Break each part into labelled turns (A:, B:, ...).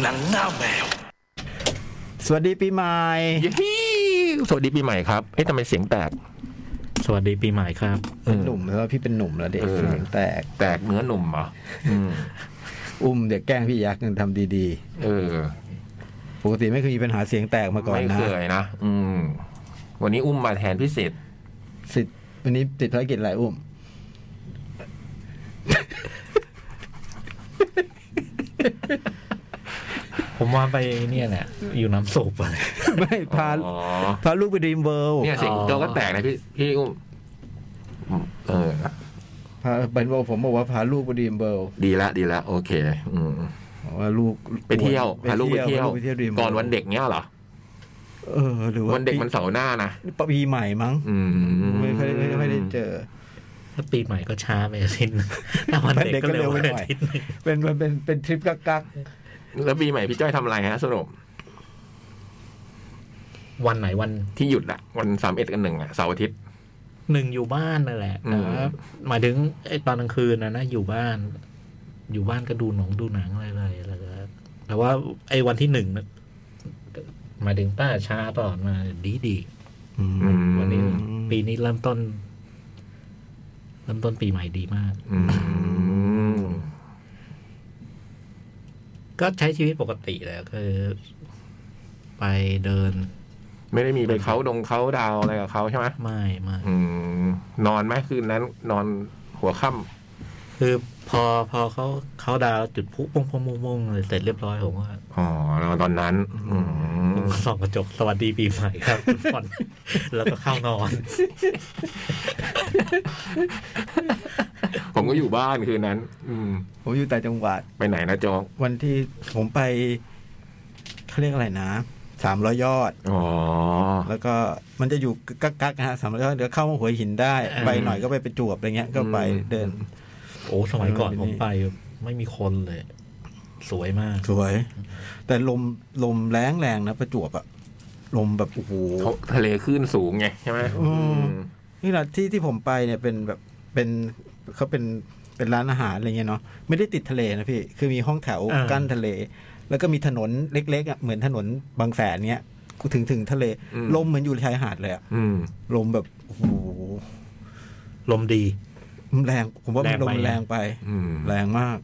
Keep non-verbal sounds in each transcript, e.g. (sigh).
A: หนังหน้าแมว
B: สวัสดีปีใหม่
C: ยี่สวัสดีปีใหม่ครับเอ๊ะทำไมเสียงแตก
D: สวัสดีปีใหม่ครับ
B: เป็นหนุ่มแล้วพี่เป็นหนุ่มแล้วเด็ก
C: เออ
B: เสียงแตก
C: แตกเนื้อหนุ่มเหรออืม
B: อุ้มเด็กแกล้งพี่ยักษ์ทำดี
C: เออ
B: ๆ ปกติไม่เคยมีปัญหาเสียงแตกมาก่อน
C: ไม่
B: นะ
C: เคยนะอืม วันนี้อุ้มมาแทนพิเศษ
B: สิทธิ์วันนี้ติดภารกิจอะไรอุ้ม (laughs)
D: ผมว่าไปเนี่ยแหละ อยู่น้ำศพอะไร
B: ไม่พา
C: อ๋อ
B: พาลูกไปดีมเวิลด์
C: เนี่ยเสียง
D: อ๋อ
C: เราก็แตกนะพี่พี่อุ้มเออ
B: พาเป็นว่าผมบอกว่าพาลูกไปดีมเวิลด์
C: ดีละดีละโอเค อืม
B: บอกว่าลูก
C: ไปเที่ยวพาลูกไปเที่ยว
B: พาไปเที่ยว Dream
C: ก่อน
B: World
C: วันเด็กเนี้ยเหรอ
B: เออหรือว่า
C: วันเด็กมันเสาร์หน้านะ
B: ปีใหม่มั้ง
C: อืม
B: ไม่ค่อยไม่ค่อยได้เจอ
D: ถ้าปีใหม่ก็ช้าไปอาทิตย์หนึ (laughs) งถ้าวันเด็กก็เร็วไปหน่อย
B: เป็นเป็นเป็นเป็นทริปกักกัก
C: แล้วปีใหม่พี่จ้อยทำอะไรฮะสรุป
D: วันไหนวัน
C: ที่หยุดอะวันสามเอ็ดกันหนึ่งอะเสาร์อาทิตย์
D: หนึ่งอยู่บ้านนั่นแหละ
C: อืม
D: แต่ว่าหมายถึงไอ้ตอนกลางคืนนะนะอยู่บ้าน อยู่บ้านก็ดูหนงดูหนังอะไรๆแล้วก็แต่ว่าไอ้วันที่หนึ่งนะหมายถึงป้าช้าตลอดมาดีดี
B: ๆอืม
C: อืม
D: วันนี้
B: อืม
D: ปีนี้เริ่มต้น เริ่มต้นปีใหม่ดีมาก
C: อืม
D: ก็ใช้ชีวิตปกติแหล้วคือ ไปเดิน
C: ไม่ได้มีไปเขาดงเขาดาวอะไรกับเขาใช่ไหม
D: ไม่ไม่
C: อืม นอนไหมคืนนั้น นอนหัวค่ำ
D: คือพอพอเขาเขาดาวน์จุดพลุปงปงปงปงอะไรเสร็จเรียบร้อยผมว่า
C: อ๋อแล้วตอนนั้น อื
D: ผม
C: ม
D: ก็ส่องกระจกสวัสดีปีใหม่ครับ (laughs) คุณฟอนแล้วก็เข้านอน
C: ผมก็อยู่บ้านคืนนั้น อืม
B: ผมอยู่ต่างจังหวัด
C: ไปไหนนะโจ๊ก
B: วันที่ผมไปเขาเรียกอะไรนะสามร้อยยอด
C: อ๋อ
B: (laughs) แล้วก็มันจะอยู่กักกักๆนะฮะสามร้อยยอดเดี๋ยวเข้าหัวหินได้
D: อืม
B: ไปหน่อยก็ไปประจวบอะไรเงี้ย ก็ไป
C: อืม
B: เดิน
D: โอ้สมัยก่อน
B: เออ
D: ผมไป ไม่มีคนเลย สวยมาก
B: สวย แต่ลมลมแรงแรงนะประจวบอะลมแบบโอ้โห
C: เขาทะเลคลื่นสูงไงใช่ไหม
B: อืม นี่แหละที่ที่ผมไปเนี่ยเป็นแบบเป็นเขาเป็นเป็นร้านอาหารอะไรเงี้ยเนาะไม่ได้ติดทะเลนะพี่ คือมีห้องแถว
D: อ่า
B: กั้นทะเล แล้วก็มีถนนเล็กๆอ่ะเหมือนถนนบางแสนเนี้ยถึงถึงทะเล ลมเหมือนอยู่ชายหาดเลยอะ
C: อืม
B: ลมแบบโอ้โห
D: ลมดี
B: มันแรงผมว่ามัน
D: แรง
B: ล
D: ไป
B: มแรงไป
C: อืม
B: แรงมาก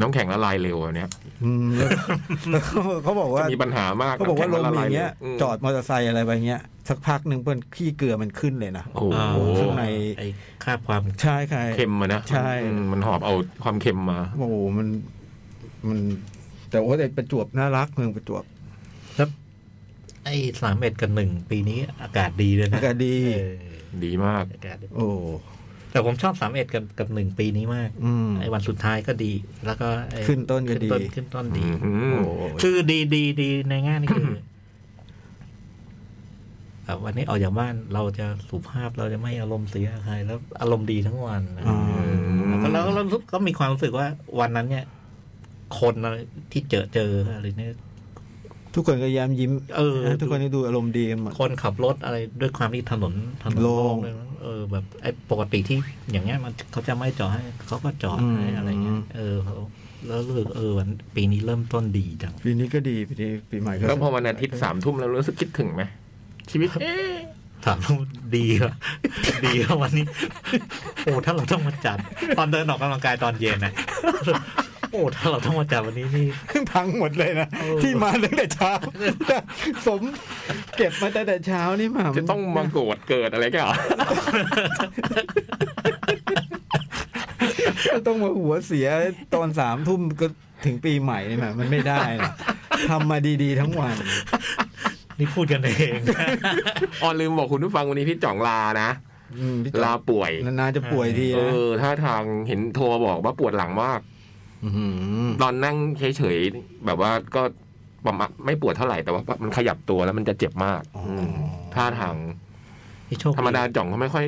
C: น้ำแข็งละลายเร็วอันเนี้ย
B: อืมแล้ว (laughs) แล้วเขาเขาบอกว่า
C: จะมีปัญหามาก
B: เขาบอกว่าลม
C: น้ำแข็ะ
B: อย่างเงี้ย
C: ร็วม
B: จอดมอเตอร์ไซค์อะไรไปเงี้ย สักพักหนึ่งเปิ้ลขี้เกลือมันขึ้นเลยนะ
C: โอ้โห
D: อ่า
B: ข้างใน
D: ไอ้คราบความ
B: ใช่ค่ะ
C: เค็มอะนะ
B: ใช่
C: อืมมันหอบเอาความเค็มมา
B: โอ้โหมัน มัน แต่ว่าแต่ประจวบน่ารักเมืองประจวบ
D: ไอ้สามเอ็ดกับหนึ่งปีนี้อากาศดีเลยนะ
B: อากาศดี
D: เออ
C: ดีมาก
D: อากาศดี
B: โอ้
D: แต่ผมชอบสามเอ็ดกับกับหนึ่งปีนี้มาก
B: อืม
D: ไอ้วันสุดท้ายก็ดี แล้วก็ไอ้
B: ขึ้นต้นก็ดี
D: ขึ้นต้นขึ้นต้นดี
C: อื
B: โอ้
C: ม
D: คือดีดีดีในแง่นี่คืออ่ะวันนี้ออกจากบ้านเราจะสุภาพเราจะไม่อารมณ์เสียกับใครแล้วอารมณ์ดีทั้งวันนะ
B: อ่า
D: แล้วก็แล้วก็แล้วก็ก็มีความรู้สึกว่าวันนั้นเนี่ย คนที่เจอเจออะไรเนี่ย
B: ทุกคนก็แย้มยิ้ม
D: เออ
B: ทุกคนก็ดูอารมณ์ดีกันหมด
D: คนขับรถอะไรด้วยความที่ถนนถนน
B: โล่ง
D: เลยนะเออ แบบไอ้ปกติที่อย่างเงี้ยมันเขาจะไม่จอดให้เขาก็จอดให้อะไรเงี้ยเออเขาแล้วรู้สึกเออวันปีนี้เริ่มต้นดีจัง
B: ปีนี้ก็ดีปีนี้ปีใหม่ก็
C: แล้วพอวันอาทิตย์สามทุ่มแล้วรู้สึกคิดถึงไหมชีวิตเอ๊ะ
D: ถามว่าดีเหรอ (laughs) ดีเหรอวันนี้ (laughs) โอ้ถ้าเราต้องมาจัด ตอนเดินออกกำลังกายตอนเย็นนะ (laughs) โอ้ถ้าเราต้องมาจัดวันนี้นี่
B: พังหมดเลยนะ
D: เออ
B: ที่มาตั้งแต่เช้า (laughs) สมเก็บมาตั้งแต่เช้านี่มา
C: จะต้องมาโกรธเกิดอะไรแกเหรอ
B: จะ (laughs) ต้องมาหัวเสียตอนสามทุ่มก็ถึงปีใหม่นี่มามันไม่ได้นะทำมาดีๆทั้งวัน
D: นี่พูดกันเอง
C: อ๋อลืมบอกคุณผู้ฟังวันนี้พี่จ่องลานะ
B: อืมพี่จอ
C: ลาป่วย
B: นานๆจะป่วยที
C: เอ
B: นะ
C: อถ้าทางเห็นโทรบอกว่าปวดหลังมาก
B: หือ
C: ตอนนั่งเฉยๆแบบว่าก็ประมาณไม่ปวดเท่าไหร่แต่ว่ามันขยับตัวแล้วมันจะเจ็บมาก
B: อ๋ออื
C: มท่าทาง
D: นี่โชค
C: ธรรมดาจ่องเขาไม่ค่อย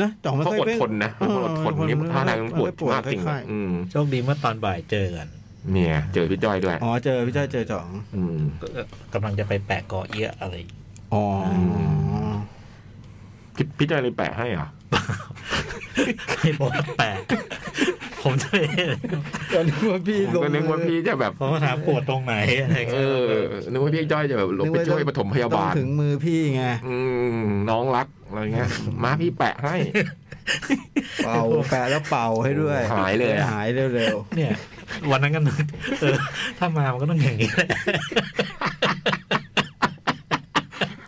B: นะจ่องไม่
C: เขา
B: ค่อย
C: อดทนนะ
B: เออ
C: เขาอดทนนี่ท่าทางมันปวดมากจริง
B: ค่อยๆ
C: อืม
D: โชคดีเมื่อตอนบ่ายเจอกัน
C: เนี่ย เจอพี่จ้อยด้วย
B: อ๋อเจอพี่จ้อยเจอจ่อง
C: ม
D: ก็กำลังจะไปแปะเกาะเอี้ยอะไร
B: อ๋อ
C: พี่พี่จ้อยเลยแปะให้เหรอ
D: ไม่บอกว่าแปะ (laughs) ผมจะ
B: ก็นึกว่าพี่
C: ผม
B: ลง
C: ก็นึกว่าพี่จะแบบ
D: ผมถามปวดตรงไหนอะไร
C: เอ
D: เงี้ย
C: อนึกว่าพี่จ้อยจะแบบลง
B: นึก
C: ไปช่วยปฐมพยาบาล
B: ต้องถึงมือพี่ไง
C: อืมน้องรักอะไรเงี้ย มาพี่แปะให้
B: เป่าแปะแล้วเป่าให้ด้วย
C: หายเลยอะ
B: หายเร็ว
D: เนี่ย วันนั้นก็นึกเออถ้ามามันก็ต้องอย่างนี้แหละ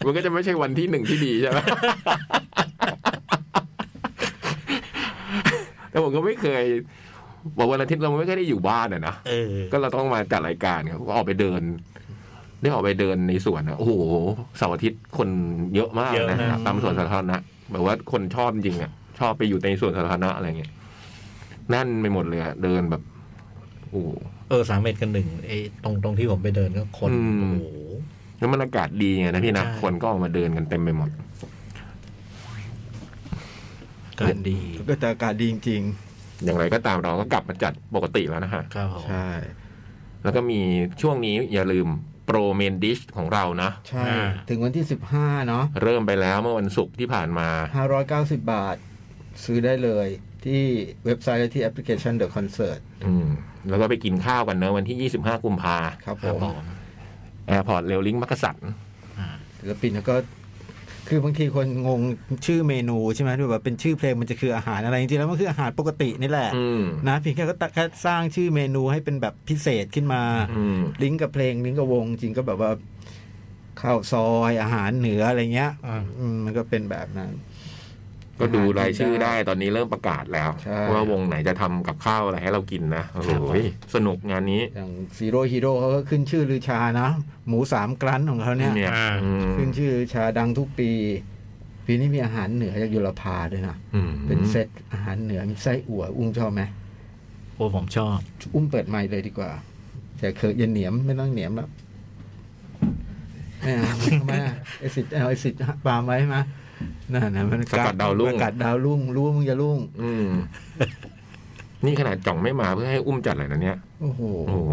C: มันก็จะไม่ใช่วันที่หนึ่งที่ดีใช่ไหม แต่ผมก็ไม่เคยบอกวันอาทิตย์เราไม่ค่อยได้อยู่บ้านอะนะ
D: เออ
C: ก็เราต้องมาจัดรายการครับก็ออกไปเดิน ได้ออกไปเดินในสวนอะโอ้โหเสาร์อาทิตย์คนเยอะมากนะตามสวนสาธารณะแบบว่าคนชอบจริงอะชอบไปอยู่ในสวนสาธารณะอะไรเงี้ยนั่นไปหมดเลยอะเดินแบบ โอ้โห
D: เออสามเมตรกันหนึ่งไอ้ตรงตรงที่ผมไปเดินก็คน
C: อืม
D: โอ้โห
C: แล้วมันอากาศดีไงนะพี่นะ
D: ใช่
C: คนก็ออกมาเดินกันเต็มไปหมด
D: การดี
B: ๆก็แต่อากาศดีจริง
C: อย่างไรก็ตามเราก็กลับมาจัดปกติแล้วนะฮะ
D: ครับผ
B: ๆ
D: ม
B: ใช่
C: แล้วก็มีช่วงนี้อย่าลืมโปรเมนดิชของเรานะ
B: ใช่ ถึงวันที่สิบห้าเนาะ
C: เริ่มไปแล้วเมื่อวันศุกร์ที่ผ่านมา
B: 590 บาท ซื้อได้เลยที่เว็บไซต์และที่แอปพลิเคชัน The Concert
C: อืม แล้วก็ไปกินข้าวกันเนอะวันที่ 25 กุมภา
B: ครับ
D: ค
B: ผ
D: รับ
B: ม
D: ผม
C: แอร์พอร์ตเรลลิงมักกะสัน
D: อ่า
B: ศิลปินแล้วก็ คือบางทีคนงงชื่อเมนูใช่ไหมดูแบบเป็นชื่อเพลงมันจะคืออาหารอะไร จริงๆ แล้วมันคืออาหารปกตินี่แหละ
C: อืม
B: นะเพียงแค่ก็ตัดแค่สร้างชื่อเมนูให้เป็นแบบพิเศษขึ้นมา
C: อืม
B: ลิงก์กับเพลงลิงก์กับวง จริงก็แบบว่าข้าวซอยอาหารเหนืออะไรเงี้ย
D: อ่า
B: อืมมันก็เป็นแบบนั้น
C: ก็ดูรายชื่อได้ตอนนี้เริ่มประกาศแล้ว
B: ใช่
C: ว่าวงไหนจะทำกับข้าวอะไรให้เรากินนะโอ้โหสนุกงานนี้
B: อย่างซีโร่ฮีโร่เขาก็ขึ้นชื่อลือชานะ หมูสามกรันของเขาเนี่ย
C: เนี่ย
D: อ่า
C: อืม
B: ขึ้นชื่อชาดังทุกปี ปีนี้มีอาหารเหนือจากยุรพาด้วยนะ
C: อืม
B: เป็นเซตอาหารเหนือมีไส้อั่ว อุ้มชอบไหม
D: โอ้ผมชอบ
B: อุ้มเปิดไมค์เลยดีกว่า แต่เคยอย่าเหนียมไม่ต้องเหนียมแล้วไม่เอาไม่เอาไอสิทธิ์เอาไอสิทธิ์ปาล์มไว้มานั่นนะมัน
C: สกัดดาวรุ่ง
B: สกัดดาวรุ่งรู้ว่ามึงจะรุ่ง
C: อืม นี่ขนาดจ่องไม่มาเพื่อให้อุ้มจัดเลยนะเนี่ย
B: โอ้โห
C: โอ้โห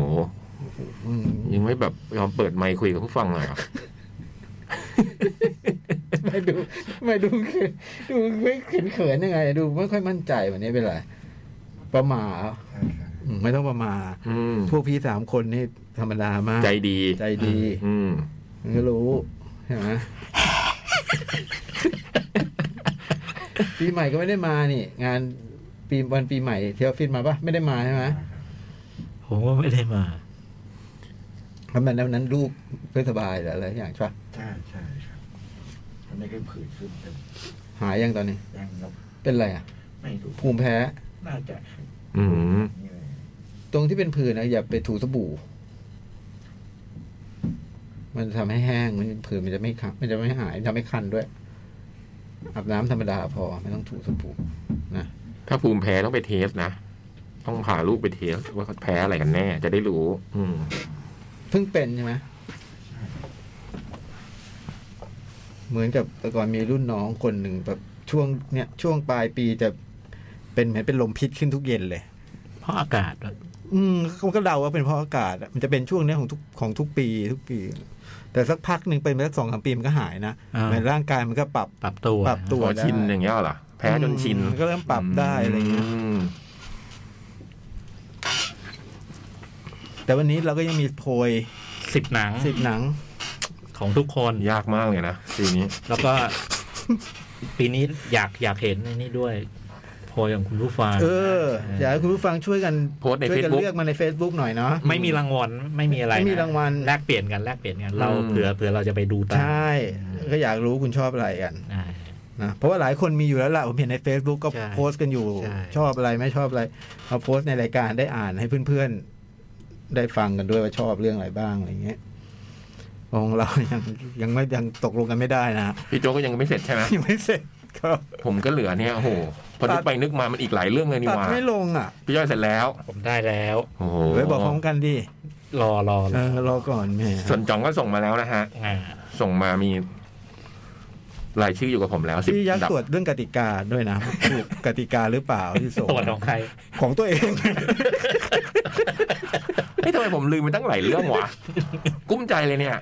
B: อืม
C: ยังไม่แบบยอมเปิดไมค์คุยกับผู้ฟังเลยเหรอ
B: ไม่ดูไม่ดูเขินดูไม่เขินเขินๆยังไง ดูไม่ค่อยมั่นใจวันนี้เป็นไรประหมาเหรออืมไม่ต้องประหมา
C: อืม
B: พวกพี่สามคนนี่ธรรมดามาก
C: ใจดี
B: ใจดี
C: อืม
B: มันก็รู้ใช่ไหมปีใหม่ก็ไม่ได้มานี่ งานปีวันปีใหม่เที่ยวฟิตมาปะไม่ได้มาใช่ไหม
D: ผมก็ไม่ได้มา
B: แล้วมันนั้นรูปเพื่อสบายหรืออะไรอย่างใช่ปะ
A: ใช่ใช่ครับอันนี้คือผื่นขึ้นเป็น
B: หายยังตอนนี้
A: ยังครับ
B: เป็นอะไรอ่ะ
A: ไม่รู้
B: ภูมิแพ้
A: น่าจะ
C: อืม
A: นี่เลย
B: ตรงที่เป็นผื่นนะอย่าไปถูสบู่ มันทำให้แห้งมันผื่นมันจะไม่คันมันจะไม่หายทำให้คันด้วยอาบน้ำธรรมดาพอไม่ต้องถูสบู่
C: ถ้าภูมิแพ้ต้องไปเทสนะ ต้องพาลูกไปเทสว่าเขาแพ้อะไรกันแน่ จะได้รู้ อืม
B: เพิ่งเป็นใช่ไหม เหมือนกับแต่ก่อนมีรุ่นน้องคนหนึ่งแบบช่วงเนี่ย ช่วงปลายปีจะเป็นเหมือนเป็นลมพิษขึ้นทุกเย็นเลย
D: เพราะอากาศด้วย
B: อืมเขาก็เดาว่าเป็นเพราะอากาศอะมันจะเป็นช่วงเนี้ยของทุกของทุกปีทุกปี แต่สักพักหนึ่งเป็นไปสักสองสามปีมันก็หายนะ
D: อ่า
B: เหมือนร่างกายมันก็ปรับ
D: ปรับตัว
B: ปรับตัว
C: พอชินอย่างเงี้ยเหรอ แพ้จนชิน
B: อืมก็เริ่มปรับได้อะไรเงี้ย
C: ม
B: แต่วันนี้เราก็ยังมีโพย
D: สิบหนัง
B: สิบหนัง
D: ของทุกคน
C: ยากมากเลยนะทีนี้
D: แล้วก็
B: (laughs)
D: ปีนี้อยากอยากเห็นไอ้นี่ด้วยโพลของคุณผู้ฟัง
B: เออ อยากให้คุณผู้ฟังช่วยกัน
C: โพสต์ใน
B: ช่วยกั
C: Facebook
B: เลือกมาใน Facebook หน่อยเนาะ
D: ไม่มีรางวัลไม่มีอะไรนะ
B: ไม่มีรางวัล
D: แลกเปลี่ยนกันแลกเปลี่ยนกันเรา
C: อืม
D: เผื่อเผื่อเราจะไปดูตา
B: ใช่ก็อยากรู้คุณชอบอะไรกัน
D: อ่า
B: นะเพราะว่าหลายคนมีอยู่แล้วล่ะผมเห็นใน Facebook ก็
D: ใช่
B: โพสต์กันอยู่
D: ใช่
B: ชอบอะไรไม่ชอบอะไรเอาโพสต์ในรายการได้อ่านให้เพื่อนๆ ได้ฟังกันด้วยว่าชอบเรื่องอะไรบ้างอะไรเงี้ยของเรา ยังยังไม่ยังตกลงกันไม่ได้นะ (laughs)
C: พี่โจกก็ยังไม่เสร็จใช่ไหม
B: ยังไม่เสร็จครับ
C: ผมก็เหลือเนี่ย โอ้โห พอนึ
B: ตั
C: ก
B: ด
C: ไปนึกมามันอีกหลายเรื่องเลยนี่
B: ตัด
C: หว่า
B: ไม่ลงอ่ะ
C: พี่ย่อยเสร็จแล้ว
D: ผมได้แล้ว
C: โอ้โห
B: ไว้บอกพร้อมกันดิ
D: รอรอร
B: เอ
D: อ
B: อรอก่อนแหม่
C: ส่วนจ่องก็ส่งมาแล้วนะฮะ
D: อ่า
C: ส่งมามีรายชื่ออยู่กับผมแล้วสิบ
B: พี่ยักษ์
C: ดับ
B: ตรวจเรื่องกติกาด้วยนะถูกกติกาหรือเปล่าที่ส่ง
D: ตรวจของใคร
B: ของตัวเอง (laughs)
C: เฮ้ยทำไมผมลืมไปตั้งหลายเรื่อง
B: (laughs)
C: วะ กุ้มใจเลยเนี่ย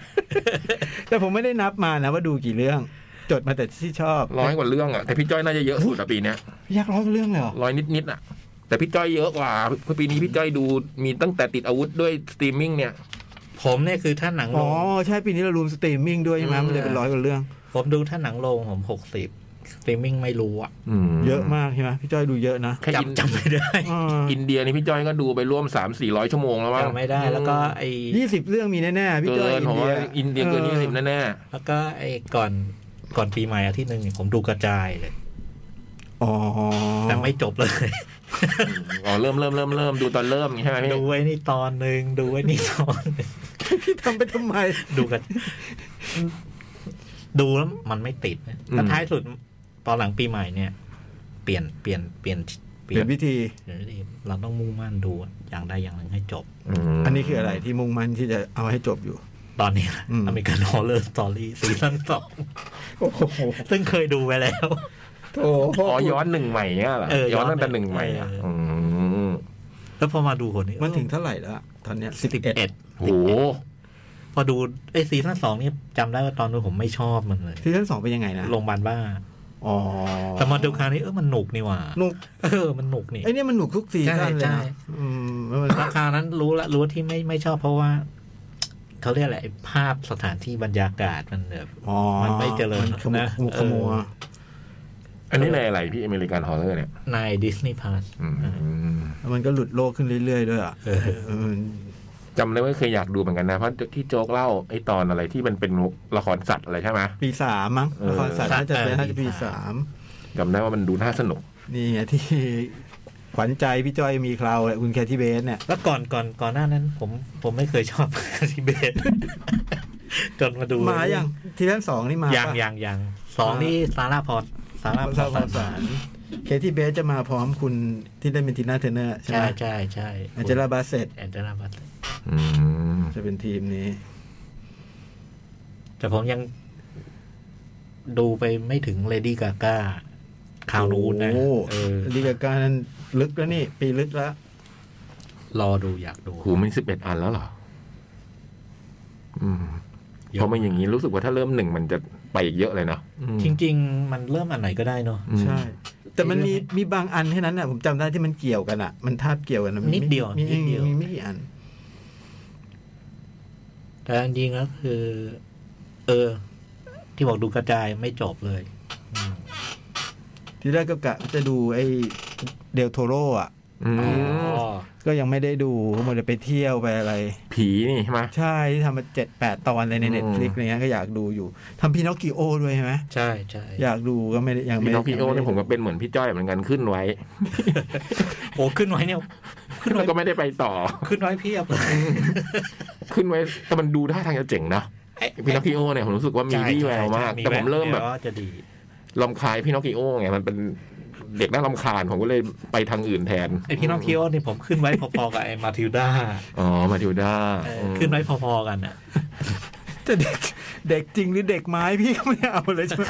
B: แต่ผมไม่ได้นับมานะว่าดูกี่เรื่อง จดมาแต่ที่ชอบ
C: ร้อยกว่าเรื่องอะแต่พี่จ้อยน่าจะเยอะสุดอะปีเนี้ย
B: พี่ยักษ์ร้อยกว่าเรื่องเลยเหรอ
C: ร้อยนิดๆอะ แต่พี่จ้อยเยอะกว่าปีนี้พี่จ้อยดูมีตั้งแต่ติดอาวุธด้วยสตรีมมิ่งเนี่ย
D: ผมเนี่ยคือถ้าหนังล
B: อ๋อง ใช่ปีนี้เรารวมสตรีมมิ่งด้วยใช่ไหม
C: อืม
B: มันเลยเป็นร้อยกว่าเรื่อง
D: ผมดูถ้าหนังลงผมหกสิบสตรีมมิ่งไม่รู้อะ
B: เยอะมากใช่ไหมพี่จ้อยดูเยอะนะ
C: แค่อิน
D: จำจำไม่ได้
B: อ่า
C: อินเดียนี่พี่จ้อยก็ดูไปร่วมสามสี่ร้อยชั่วโมงแล้วมั้ง
D: จำไม่ได้แล้วก็ไอ้
B: ยี่สิบเรื่องมีแน่ๆพี่จ้อย
C: เกิน
B: อิ
C: ผ
B: น
C: ม
B: เดีย
C: ว่าอินเดียเกินยี่สิบแน่
D: แล้วก็ไอ้ก่อนก่อนปีใหม่อาทิตย์หนึ่งเนี่ยผมดูกระจายเลย
B: อ๋อ
D: แต่ไม่จบเลย
C: ๆอ๋อเริ่มเริ่มเริ่มเริ่มดูตอนเริ่มใช่ไหมพี่
D: ดูไว้นี่ตอนหนึ่งดูไว้นี่ตอนหนึ่ง
B: พี่ทำไปทำไม
D: ดูกัน ดูแล้วมันไม่ติดนะแล้วท้ายสุดตอนหลังปีใหม่เนี่ย เปลี่ยนเปลี่ยนเปลี่ยน
B: เปลี่ยนวิธี
D: เปลี่ยนวิธีเราต้องมุ่งมั่นดูอย่างใดอย่างหนึ่งให้จบ
C: ม
B: อันนี้คืออะไรที่มุ่งมั่นที่จะเอาให้จบอยู่
D: ตอนนี้นะ
B: อืม
D: อเมริกันฮอลเลอร์สตอรี่ซีซั่นสอง
B: โอ้โห
D: ซึ่งเคยดูไปแล้ว
B: โถ
C: อ๋อย้อนหนึ่งใหม่เนี่ยเหรอ
D: เออย้
C: ย้อ
D: อน
C: นตั้งแต่หนึ่งใหม่
D: เออ
C: อืม
D: แล้วพอมาดูคนนี้
B: มันถึงเท่าไหร่แล้วอะตอนเนี้ยสิบ
D: สิบ
B: เอ็ด
D: เอ็ด
C: โห
D: พอดูไอ้ซีซั่นสองนี่จำได้ว่าตอนนู้นผมไม่ชอบมันเลย
B: ซีซั่นสองเป็นยังไงนะ
D: โรงพยาบาลบ้า
B: อ๋อ
D: แต่มาดูคราวนี้เออมันหนุกนี่หว่า
B: นุก
D: เออมันหนุกนี่
B: ไอ้เนี่ยมันหนุกทุกซีซั่นเลย
D: ใช่
B: นะ
D: ใช่
B: อืมแล้วมัน
D: ราคราวนั้นรู้ละรู้ว่าที่ไม่ไม่ชอบเพราะว่าเขาเรียกอะไรไอ้ภาพสถานที่บรรยากาศมันแบบ
B: อ๋อ
D: มันไม่เจริญ
B: ขมุก
D: นะ
B: ขมุกขมัว
D: เออ
C: อันนี้ในอะไรพี่อเมริกันฮอลเลอร์เนี่ย
D: นายดิสนีย์พาส
C: อืม
B: แล้วมันก็หลุดโลกขึ้นเรื่อยๆด้วยอ่ะ
D: เออ
B: เออ
C: จำได้ว่าเคยอยากดูเหมือนกันนะ เพราะที่โจ๊กเล่าไอ้ตอนอะไรที่มันเป็นละครสัตว์อะไรใช่ไหม
B: ปีสามมั้ง
C: เออ
B: ละครสัตว์น่าจะเป็น
D: สัตว์
B: น่าจะปี
D: ปี
B: สา
D: สาม ม
C: จำได้ว่ามันดูน่าสนุก
B: นี่ไงที่ ขวัญใจพี่จ้อยมีคราวแหละคุณแคทที่เบสเนี่ย
D: แล้วก่อนก่อนก่อนหน้านั้น ผมผมไม่เคยชอบ ทิเบต (laughs) จนมาดู
B: มาอย่างทีท่านสองนี่มา
D: ยัง
B: ปะ
D: ยังยังสองนี่ซาร่าพอร์ตซาร่าพ
B: สา
D: อ
B: ว
D: ร์ต
B: สารเคทที่เบสจะมาพร้อมคุณที่ได้เป็นทีน่าเทรนเนอร์ใช่ไห
D: ใช่
B: ม
D: ใช่ใช่
B: อาจาราบาเซต
D: แอนเจล่าบัต
C: อืม
B: จะเป็นทีมนี้
D: แต่ผมยังดูไปไม่ถึงเลดี้กาก้าคราวนู้นนะ
B: โอ้
D: เออ
B: ลีกาการนั้นลึกแล้วนี่ ปีลึกแล้ว
D: รอดูอยากดู
C: โหมันสิบเอ็ดอันแล้วเหรอ อืม
D: ย
C: เพราะมันอย่างนี้รู้สึกว่าถ้าเริ่มหนึ่งมันจะไปอีกเยอะเลยนะอืม
D: จริง ๆ มันเริ่มอันไหนก็ได้เนาะ
C: อืม
B: ใช่ แต่มันมีมีบางอันแค่นั้นน่ะผมจำได้ที่มันเกี่ยวกันอ่ะ มันทาบเกี่ยวกันอะมี
D: นิดเดียว
B: มี
D: นิดเดียว
B: มีมีไม่กี่อัน
D: แต่จริงๆแล้วคือ เออ ที่บอกดูกระจายไม่จบเลย
B: ที่แรกก็กะจะดูไอ้เดลโทโร่อ่ะ
C: อืม
D: อ๋อ
B: ก็ยังไม่ได้ดูมันจะไปเที่ยวไปอะไร
C: ผีนี่ใช่ไหม
B: ใช่ที่ทำมาเจ็ดแปดตอนเลยใน
C: อืม
B: เน็ตฟลิกอะไรเงี้ยก็อยากดูอยู่ทำพีนอคกิโอด้วยใช่ไหม
D: ใช่ใช่
B: อยากดูก็ไม่ได้ยังไม่
C: พี่
B: ได้
C: น้องพี่โอ้เนี่ยผมก็เป็นเหมือนพี่จ้อยเหมือนกันขึ้นไว้
D: โอ้ขึ้นไว้เนี่ย ขึ้นไว้
C: ก็ไม่ได้ไปต่อ
D: ขึ้นไว้เพียบเลย
C: ขึ้นไว้แต่มันดูท่าทางจะเจ๋งนะพี่น้องพี่โอเนี่ยผมรู้สึกว่ามี
D: ใช่
C: วี่แวว
D: ใช่
C: มาก
D: ใช่
C: แต่ผมเริ่มแบบ
D: แววจะดี
C: ลำคายพี่นอกิโอไงมันเป็นเด็กน่าลำคาญผมก็เลยไปทางอื่นแทน
D: ไอพี่น้องคิโอนี่ผมขึ้นไว้ (laughs) พอๆกับไอมาทิลด้า
C: อ๋อมาดิวด้า
D: เอออ
C: ม
D: ขึ้นไว้พอๆกันอ่ะ
B: แต่เด็กเด็กจริงหรือเด็กไม้พี่ (laughs) ก็ไม่เอาเลยใช่ไหม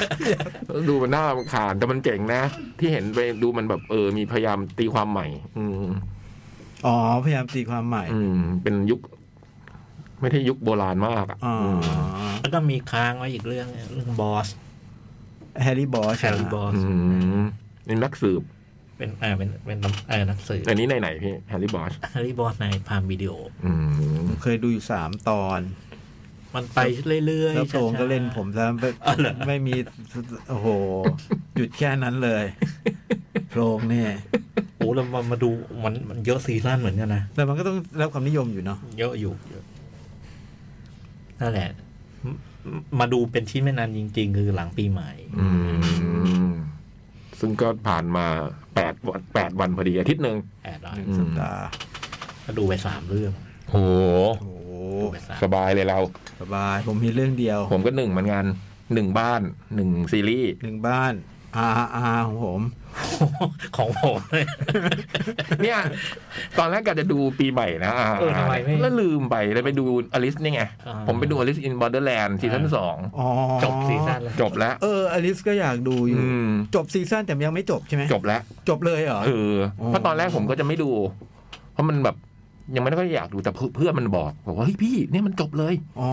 C: ดูมันน่าลำคาญแต่มันเจ๋งนะ ที่เห็นไปดูมันแบบเออมีพยายามตีความใหม่ อืม
B: อ๋อพยายามตีความใหม่
C: อืมเป็นยุค ไม่ใช่ยุคโบราณมากอะ
B: อ๋อ
C: ม
D: แล้วก็มีค้างไว้อีกเรื่องเรื่องบอส
B: แฮร์รี่บอส
D: แชร์บอส
C: อืมนี่นักสืบ
D: เป็นอ่าเป็นเป็นเออหนังสือ
C: อันนี้ไหนไหนๆพี่แฮร์รี่บอส
D: แฮร์รี่บอสในพามวิดีโอ
C: อืม
B: เคยดูอยู่สามตอน
D: มันไปเรื่อยๆ
B: แล้วโตง
D: ช้าๆ
B: ก็เล่นผมแล้วไม่
D: อ๋อเหรอ
B: ไม่มี โอ้โห หยุดแค่นั้น
D: (laughs)
B: เลยโพรงเนี่ย
D: โอ้เรามามาดูมันมันเยอะซีซั่นเหมือนกันนะ
B: แต่มันก็ต้องรับความนิยมอยู่เนาะ
D: เยอะอยู่นั่นแหละมมาดูเป็นชิ้นไม่นานจริง ๆ คือหลังปีใหม่
C: อืมซึ่งก็ผ่านมาแปดวันแปดวันพอดีอาทิตย์หนึ่ง
D: แอดร้อน
B: หนึ่ง
C: อืม
B: สัปดาห์
D: ก็ดูไปสามเรื่อง
C: โอ้
B: โอ้โห
D: ดูไปสาม
C: สบายเลยเรา
B: สบาย ผมมีเรื่องเดียว
C: ผมก็หนึ่งเหมือนกันหนึ่งบ้านหนึ่งซีรีส์
B: หนึ่งบ้านอาอาของผม
D: (laughs) ของผมเลย
C: เนี่ย ตอนแรกกะจะดูปีใหม่นะ
D: เออทำไมไม่
C: แล้วลืมไปเลยไปดูอลิสนี่ไง
D: อ่า
C: ผมไปดูอลิสอินบอ r เดอร์แลนด์ซีซั่นสอง
B: อ๋อ
D: จบซีซั่นแล้ว
C: จบแล้ว
B: เอออลิสก็อยากดูอยู่
C: อืม
B: จบซีซั่นแต่ยังไม่จบใช่ไหม
C: จบแล้ว
B: จบเลยเหรอ
C: เออ
B: อ๋อ
C: เพราะตอนแรกผมก็จะไม่ดู เพราะมันแบบ ยังไม่ได้ก็อยากดูแต่เพื่อนเพื่อนมันบอกบอกว่าเฮ้ยพี่เนี่ยมันจบเลย
B: อ๋อ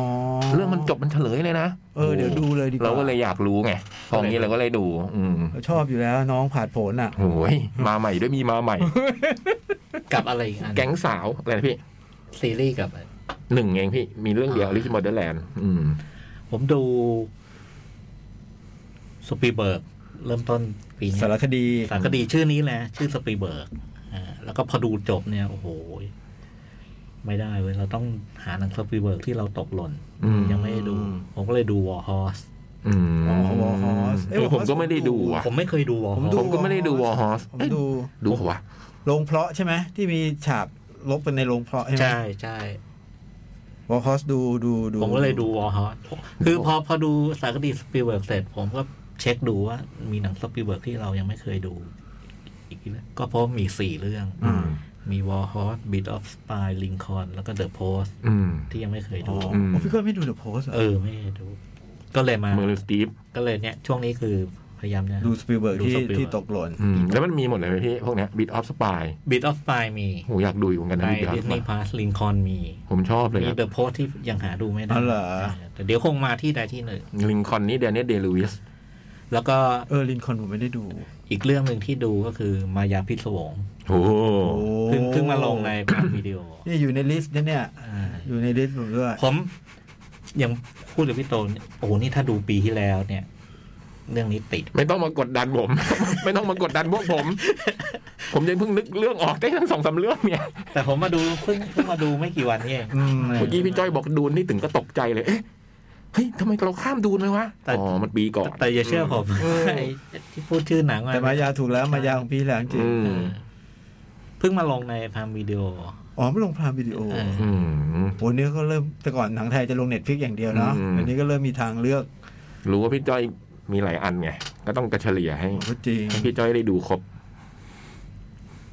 C: เรื่องมันจบมันเฉลยเลยนะ
B: เออเดี๋ยวดูเลยดีกว่า
C: เราก็เลยอยากรู้ไงพออย่างนี้เราก็เลยดู อืม
B: เราชอบอยู่แล้วน้องผาดโผนอ่ะ
C: โอ้ยมาใหม่ด้วยมีมาใหม่
B: (laughs)
D: กับอะไรอีกอัน
C: แก๊งสาวอะไรนะพี่
D: ซีรีส์กับอะไร
C: หนึ่งเองพี่ มีเรื่องเดียวลิชมอเดอร์แลนด์อืม
D: ผมดูสปีเบิร์กเริ่มต้นปีนี้
B: สารคดี
D: สารคดีชื่อนี้แหละชื่อสปีเบิร์กอ่าแล้วก็พอดูจบเนี่ย โอ้โห ไม่ได้เว้ยเราต้องหาหนังสปีเบิร์กที่เราตกหล่น
C: อืม
D: ยังไม่ได้ดู ผมก็เลยดูวอร์ฮอส
C: อืม
B: อ๋อ Warhorse เอ้ย
C: เออผม
B: Warhorse
C: ก็ไม่ได้ดูอ่ะ
D: ผมไม่เคยดูวอร์
B: ผม
D: ฮอ
B: ดู
D: ส
C: ผมก็ไม่ได้ดูวอร์ฮอส
B: ผมดู
C: ดูเหรอวะ
B: โรงเพลาะใช่ไหมที่มีฉากลบเป็นในโรงเพลาะใช่ไหม
D: ใช่ใช่
B: วอลคอสดูดูดู
D: ผมก็เลยดูวอร์ฮอสคือพอพอดูสารคดีสปีเบิร์กเสร็จ ผมก็เช็คดูว่า มีหนังสปีเบิร์กที่เรายังไม่เคยดู อีกกี่เรื่องก็เพราะมีสี่เรื่อง
C: อืม
D: มีวอลฮอสบิดออฟสปายลิงคอนแล้วก็เดอะโพส
C: อืม
D: ที่ยังไม่เคย
B: อ๋
D: ดู
B: อ
C: อืม
B: พี่ก็ไม่ดูเดอะโพส
D: เออ ไม่ดู ก็เลยมา
C: เมอร์ลิสตีฟ
D: ก็เลยเนี่ย ช่วงนี้คือพยายามเนี่ย
B: ดูสปิลเบิร์ก
D: ดู
B: ที่
D: Spielberg
B: ที่ตกหล่น
C: อืมแล้วมันมีหมดเลยไหมพี่พวกเนี้ยบิทออฟสปาย
D: บิดออฟสปายมี
C: โหอยากดูอยู่เหมือนกัน
D: ใน
C: นะบิทออ
D: ดิ
C: ฟ
D: ส
C: ส
D: นีย์
C: ปาย
D: พาสลิงคอนมี
C: ผมชอบเลย
D: มี
C: อะ
D: เดอะโพสที่ยังหาดูไม่ได้
B: อ๋อเหรอ
D: แต่เดี๋ยวคงมาที่ใดที่หนึ่ง
C: ลิงคอนนี่เดนเนสเดลูวิส
D: แล้วก็
B: เออลินคอล์นผมไม่ได้ดู
D: อีกเรื่องหนึ่งที่ดูก็คือมายาพิศวง
C: โอ้โห
D: เพิ่งเพิ่งมาลงในพาร์ทวิดีโอ
B: นี่อยู่ในลิสต์นะเนี่ย
D: อ่า
B: อยู่ในลิสต์ผมด้วย
D: ผมยังพูดกับพี่โตนโอ้โหนี่ถ้าดูปีที่แล้วเนี่ย เรื่องนี้ติด
C: ไม่ต้องมากดดันผม (laughs) ไม่ต้องมากดดันพวกผม ผมยังเพิ่งนึกเรื่องออกได้ทั้งสองสามเรื่องเนี่ย
D: แต่ผมมาดูเพิ่งเพิ่งมาดูไม่กี่วันนี่เอง
B: อืม
C: เมื่อกี้พี่จ้อยบอกดูนนี่ถึงก็ตกใจเลยเอ๊ะเฮ้ยทำไมเราข้ามดูนไปวะ
D: แต่
C: อ๋อมันปีก่อน
D: แต่อย่าเชื่อผม (laughs) ไอ้ที่พูดชื่อหนัง
B: แต่มายาถูกแล้วมายาของพี่แล้วจริง
C: อืม
D: เพิ่งมาลงในพามวิดีโอ
B: อ๋อไม่ลงพรามวิดีโอ
D: เออ
C: อืม
B: วันนี้ก็เริ่มแต่ก่อนหนังไทยจะลงเน็ตฟิกอย่างเดียวเนาะ
C: อืม
B: อันนี้ก็เริ่มมีทางเลือก
C: รู้ว่าพี่จ้อยมีหลายอันไง ก็ต้องกระเฉลี่ยให้
B: ผมก็จริง
C: ให้พี่จ้อยได้ดูครบ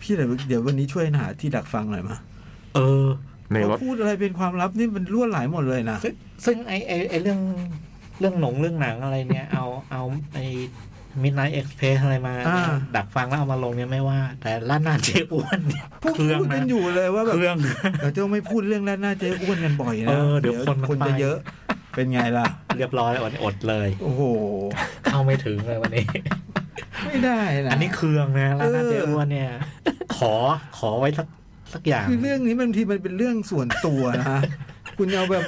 B: พี่เดี๋ยวเดี๋ยววันนี้ช่วยหาที่ดักฟังหน่อยมา
D: เออ
C: ในร
B: ว่า
C: ถ
B: พูดอะไรเป็นความลับนี่มันรั่วไหลหมดเลยนะ
D: ซึ่งซึ่งไอ้ไอ้ไอ้เรื่องเรื่องหนงเรื่องหนังอะไรเนี่ย (laughs) เอาเอาไอ้ Midnight Express อะไรมา
B: อ่า
D: ดักฟังแล้วเอามาลงเนี่ยไม่ว่า แต่ล้านหน้าเจ๊อ้วนเนี่ย
B: พูด
D: เครื่อง
B: พูดกั
D: นะ
B: นอยู่เลยว่าแบบ
D: เครื่อง
B: เราจะไม่พูดเรื่องแรกหน้าเจ๊อ้วนกันบ่อย
D: เอ
B: นะ
D: อเดี๋ยวคนมัน
B: คน
D: ไป
B: จะเยอะ เป็นไงล่ะ
D: เรียบร้อยอดอดเลย
B: โอ้โห
D: เข้าไม่ถึงเลยวันนี้
B: ไม่ได้นะ
D: อันนี้เครื่องนะล้านหน้า
B: เออ
D: เจ๊อ้วนเนี่ย ขอขอไว้สักสักอย่าง
B: คือเรื่องนี้มันบางทีมันเป็นเรื่องส่วนตัวนะ
C: (laughs)
B: คุณเอาแบบ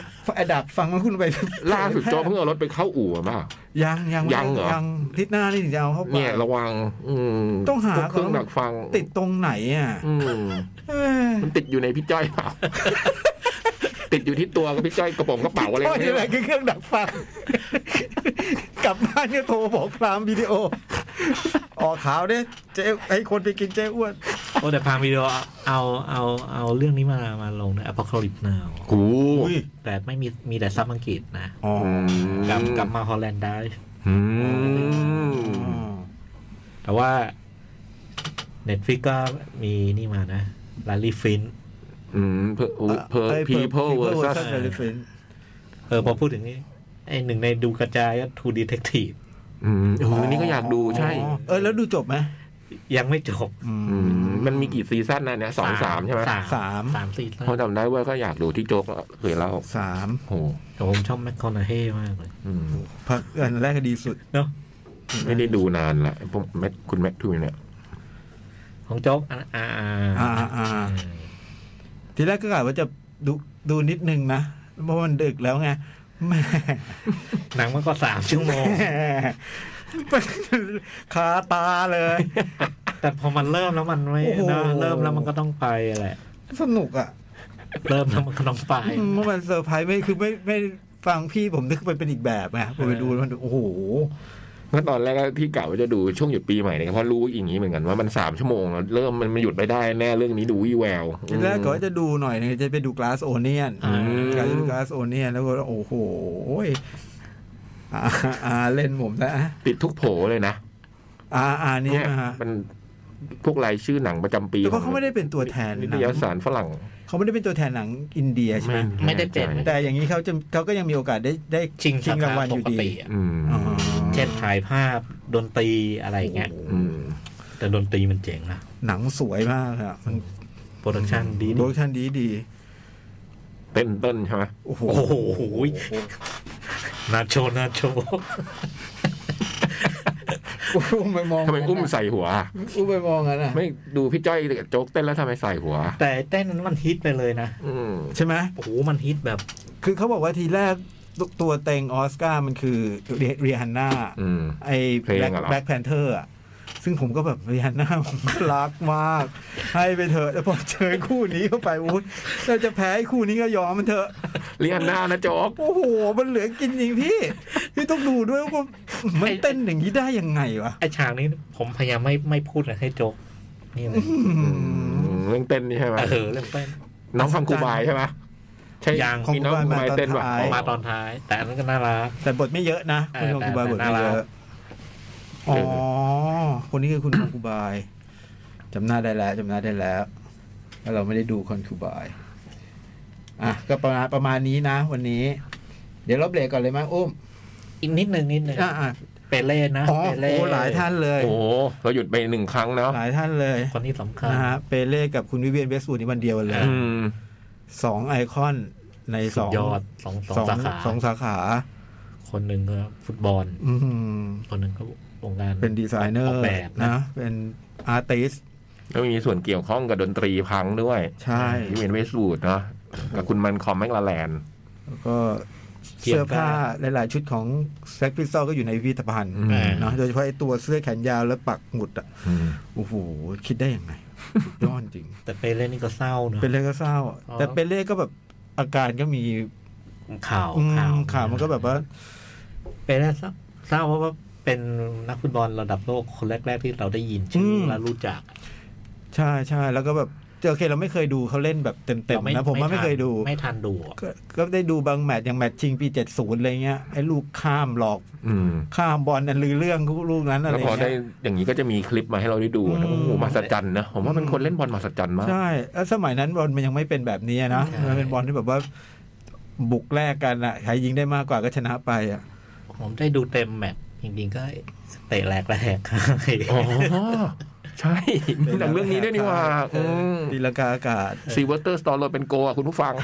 B: ดักฟังแล้วคุณไป
C: ล่าสุดโจอเพิ่งเอารถไปเข้าอู่มาเปล่า
B: ยังยัง
C: ยังเหรอ
B: ยังทิศหน้านี่ถึงจะเอาเข้าไป
C: เนี่ยระวัง อืม
B: ต้องหา
C: พวกเครื่อง
B: ก่อน
C: ดักฟัง
B: ติดตรงไหนอ่ะ
C: อืม
B: เอ้ย
C: มันติดอยู่ในพี่จ้อย
B: (laughs)
C: เปล่า ติดอยู่ที่ตัวกับพี่จ้อยกระโป๋องกระเป๋าอะไร
B: โอ้ย
C: เนี่
B: อะไร
C: ย
B: คือเครื่องดักฟัง (laughs) กลับบ้านเนี่ยโทรบอกพรามวิดีโอ ออกข่าวเนี่ยเจ๊ให้คนไปกินเจ๊อ้วน
D: โอ้แต่พามวิดีโอเอาเอาเอาเรื่องนี้มามาลงใน Apocalypse Now
C: โอ้โห
D: แต่ไม่มีมีแต่ซับอังกฤษนะ
B: อ๋อ
D: กับกับมาฮอลแลนด์ได้
C: อืม
D: แต่ว่า Netflix ก็มีนี่มานะลาลีฟิน
C: อืมเพอเพอ people versus
D: versus Elephant เออพอพูดถึงนี่ไอหนึ่งในดูกระจายก็ True Detective
C: อืมโอ้โหนี่ก็อยากดูใช่
B: เออ แล้วดูจบไหม
D: ยังไม่จบ
C: อืมมันมีกี่ซีซั่นนะเนี่ยสองสามใช่ไหม
D: สามสามสี่
C: เพราะจำได้ว่าก็อยากดูที่โจ๊กเคยเล่า
B: สาม
C: โอ้โห
D: แต่ผมชอบแมคคอนเฮมากเลย
C: อืม
B: พักอันแรกดีสุด
D: เนาะ
C: ไม่ได้ดูนานละผมแม็กคุณแม็กทูเนี่ย
D: ของโจ๊กอ่าอ่า
B: อ่าอ่าทีแรกก็กะว่าจะดูดูนิดนึงนะ เพราะมันดึกแล้วไงแหม่
D: หนังมันก็สามชั่วโมง
B: แหม่คาตาเลย
D: แต่พอมันเริ่มแล้วมันไม่
B: โอ้โห
D: นะเริ่มแล้วมันก็ต้องไปแหละ
B: สนุกอ่ะ
D: เริ่มแล้วมันก็ต้องไป
B: อืมเมื่อวันเซอร์ไพรส์ไม่คือไม่ไม่ฟังพี่ผมนึกไปเป็นอีกแบบไงพอไปดูแล้วมันโอ้โห
C: เมื่อตอนแรกที่กะว่าจะดูช่วงหยุดปีใหม่เนี่ยเพราะรู้อย่างนี้เหมือนกันว่ามันสามชั่วโมงแล้วเริ่มมันมันหยุดไม่ได้แน่เรื่องนี้ดูวี่แวว
B: ทีแรกก็ว่าจะดูหน่อยนึงจะไปดู Glass Onion
C: อืม
B: กา s ดู Glass Onion แล้วก็โอ้โหอาอาเล่นผมนะ
C: ติดทุกโผเลยนะ
B: อาอานี่
C: ย
B: นะฮะ
C: มันพวกรายชื่อหนังประจำปี
B: แต่ว่าเขาไม่ได้เป็นตัวแทน
C: นิต
B: นะ
C: ยสารฝรั่ง
B: เขาไม่ได้เป็นตัวแทนหนังอินเดียใช่ไหม
C: แใจ
B: แต่อย่างนี้เขาจะเขาก็ยังมีโอกาสได้ได้
D: ชิง
B: รางวัลอยู่ดี
D: ปกติอะ
C: อืม
B: อ๋อ
D: เช่นถ่ายภาพดนตรีอะไรอย่างเงี้ย
C: อืม
D: แต่ดนตรีมันเจ๋งนะ
B: หนังสวยมากอะมัน
D: โปรดักชันดี
B: โปรดักชันดีดี
C: เต้นเต้นใช่ไหม
B: ๆโอ้โห
D: โอ้โหนาโชนาโช
B: อุ้มไปมอง
C: ทำไมอุ้มใส่หัวอะ
B: อุ้มไปมองกันอ่ะ
C: ไม่ดูพี่จ้อยกับโจ๊กเต้นแล้วทำไมใส่หัว
D: แต่ไอ้เต้นนั้นมันฮิตไปเลยนะ
C: อืม
B: ใช่ไหม
D: โอ้โหมันฮิตแบบ
B: คือเขาบอกว่าทีแรกตัวเต็งออสการ์มันคือเรียฮันน่า
C: อืม
B: ไอ้
C: เพลงอะเหรอ
B: แบ็คแพนเทอร์อะซึ่งผมก็แบบเรียนหน้าผมก็รักมาก ให้ไปเถอะแต่พอเจอคู่นี้เข้าไปอุ้ยเราจะแพ้ไอ้คู่นี้ก็ยอมมันเถอะ
C: เรียนหน้านะโจ๊ก
B: โอ้โห มันเหลือกินจริงพี่พี่ต้องดูด้วยว่ามันเต้นอย่างนี้ได้ยังไงวะ
D: ไอฉากนี้ผมพยายามไม่ไม่พูดเลยให้โจกนี่เลย
B: อืม
C: เรื่องเต้นนี่ใช่ไหม
D: เออเรื่องเต้น
C: น้องฟังครูบายใช่ไหมใช่
D: ยัง
C: มีน้องครูบายเต้นป่ะ
B: ของครูบาย
D: มาตอนท้าย แต่อันนั้นก็น่ารัก
B: แต่บทไม่เยอะนะ คุณยง
D: แต่
B: คูบายบท
D: แต่
B: ไม่เย
D: น่ารั
B: อะ
D: ก
B: อ๋อคนนี้คือคุณยงคูบายจำหน้าได้แล้วจำหน้าได้แล้วแล้วเราไม่ได้ดูคอนคูบายอ่ะก็ประมาณประมาณนี้นะ วันนี้ เดี๋ยวเราเบรกก่อนเลยไหมอุ้ม
D: อีกนิดนึงนิดนึง
B: อ่ะอ่ะ
D: เปเล่นะ
B: อ๋อ
D: เปเล่
B: โอ้หลายท่านเลย
C: โอ้โหเราหยุดไปหนึ่งครั้งเนาะ
B: หลายท่านเลย
D: คนที่สำคัญ
B: นะฮะเปเล่กับคุณวิเวียนเวสต์วูดนี่วันเดียวกันเลย
C: อืม
B: สองไอคอนในส
D: สุ
B: อ
D: ด
B: ง
D: ยอดสองสอง
B: สอง
D: สาขา
B: สองสาขา
D: คนหนึ่งก็ฟุตบอล
B: อืม
D: คนหนึ่งก็วงการ
B: เป็นดีไซเนอร์
D: กแบบนะ
B: นะ เป็นอาร์ติส
C: แล้วมีส่วนเกี่ยวข้องกับดนตรีพังด้วย
B: ใช่
C: ที่เป็นเวสต์วูดเนาะกับคุณมันคอมแมกลาแลนด์
B: แล้วก็
D: เขียน
B: เสื้อผ้าหลาย ๆ ชุดของแซคพิซซอก็อยู่ในพิพิธภัณฑ์
C: อืม
B: เนอะโดยเฉพาะไอ้ตัวเสื้อแขนยาวแล้วปักหมุดอ่ะโอ้โห คิดได้ยังไงสุดยอดจริง
D: แต่เปเล่นี่ก็เศร้าเนอะ
B: เป็นเล่ก็เศร้า
D: อ๋อ
B: แต่เป็นเล่ก็แบบอาการก็มี
D: ข่าว
B: อืม
D: ข่าว
B: ข่าวมันก็แบบว่า
D: เปเล่เศร้าเศร้าเพราะว่าเป็นนักฟุตบอลระดับโลกคนแรก ๆ ที่เราได้ยินชื่ออ
B: ม
D: และรู้จัก
B: ใช่ใช่แล้วก็แบบโอเคเราไม่เคยดูเขาเล่นแบบเต็ม
D: รา
B: ๆ นะ ผมว่าไม่เคยดู
D: ไม่ทันดูอะ
B: ก็ก็ได้ดูบางแมตช์อย่างแมตช์ชิงปี70อะไรเงี้ยไอ้ลูกข้ามหลอก
C: อืม
B: ข้ามบอลนั่นลือเรื่องลูกนั้นอะไร
C: แล้วพอ
B: เงี้ย
C: ได้อย่างนี้ก็จะมีคลิปมาให้เราได้ดูนะโอ้โหมหัศจรรย์นะผมว่าเป็นคนเล่นบอลมหัศจรรย์มาก
B: ใช่แล้วสมัยนั้นบอลมันยังไม่เป็นแบบนี้นะ
D: ใช่
B: มันเป็นบอลที่แบบว่าบุกแรกกันอะใครยิงได้มากกว่าก็ชนะไปอะ
D: ผมได้ดูเต็มแมตช์จริงๆก็เตะแหลกระแหกข้าง (laughs)
C: อ๋อ ใช่มีหนังเรื่องนี้ด้วยนี่หว่า
B: ตีลังกาอากาศ
C: ซีวอเตอร์สตอร์โรเป็นโกะคุณผู้ฟัง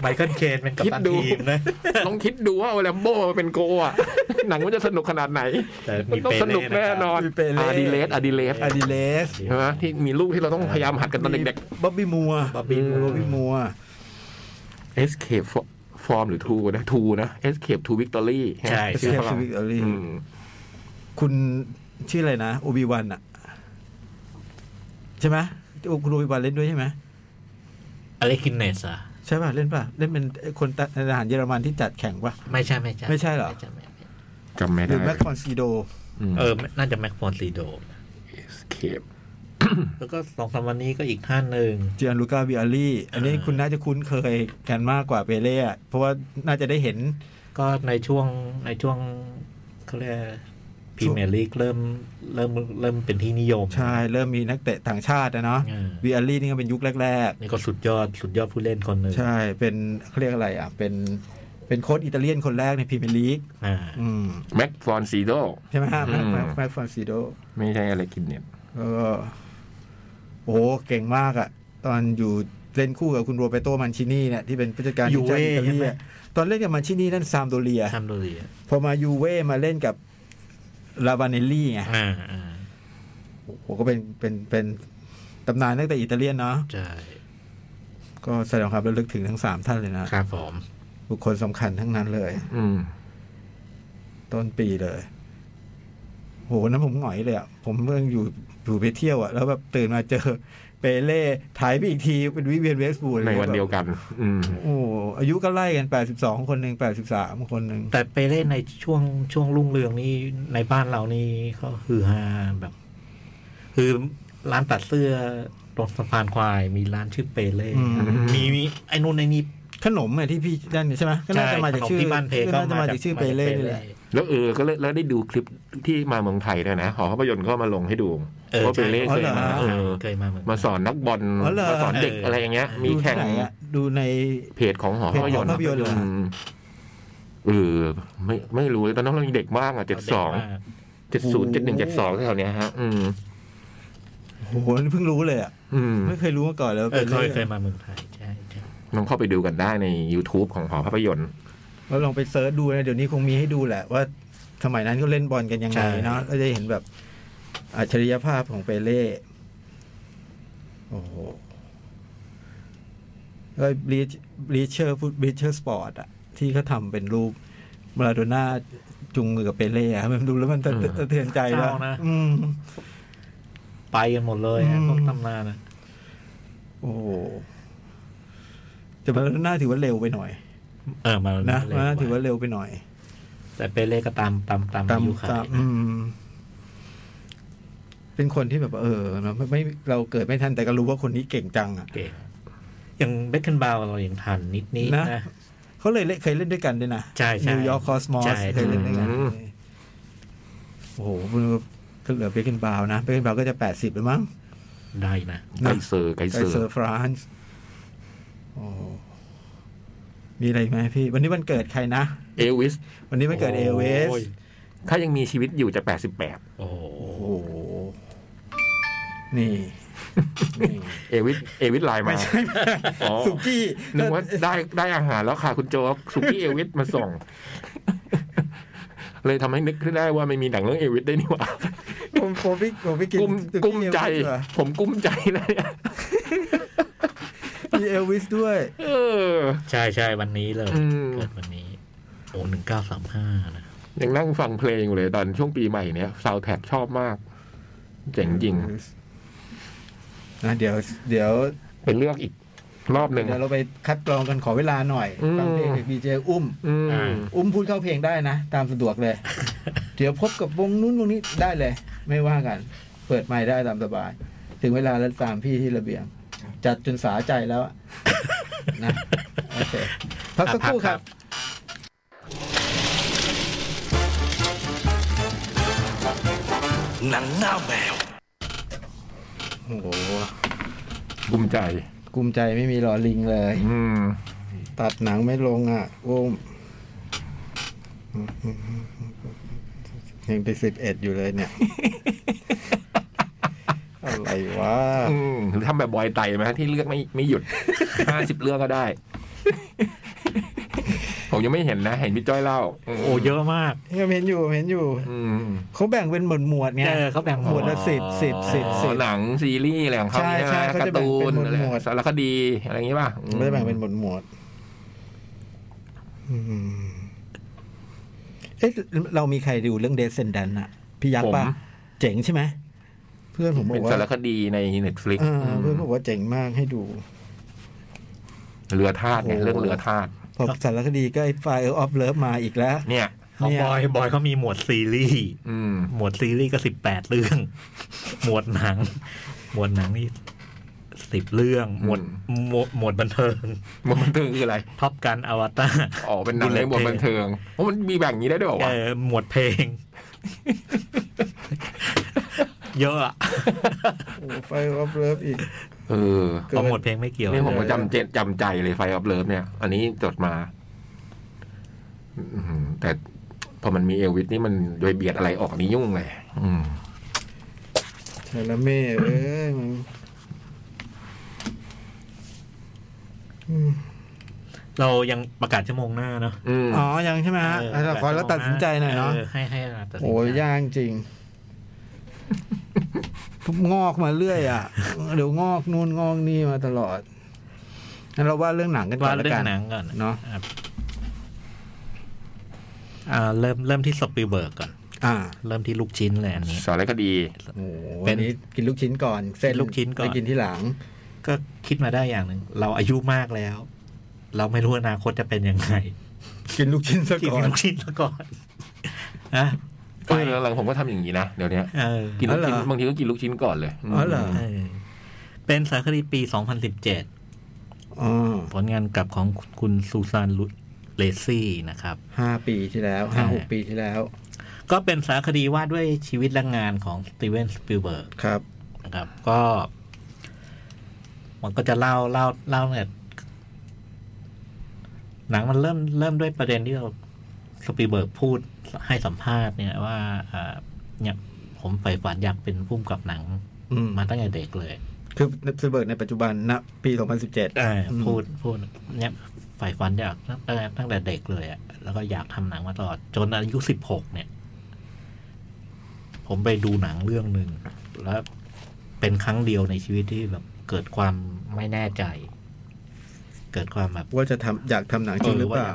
D: ไมเคิลเคนเป็นกัปตั
C: คิด
D: น
C: ดู
D: ทีมนะ
C: ลองคิดดูว่าเอาแลมโบ้มาเป็นโกะอะหนังมันจะสนุกขนาดไหน
D: แต่
C: มันต้องสนุกแน่นอน
B: มีเปเล่
C: อาดิเลสอาดิเลส
B: อาดิเลส
C: ใช่ไหมที่มีลูกที่เราต้องพยายามหัดกันตอนเด็ก
B: บ๊อบบี้มัว
D: บอบบี้
C: อื
B: บ๊อบบี้มัว
C: ๆ Escape for- Form หรือ Two นะ Two นะ Escape to Victory
D: ใช่
B: เอส
C: ชื่อ
B: เค
C: ฝ
B: ปส
C: รั่ง
B: วิกอรี
C: อืม
B: คุณชื่ออะไรนะโอบิวันอะใช่ไหมโอคุณโอบิวันเล่นด้วยใช่ไหม
D: อเล็กกินเนสอะ
B: ใช่ป่ะเล่นป่ะเล่นเป็นคนทหารเยอรมันที่จัดแข่งป่ะ
D: ไม่ใช่ไม่ใช่
B: ไม่ใช่เหรอ
D: ไม่ใช่ไม่ใช่
C: จำไม่
B: ห
C: ได้
B: รือแม็กฟอนซีโด
C: อืม
D: เออ น่าจะแม็กฟอนซีโด
C: Escape
D: แล้วก็สองสามวันนี้ก็อีกท่านหนึ่ง
B: เจียนลูก้าวิอาลี่ อันนี้
D: อ่า
B: คุณน่าจะคุ้นเคยกันมากกว่าเปเล่อะเพราะว่าน่าจะได้เห็น
D: ก็ในช่วงในช่วงเขาเรียกพรีเมียร์ลีกเริ่มเริ่มเริ่มเป็นที่นิยม
B: ใช่ เริ่มมีนักเตะต่างชาตินะเนาะ
D: อ่า
B: วิอาลี่นี่ก็เป็นยุคแรก
D: นี่ก็สุดยอดสุดยอดผู้เล่นคนหนึ่ง
B: ๆ ใช่ เป็นเขาเรียกอะไรอ่ะ เป็น เป็นโค้ชอิตาเลียนคนแรกในพรีเมียร์ลีก
D: อ่า
B: อืม
C: แม็กฟอนซีโด
B: ใช่ไหมฮะแม็ก
C: อืม
B: แม็กแม็กฟอนซิโด
C: ไม่ใช่อะไรกินเนี่ย
B: แล้วก็โอ้โหเก่งมากอ่ะ ตอนอยู่เล่นคู่กับคุณโรเบโตมันชินีเนี่ยที่เป็นผู้จัดการทีมชาติอิตาลีอะตอนเล่นกับมันชินีนั่นซามโดเรีย
D: ทำดูดีอะ
B: พอมายูเว่มาเล่นกับลาวาเนลลี่ไง
D: อ่าอ่า
B: ผมก็เป็นเป็นเป็นตำนานตั้งแต่อิตาเลียนเนาะ
D: ใช่
B: ก็แสดงความระลึกถึงทั้งสามท่านเลยนะครับ
D: ผม
B: บุคคลสำคัญทั้งนั้นเลย
C: อืม
B: ต้นปีเลย โหนั้นผมหงอยเลยอะ่ะ ผมเพิ่งอยู่อยู่ไปเที่ยวอะ่ะ แล้วแบบตื่นมาเจอเปเล่ถ่ายไปอีกทีเป็นวิเวียนเวสบูล
C: ในวันเดียวกัน อืม
B: โอ้อายุก็ไล่กัน 82 คนหนึ่ง83 คนหนึ่ง
D: แต่ไปเล่นในช่วงช่วงรุ่งเรืองนี่ในบ้านเรานี่เขาฮือฮาแบบ คือร้านตัดเสื้อตรงสะพานควาย มีร้านชื่อเปเล่
B: อืม
D: มีมีไอ้นู่นไอ้นี่
B: ขนมไงที่พี่นั่นใช่ไหมก็น่าจะมาจากชื่อ
D: ใขนที่บ้านเพก็
B: น่าจะมาจากชื่อเปเล่นี่แหละ
C: แล้วเออก็เลยแล้วได้ดูคลิปที่มาเมืองไทยด้วยนะหอภาพยนตร์ก็มาลงให้ดู
D: เออ
C: ว่าเปเล่
D: ใช่
C: เค
B: อ๋อย หรอ
C: มาเออ
D: เคยมาเหมือนกัน
C: มาสอนนักบอล
B: อ๋อเหรอ
C: มาสอนเด็ก
D: เอออ
C: อะไรอย่างเงี้ย มี
B: ดูที่
C: แข่ง
B: ไหนอะดูใน
C: เพจของหอภาพยนตร์
B: เพจของหอภาพยนตร์เหรอ
C: อืมเออไม่ไม่รู้ตอนนั้นเรายังเด็กมากอ่ะเจ็ดสอง
D: เด็กมาก
C: เจ็ดศูนย์เจ็ดหนึ่งเจ็ดสองแถวเนี้ยฮะ อืม
B: โหนี่เพิ่งรู้เลยอ่ะ
C: อืม
B: ไม่เคยรู้มาก่อนเลยว่า
D: เออ
B: เป็น
D: เคย
B: รื่ง
D: เคยมาเมืองไทยใช่ใช่
C: ลองเข้าไปดูกันได้ใน YouTube ของหอภาพยนตร์
B: แล้วลองไปเซิร์ชดูนะเดี๋ยวนี้คงมีให้ดูแหละว่าสมัยนั้นเขาเล่นบอลกันยังไงเนาะแล้วจะเห็นแบบอัจฉริยภาพของเปเล่โอ้โหแล้วบลีชบลีเชอร์ฟุตบลีเชอร์สปอร์ตอะที่เขาทำเป็นรูปมาราโดน่าจุงมือกับเปเล่อะมันดูแล้วมันสะเทือ
C: อื
B: น
C: ม
B: สะเทือนใจแล้วอืม
D: ไปกันหมดเลยฮะ
B: อืม
D: พวกตำนานอะ
B: โอ้โหแต่มาราโดน่าถือว่าเร็วไปหน่อย
D: เออมา
B: นะ
D: เล่
B: มาราโดน่าถือว่าเร็วไปหน่อย
D: แต่เปเล่ก็ตามตามตาม
B: ตาม
D: อายุขาย
B: ตามอืม เป็นคนที่แบบเออเนอะไม่ไม่เราเกิดไม่ทันแต่ก็รู้ว่าคนนี้เก่งจังอ่ะ
D: เก่งอย่างเบคเคนบาวเรายังทันนิดนิด
B: นะ
D: นะ
B: เขาเลยเล่นเคยเล่นด้วยกันด้วยนะ
D: ใช่ใช่
B: นิวยอร์กคอสมอ
D: ใช่
B: สเคยเล่นด้วยกัน
C: อืม
B: โอ้โหมันก็เหลือเบคเกนบาวนะเบคเกนบาวก็จะแปดสิบแล้วมั้ง
D: ได้นะ
C: ไก
B: นะ
C: เซอร์ไก
B: ไก
C: เซอร์
B: เซอร์ฟรานซ์โอ้โหมีอะไรอีกไหมพี่ วันนี้วันเกิดใครนะ
C: เอลวิส
B: วันนี้วันเกิดเอเวส
D: โย
C: ถ้ายังมีชีวิตอยู่จะ 88
D: โอ้โห
B: โอ้โหนี่นี่
C: เอวิสเอวิสไลน์มา
B: ไม่ใช่
C: อ๋อ
B: (laughs) สุกี้
C: นึกว่าได้ได้อาหารแล้วค่ะคุณโจ๊กสุกี้เอวิสมาส่ง เลยทำให้นึกขึ้นได้ว่าไม่มีหนังเรื่องเอวิสได้นี่หว่า
B: ผมผมพี่ผมพี่กิน
C: กุ้ม
B: สุ
C: กุ้มใจ
B: เอลวิสเหรอ
C: ผมกุ้มใจเลยอะ
B: มีเอลวิสด้วย
C: เออ
D: ใช่ใช่วันนี้เลย
C: อืม
D: เกิดวันนี้โอ้หนึ่งเก้าสามห้านะ
C: ยังนั่งฟังเพลงอยู่เลยตอนช่วงปีใหม่เนี้ยซาวแท็กชอบมาก เจ๋งจริง
B: นะเดี๋ยวเดี๋ยว
C: ไปเลือกอีกรอบหนึ่ง
B: เดี๋ยวเราไปคัดกรองกันขอเวลาหน่อย
C: อืม
B: ฟังเพลงจากดีเจอุ้ม
C: อืม
D: อ่า
B: อุ้มพูดเข้าเพลงได้นะ ตามสะดวกเลย เดี๋ยวพบกับวงนู้นวงนี้ได้เลย ไม่ว่ากัน เปิดไมค์ได้ตามสบาย ถึงเวลาแล้วตามพี่ที่ระเบียง จัดจนสาใจแล้วอะ นะโอเคพักสักครู่ครับ
E: หนังหน้าแมว
B: โอ้โห
C: กุ้มใจ
B: กลุมใจไม่มีหลอลิงเลย
C: อืม
B: ตัดหนังไม่ลงอ่ะโอ้มยังไปสิบเอ็ดอยู่เลยเนี่ย (laughs) อะไรวะ
C: อืมหรือทำแบบบอยไตไหมที่เลือกไม่ไม่หยุด ห้าสิบเรื่องก็ได้
B: (laughs)
C: ผมยังไม่เห็นนะ เห็นพี่จ้อยเล่า
D: โอ้เยอะมาก
B: ยังเห็นอยู่เห็นอยู่
C: อืม
B: เขาแบ่งเป็นหมวดหมวดๆไง
D: เออเขาแบ่ง
B: หมวดละสิบสิบสิบสิบ
C: หนังซีรีส์อะไรของเขา
B: ใช่
C: เนี่ย
B: ใช่
C: นะ
B: เขา
C: กา
B: จะ
C: ร์
B: แบ่ง
C: ตู
B: เป็น
C: นอะไร
B: หมวดหมวด
C: สารคดีอะไรอย่างงี้ป่ะอื
B: ไม่ได้แบ่งเป็นหมวดหมวดอืมเอ๊ะเรามีใครดูเรื่องเดซเซนดันอะพี่ยักษ์ป่ะ เจ๋งใช่ไหมเพื่อนผมบอ
C: เป็น
B: กว่า
C: สารคดีในเน็ตฟลิก
B: เออเพื่อนบอกว่าเจ๋งมากให้ดู
C: เรือธาตุเนี่ย
B: โอ้
C: เรื่องเรือธาตุ
B: พอสารคดีก็ไอ้ไฟออฟเลิฟมาอีกแล้ว
C: เนี่ย
D: ของ
B: เนี่ย
D: บอยบอยเขามีหมวดซีรีส์
C: อืม (laughs)
D: หมวดซีรีส์ก็สิบแปดเรื่อง (laughs) หมวดหนัง หมวดหนังนี่สิบเรื่อง หมวดหมวดหมวดบันเทิง
C: มันบันเทิงคืออะไร
D: ท็อปกันอวตาร
C: อ๋อเป็นหนังในหมวดบันเทิงโอ้มันมีแบ่งอย่างนี้ได้ด้วยเหรอ
D: เอ
C: วะ
D: อหมวดเพลง เยอะอะ
B: ไฟออฟเลิฟอีก
C: เออ
B: เกิน
D: เอาหมวดเพลงไม่เกี่ยว
C: นี่ผม
B: ล
C: ก็
B: ย
C: จำเจนจำใจเลยไฟออฟเลิฟเนี่ย อันนี้จดมาอืมแต่พอมันมีเอลวิสนี่มันโดยเบียดอะไรออกนี่ยุ่งเลยอืม
B: ชาละเม่เอ้ยมันอืม
D: เรายังประกาศชั่วโมงหน้าเนาะ
C: อืม
B: อ๋อ ยังใช่ไหมฮะ
D: เประกาศ
B: ขอเราตัดสินใจหน่อยเนาะ
D: ออให้ให้เราตัดสินใจ
B: โอ้ยยากจริง งอกมาเรื่อยอ่ะ เดี๋ยวงอกนู่นงอกนี่มาตลอดงั้นเราว่าเรื่องหนังกันก่อ
D: ว่าน
B: ละ
D: เรื่อ
B: กั
D: ง
B: น
D: หนังก่อน
B: เนาะ
D: อ่ะอ่าเริ่มเริ่มที่สปีลเบิร์กก่อน
B: อ่า
D: เริ่มที่ลูกชิ้นเลยอันนี้
C: สารคดี
B: โอ้โห
D: เป็
B: วัน นนี้กินลูกชิ้นก่อน เส้น
D: กินลูกชิ้นก่อน
B: ไปกินที่หลัง
D: ก็คิดมาได้อย่างหนึ่งเราอายุมากแล้ว เราไม่รู้อนาคตจะเป็นยังไง
B: กินลูกชิ้นซะ
D: กิน
B: ก่อน
D: ลูกชิ้นซะก่อนนะ
C: เออหลังๆผมก็ทำอย่างนี้นะ เดี๋ยวนี้
D: เออ
C: กินลูก
B: อ๋อเหร
C: ชิ้
B: อบ
C: นางทีก็กินลูกชิ้นก่อนเลยม
B: อ๋อเหรอ
D: เออเป็นสารคดีปี 2017
B: อ๋อ
D: ผลงานกลับของคุณซูซานลุเลซี่นะครับ
B: ห้าปีที่แล้วห้าหก
D: อ่า
B: ปีที่แล้ว
D: ก็เป็นสารคดีว่าด้วยชีวิตและงานของสตีเวนสปิลเบิร์ก
B: ครับ
D: นะครับ ก็ มันก็จะเล่าเล่าเล่าเนี่ยหนังมันเริ่มเริ่มด้วยประเด็นที่เราสปีลเบิร์กพูดให้สัมภาษณ์เนี่ยว่าอ่าเนี่ยผมใฝ่ฝันอยากเป็นผู้กำกับหนัง
B: อืม
D: มาตั้งแต่เด็กเลย
B: คือซูเบิร์กในปัจจุบันณปี 2017
D: อ่าพูดพูดเนี่ยใฝ่ฝันอยากตั้งแต่ตั้งแต่เด็กเลยอะแล้วก็อยากทำหนังมาตลอดจนอายุสิบหกเนี่ย ผมไปดูหนังเรื่องหนึ่งแล้วเป็นครั้งเดียวในชีวิตที่แบบเกิดความไม่แน่ใจ เกิดความแบบ
B: ว่าจะทำอยากทำหนังจริงหรือเปล่า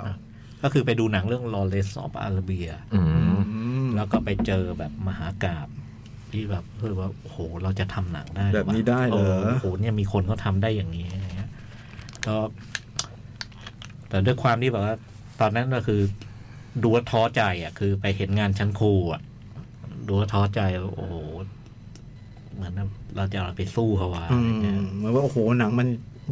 D: ก็คือไปดูหนังเรื่อง Lawrence of Arabia
C: อืม
B: อืม
D: แล้วก็ไปเจอแบบมหากาบที่แบบเออว่าโอ้โหเราจะทำหนังได้
B: แบบนี้ได้เหรอ
D: โอ้โหเนี่ยมีคนเขาทำได้อย่างนี้อะไรเงี้ยก็ แต่ด้วยความที่แบบว่า ตอนนั้นก็คือ ดูว่าท้อใจ อ่ะ คือไปเห็นงานชั้นครูอ่ะดูว่าท้อใจว่าโอ้โหเหมือนเราจะเอาไปสู้เขาวะ
B: อื
D: อะไรเงี้ย
B: มเหมือนว่าโอ้โหหนังมัน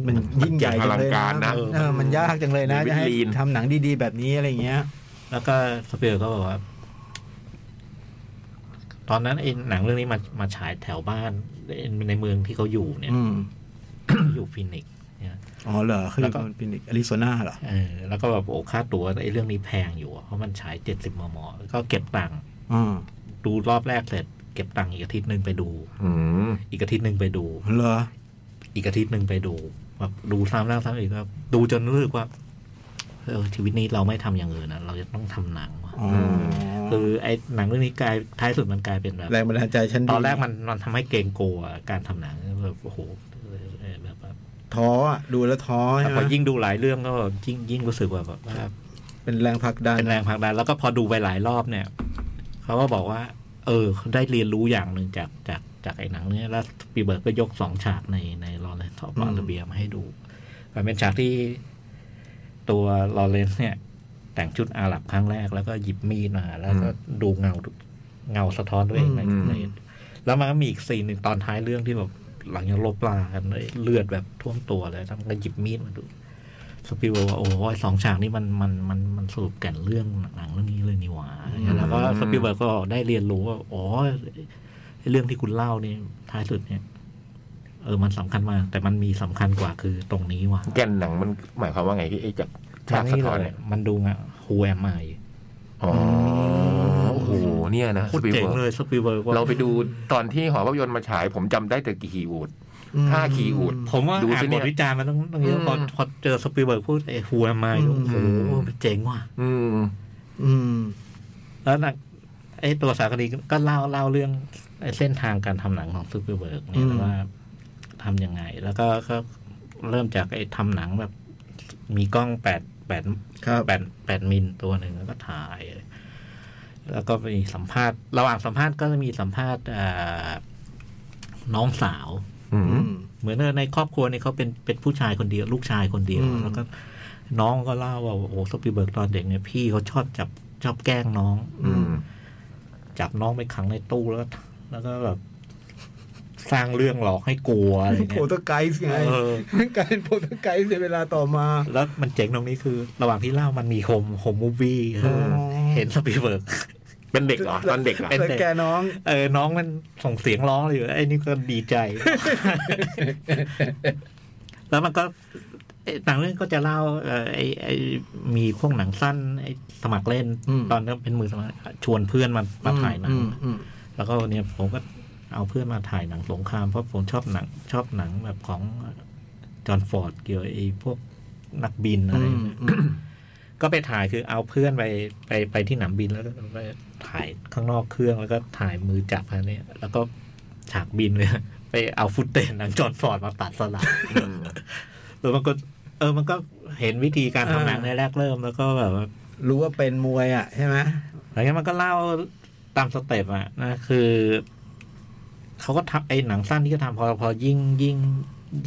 B: มันยิ่งใหญ่
C: อ
B: จัง
C: ลัง
B: เลย
C: การนะ
B: นะ
D: เออ
B: เออมันยากจังเลยนะ
C: มัน
B: จะให้
C: ลีน
B: ทำหนังดีๆ แบบนี้อะไรเงี้ย
D: แล้วก็สเปียร์ก็บอกว่า ตอนนั้นไอ้หนังเรื่องนี้มามาฉายแถวบ้านในเมืองที่เขาอยู่เนี่ย
B: อืม
D: อยู่ฟินิกซ์เนี่ย
B: อ๋อเหรอคือ
D: แล้วก็
B: มันเป็นอริโซนาเหรอ
D: เออแล้วก็แบบโอ้ค่าตั๋วไอ้เรื่องนี้แพงอยู่อะเพราะมันฉายเจ็ดสิบมมก็เก็บตังค์
B: อ่า
D: ดูรอบแรกเสร็จ เก็บตังค์อีกอาทิตย์หนึ่งไปดู
C: อืม
D: อีกอาทิตย์หนึ่งไปดู
B: เหรอ
D: อีกอาทิตย์หนึ่งไปดูแบบดูซ้ำแล้วซ้ำอีกครับดูจนรู้สึกว่าเออชีวิตนี้เราไม่ทำอย่างอื่นนะเราจะต้องทำหนังว่ะ
B: อ๋อ
D: คือไอ้หนังเรื่องนี้กลายท้ายสุดมันกลายเป็นแบบ
B: แรงบันดาลใจฉันดี
D: ตอนแรกมันมันทำให้เกรงกลัวการทำหนังแบบโอ้โหเออแบบแบบ
B: ท้ออะดูแล้วท้อ
D: แต่
B: ใช่ไห
D: พ
B: ม
D: อยิ่งดูหลายเรื่องก็ยิ่งยิ่งรู้สึกว่าแบบว่า
B: เป็นแรงผลักดัน
D: เป็นแรงผลักดันแล้วก็พอดูไปหลายรอบเนี่ยเขาก็บอกว่า เออได้เรียนรู้อย่างหนึ่งจากจากจากไอ้หนังเนี้ยแล้วสปีลเบิร์กก็ยกสองฉากในในลอเรนซ์ทอป
B: อืม
D: อาร์เบียมาให้ดูมันเป็นฉากที่ตัวลอเรนซ์เนี่ย แต่งชุดอาหรับครั้งแรกแล้วก็หยิบมีดมาแล้วก็ดูเงาเงาสะท้อนตัวเองในใน แล้วมันก็มีอีกซีนหนึ่งตอนท้ายเรื่องที่แบบหลังจากลบลากันเลยเลือดแบบท่วมตัวเลยแล้วมันก็หยิบมีดมาดูสปีลเบิร์กว่าโอ้ยสองฉากนี้มันมันมันมันสรุปแก่นเรื่องหนังเรื่องนี้เลยนี่หว่าแล้วก็สปีลเบิร์กก็ได้เรียนรู้ว่าอ๋อไอ้เรื่องที่คุณเล่านี่ท้ายสุดเนี่ย เออมันสำคัญมาก แต่มันมีสำคัญกว่าคือตรงนี้ว่ะ
C: แก่นหนังมันหมายความว่าไงพี่ไอ้จากฉาก
D: ตรง
C: สะ
D: นี้
C: ท้อน
D: เล
C: เนี่ย ย
D: มันดูอะฮูแอมไอ
C: อ๋อโอ้โหเนี่ยนะ
D: โคตรเจ๋งเลยสปีลเบิร์กว่า
C: เราไปดูตอนที่หอภาพยนตร์มาฉาย ผมจำได้แต่กี่ฮีวูด
B: อืม
C: ท่าขี่อูฐ
D: ผมว่า
C: ดู
D: อ่า
C: สิ
D: น
C: เนี่
D: บ
C: ย
D: ทวิจารณ์มันต้องต้องเยอะ
C: อืม
D: พอพอเจอสปีลเบิร์กพูดไอ้หัวมาโอ้โหมันเจ๋งว่ะ
C: อืม
B: อืม
D: แล้วหนักไอ้ตัวสารคดีก็เล่าเล่าเรื่องไอ้เส้นทางการทำหนังของสปีลเบิร์กเนี่
B: อื
D: ย
B: ม
D: ว่าทำยังไง แล้วก็ก็เริ่มจากไอ้ทำหนังแบบ มีกล้องแปดแปด
B: ครับ
D: แปดแปดมิลตัวหนึ่งแล้วก็ถ่าย แล้วก็มีสัมภาษณ์ ระหว่างสัมภาษณ์ก็จะมีสัมภาษณ์อ่าน้องสาว
C: อืม
B: อืม
D: เหมือนในครอบครัวเนี่ยเขาเป็นเป็นผู้ชายคนเดียว ลูกชายคนเดียว
B: อืม
D: แล้วก็น้องก็เล่าว่า โอ้โหสปีลเบิร์กตอนเด็กเนี่ยพี่เขาชอบจับชอบแกล้งน้อง
C: อืม
D: จับน้องไปขังในตู้แล้ว แล้วก็แบบสร้างเรื่องหลอกให้กลัวอะไร
B: โพ
D: เงี้ย
B: เตอร์ไกส์ไง
D: เออ
B: กลายเป็นโพเตอร์ไกส์ในเวลาต่อมา
D: แล้วมันเจ๋งตรงนี้คือ ระหว่างที่เล่ามันมีโฮมโฮมมูฟวี่
B: อ๋อ
D: เห็นสปีลเบิร์ก
C: เป็นเด็กเหรอ ตอนเด็กเหรอ
D: เป็น
B: แต่แกน้อง
D: เออ น้องมันส่งเสียงร้องเลยอยู่ไอ้นี่ก็ดีใจ แล้วมันก็ไอ้หนังเรื่องก็จะเล่าเออไอ้ไอ้มีพวกหนังสั้นไอ้สมัครเล่น
B: อืม
D: ตอนนั้นเป็นมือสมัครชวนเพื่อนมามาถ่ายหนัง
B: อืมอืม
D: แล้วก็เนี่ยผมก็เอาเพื่อนมาถ่ายหนังสงครามเพราะผมชอบหนัง ชอบหนังแบบของจอห์นฟอร์ดเกี่ยวไอ้พวกนักบินอะไร
B: อืม
D: เนี่ย
B: อืม
D: ก็ไปถ่ายคือเอาเพื่อนไปไปไปที่หนามบินแล้วก็ไปถ่ายข้างนอกเครื่องแล้วก็ถ่ายมือจับอันนี้แล้วก็ฉากบินเลย ไปเอาฟุตเตจหนังจอห์นฟอร์ดมาตัดสลับ
C: อืม
D: แล้วมันก็ เออมันก็เห็นวิธีการทำหนังในแรกเริ่มแล้วก็แบบว่า
B: รู้ว่าเป็นมวยอ่ะใช่ไหม
D: หลังจากนั้นมันก็เล่าตามสเต็ปอะนะคือเขาก็ทำไอ้หนังสั้นที่เขาทำพอพอยิ่งยิ่ง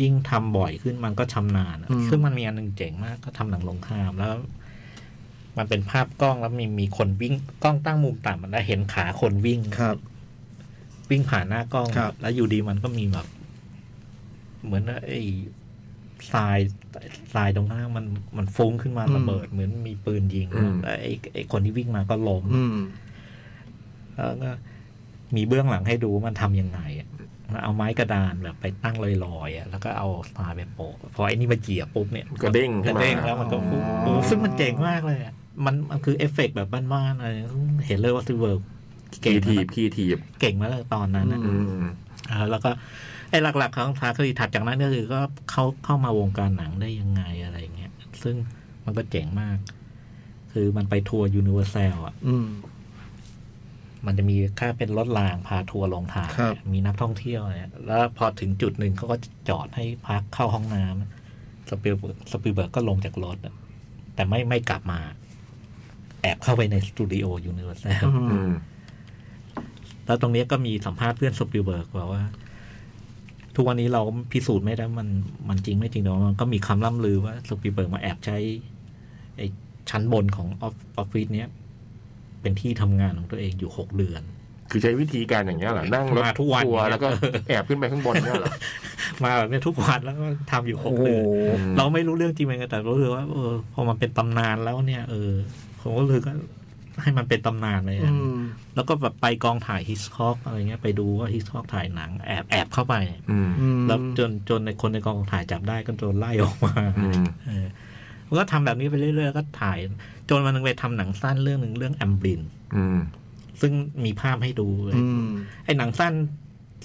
D: ยิ่งทำบ่อยขึ้นมันก็ชำนาญอะซึ่งมันมีอันหนึ่งเจ๋งมากก็ทำหนังลงครามแล้ว มันเป็นภาพกล้องแล้วมีมีคนวิ่งกล้องตั้งมุมต่ำมันได้เห็นขาคนวิ่ง
B: ครับ
D: วิ่งผ่านหน้ากล้อง
B: ครับ
D: แล้วอยู่ดีมันก็มีแบบ เหมือนไอ้ทรายทรายตรงข้างมันมันฟุ้งขึ้นมาระเบิด เหมือนมีปืนยิงแล้วไอ้ไอ้คนที่วิ่งมาก็ล้ม
B: อืม
D: แล้วก็มีเบื้องหลังให้ดูว่ามันทำยังไงอะมันเอาไม้กระดานแบบไปตั้งลอยๆอะแล้วก็เอาทรายไปโปะพอไอ้นี่มาเหยียบปุ๊บเนี่ย
C: กระเด้ง
D: ก
C: ขึ้นมา
D: ระเด้งแล้วมันก็
B: อ๋อ
D: โอ้ซึ่งมันเจ๋งมากเลยอะมันมันคือเอฟเฟกต์แบบบ้านๆอะไรเห็นเลยว่าซิเวิร์ก
C: คี
D: เก่ง
C: ที
D: มา
C: บ
D: ก
C: คีทีบ
D: เก่งมากเลยตอนนั้นอะ
C: อืม
D: อ่าแล้วก็ไอ้หลักๆของทาคดีถัดจากนั้นก็คือก็เขาเข้ามาวงการหนังได้ยังไงอะไรเงี้ยซึ่งมันก็เจ๋งมาก คือมันไปทัวร์ยูนิเวอร์แซลอ่ะ
B: อืม
D: มันจะมีค่าเป็นรถรางพาทัวร์ลงทาง
B: ครับ
D: มีนักท่องเที่ยวเนี่ยแล้วพอถึงจุดหนึ่งเขาก็จอดให้พักเข้าห้องน้ำสปิลเบิร์กสปิลเบิร์กก็ลงจากรถอะแต่ไม่ไม่กลับมา แอบเข้าไปในสตูดิโอยูนิเวอร์แซล
C: อืม
D: แล้วตรงเนี้ยก็มีสัมภาษณ์เพื่อนสปิลเบิร์กบอกว่า ทุกวันนี้เราพิสูจน์ไม่ได้มันมันจริงไม่จริงแต่ว่ามันก็มีคำล่ำลือว่าสปิลเบิร์กมาแอบใช้ไอ้ชั้นบนของออฟออฟฟิศเนี้ยเป็นที่ทำงานของตัวเองอยู่หกเดือน
C: คือใช้วิธีการอย่างเงี้ยเหรอ นั่งรถ
D: มาทุกวัน
C: ทัวร์
D: เนี่ย
C: แล้วก็แอบขึ้นไปข้างบนเนี่ยเหรอ
D: มาแบบเนี้ยทุกวันแล้วก็ทำอยู่ห
B: โอ้
D: ก
B: โห
D: เดือน เราไม่รู้เรื่องจริงไหมแต่รู้สึกว่าเออพอมันเป็นตำนานแล้วเนี่ย เออ ผมก็เลยก็ให้มันเป็นตำนานเลยอะ
B: อืม
D: แล้วก็แบบไปกองถ่ายฮิสคอกอะไรเงี้ยไปดูว่าฮิสคอกถ่ายหนังแอบแอบเข้าไปเนี่ย
C: อืม
B: อืม
D: แล้วจนจนในคนในกองถ่ายจับได้ก็โดนไล่ออกมา (laughs)
C: อืม
D: เออมันก็ทำแบบนี้ไปเรื่อยๆแล้วก็ถ่าย จนวันหนึงไปทำหนังสั้นเรื่องหนึ่งเรื่องแอมบลิน
C: อืม
D: ซึ่งมีภาพให้ดูเลย
B: อืม
D: ไอ้หนังสั้น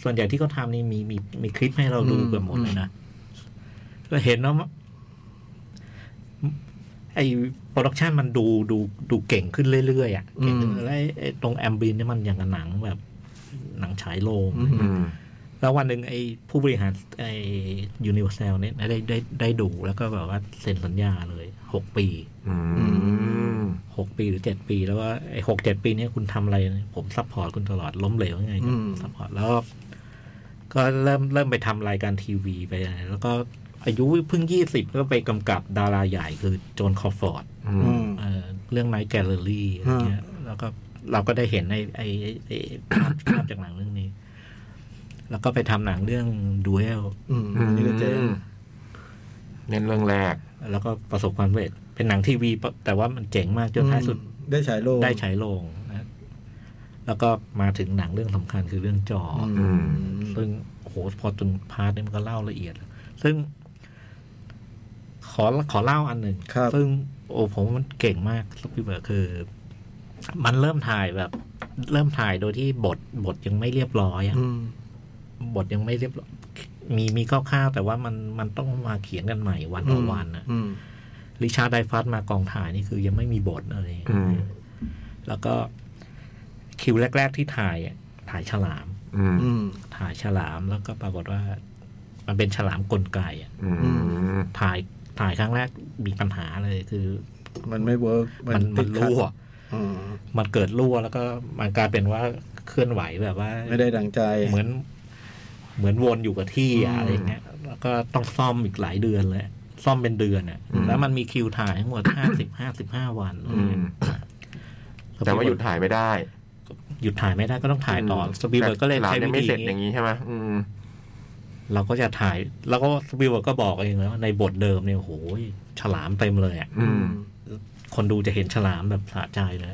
D: ส่วนใหญ่ที่เขาทำนี่มีมีมีคลิปให้เราดู
B: อืม
D: เกือบหมดเลยนะก็เห็นว่าไอ้โปรดักชันมันดูดูดูเก่งขึ้นเรื่อยๆอ่ะเก่งขึ้นแล้วไอ้ไอ้ตรงแอมบินเนี่ยมันอย่างกับหนังแบบ หนังฉายโรง
B: อืม
C: อืม
D: แล้ววันหนึ่งไอ้ผู้บริหารไอ้ยูนิเวอร์แซลเนี่ยได้ได้ได้ได้ดูแล้วก็แบบว่าเซ็นสัญญาเลยหกปี
C: อืม
D: หกปีหรือเจ็ดปี แล้วว่าไอ้หกเจ็ดปีเนี่ยคุณทำอะไร ผมซัพพอร์ตคุณตลอดล้มเหลวยังไงก็
B: อืม
D: ซัพพอร์ตแล้วก็ก็เริ่มเริ่มไปทำรายการทีวีไปอะไรแล้วก็อายุเพิ่งยี่สิบก็ไปกำกับดาราใหญ่คือโจนคอฟฟอร์ด
C: อื
B: อื
C: ม
B: ม
D: เอ่อเรื่องไนท์แกลเลอรี่อะไรเงี้ยแล้วก็เราก็ได้เห็นไอ้ไอ้ไอ้ไอ้ภาพ ภาพจากหนังเรื่องนี้ แล้วก็ไปทำหนังเรื่องดูเอล
B: อืมอันนี้ก็เจ๊ง
C: เน้นเรื่องแรก
D: แล้วก็ประสบความสำเร็จเป็นหนังทีวีปะแต่ว่ามันเจ๋งมากจนท้ายสุด
B: ได้ฉายโลก
D: ได้ฉายโรงนะแล้วก็มาถึงหนังเรื่องสำคัญคือเรื่องจออ
C: อืม
D: ซึ่งโอ้โหพอจนพาร์ทนี้มันก็เล่าละเอียด ซึ่ง ขอขอเล่าอันหนึ่ง
B: ครับ
D: ซึ่งโอ้ผมว่ามันเก่งมากสปีเบิร์คือ มันเริ่มถ่ายแบบ เริ่มถ่ายโดยที่บทบทยังไม่เรียบร้อยอะ
B: อืม
D: บทยังไม่เรียบร้อยมีมีคร่าวๆแต่ว่ามันมันต้องมาเขียนกันใหม่วันต่อวันนะ
B: อืม
D: ริชาร์ดไดฟัสมากองถ่ายนี่คือยังไม่มีบทอะไรอย่างเงี้ย
C: อืม
D: แล้วก็คิวแรก ๆที่ถ่ายอะถ่ายฉลาม
C: อืม
B: อืม
D: ถ่ายฉลามแล้วก็ปรากฏว่า มันเป็นฉลามกลไกอะ
C: อืม
D: ถ่ายถ่ายครั้งแรกมีปัญหาเลยคือ
B: มันไม่เวิร์ก
D: มัน
B: ติ
D: มั
B: ด
D: น
B: ขัด
D: รั่ว
B: อืม
D: มันเกิดรั่วแล้วก็มันกลายเป็นว่าเคลื่อนไหวแบบว่า
B: ไม่ได้ดังใจ
D: เหมือน เหมือนวนอยู่กับที่
B: อื
D: อะ
B: ม
D: อะไรเงี้ยแล้วก็ต้องซ่อมอีกหลายเดือนเลย ซ่อมเป็นเดือนอ่ะ
C: อืม
D: แล้วมันมีคิวถ่ายทั้งหมดห้าสิบห้าสิบห้าวัน
C: อืม แต่ว่าหยุดถ่ายไม่ได้
D: หยุดถ่ายไม่ได้ก็ต้องถ่ายต่ออสปีเบิร์กก็เลย
C: หลาน
D: ใช้
C: ยัง
D: วิ
C: ไม่
D: ธี
C: เสร็จอย่าง
D: นี้
C: นี้ใช่ไหมอืม
D: เราก็จะถ่าย แล้วก็สปีเบิร์กก็บอกเองแล้วาในบทเดิมเนี่ยโอ้โหฉลามเต็มเลยอ่ะ
C: อืม
D: คนดูจะเห็นฉลามแบบสะใจเลย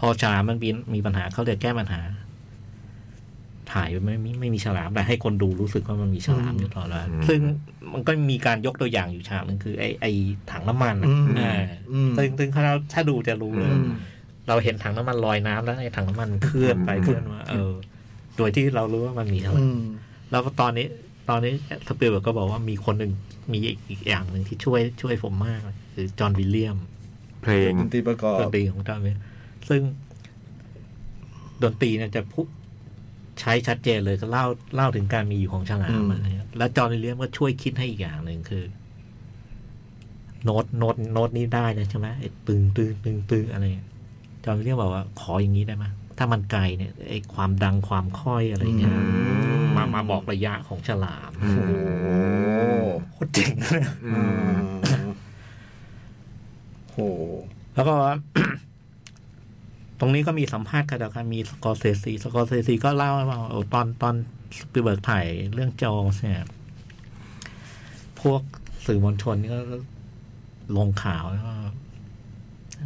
D: พอฉลามมันมีมีปัญหาเขาเลยแก้ปัญหา ถ่ายไม่ไม่ไม่มีฉลามแต่ให้คนดูรู้สึกว่ามันมีฉลามอยู่ตลอดเวลา
C: อืม
D: ซึ่งมันก็มีการยกตัวอย่างอยู่ฉากหนึงคือไอ้ไอ้ถังน้ำมัน
B: อื
D: น่ะ
B: ม
D: เอออ
B: ม
D: ซึ่งซึ่งถ้าเราถ้าดูจะรู้เล
B: อื
D: ย
B: ม
D: เราเห็นถังน้ำมันลอยน้ำแล้วไอ้ถังน้ำมันเคลื่อนไปเคลื่อนมาเออ โดยที่เรารู้ว่ามันมีฉลาม
B: อืม
D: แล้วตอนนี้ตอนนี้สปีลเบิร์กก็บอกว่ามีคนหนึ่งมีอีกอีกอย่างหนึ่งที่ช่วยช่วยผมมากเลยคือจอห์นวิลเลียม
C: เพลง
B: ดนตรีประกอบ
D: ดนตรีของจอห์นวิลเลียมซึ่งดนตรีเนี่ยจะพูดใช้ชัดเจนเลยก็เล่าเล่าถึงการมีอยู่ของฉลา
B: อื
D: ม
B: ม
D: อะไรเงี้ยแล้วจอห์นวิลเลียมก็ช่วยคิดให้อีกอย่างหนึ่งคือ โน้ตโน้ตโน้ตนี้ได้นะใช่ไหมไอ้ตึงตึงตึงตึงอะไรเงี้ยจอห์นวิลเลียมบอกว่า ขออย่างนี้ได้ไหมถ้ามันไกลเนี่ยไอ้ความดังความค่อยอะไรเงี้ย
C: ม
D: มามาบอกระยะของฉลาม
C: โอ้โห
D: โคตรเจ๋งเลย
C: อื
B: อื
C: ม
B: มโห
D: แล้วก็ (coughs) ตรงนี้ก็มีสัมภาษณ์กันแล้วกันมีสกอร์เซซีสกอร์เซซีก็เล่าให้ฟังว่าโอ้ตอนตอนสปีลเบิร์กถ่ายเรื่องจอสเนี่ยพวกสื่อมวลชนนี่ก็ลงข่าวว่า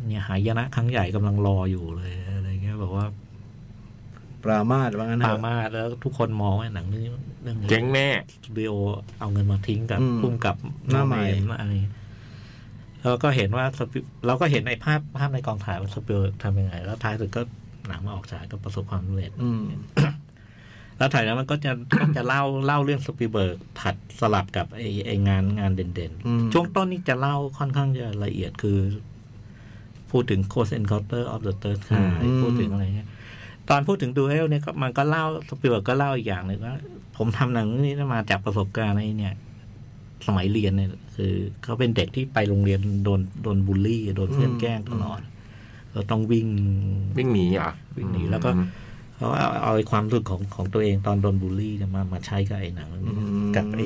D: เนี่ยหายนะครั้งใหญ่กำลังรออยู่เลยอะไรเงี้ยบอกว่า
B: ปรามาสว่างั้นเถ
D: ปา
B: อะ
D: มาสแล้วทุกคนมองว่าหนังเรื่องนี้เรื่องนี้
C: เจ๊งแน่
D: สตูดิโอเอาเงินมาทิ้งกับ
B: อืม
D: พุ่มกับ
B: หน้าใหม่
D: เมอะไรอย่างเงี้ยแล้วก็เห็นว่าสปิเราก็เห็นในภาพภาพในกองถ่ายว่าสปิลทำยังไง แล้วท้ายสุดก็หนังมาออกฉายก็ประสบความสำเร็จ
B: อืม
D: แล้วถ่ายนั้นมันก็จะ ก็จะเล่าเล่าเรื่องสปีลเบิร์กผัดสลับกับไอไองานงานเด่น
B: อืม
D: ๆ ช่วงต้นนี่จะเล่าค่อนข้างจะละเอียดคือ พูดถึง Close Encounter of the Third Kind
B: อืม
D: พูดถึงอะไรเงี้ยตอนพูดถึงดูเอลเนี่ยก็มันก็เล่าสปีลเบิร์กก็เล่าอีกอย่างหนึ่งว่าผมทำหนังเรื่องนี้มาจากประสบการณ์ไอ้เนี่ย สมัยเรียนเนี่ยคือเขาเป็นเด็กที่ไปโรงเรียนโดนโดนบูลลี่ โดนเพื่อนแกล้งตลอดเราต้องวิ่ง
C: วิ่งหนีเหรอ่ะ
D: วิ่งหนีแล้วก็ เขาเอาเอาไอ้ความรู้สึกของของตัวเองตอนโดนบูลลี่เนี่ยมามาใช้กับไอ้หนังเรื่องนี้กับไอ้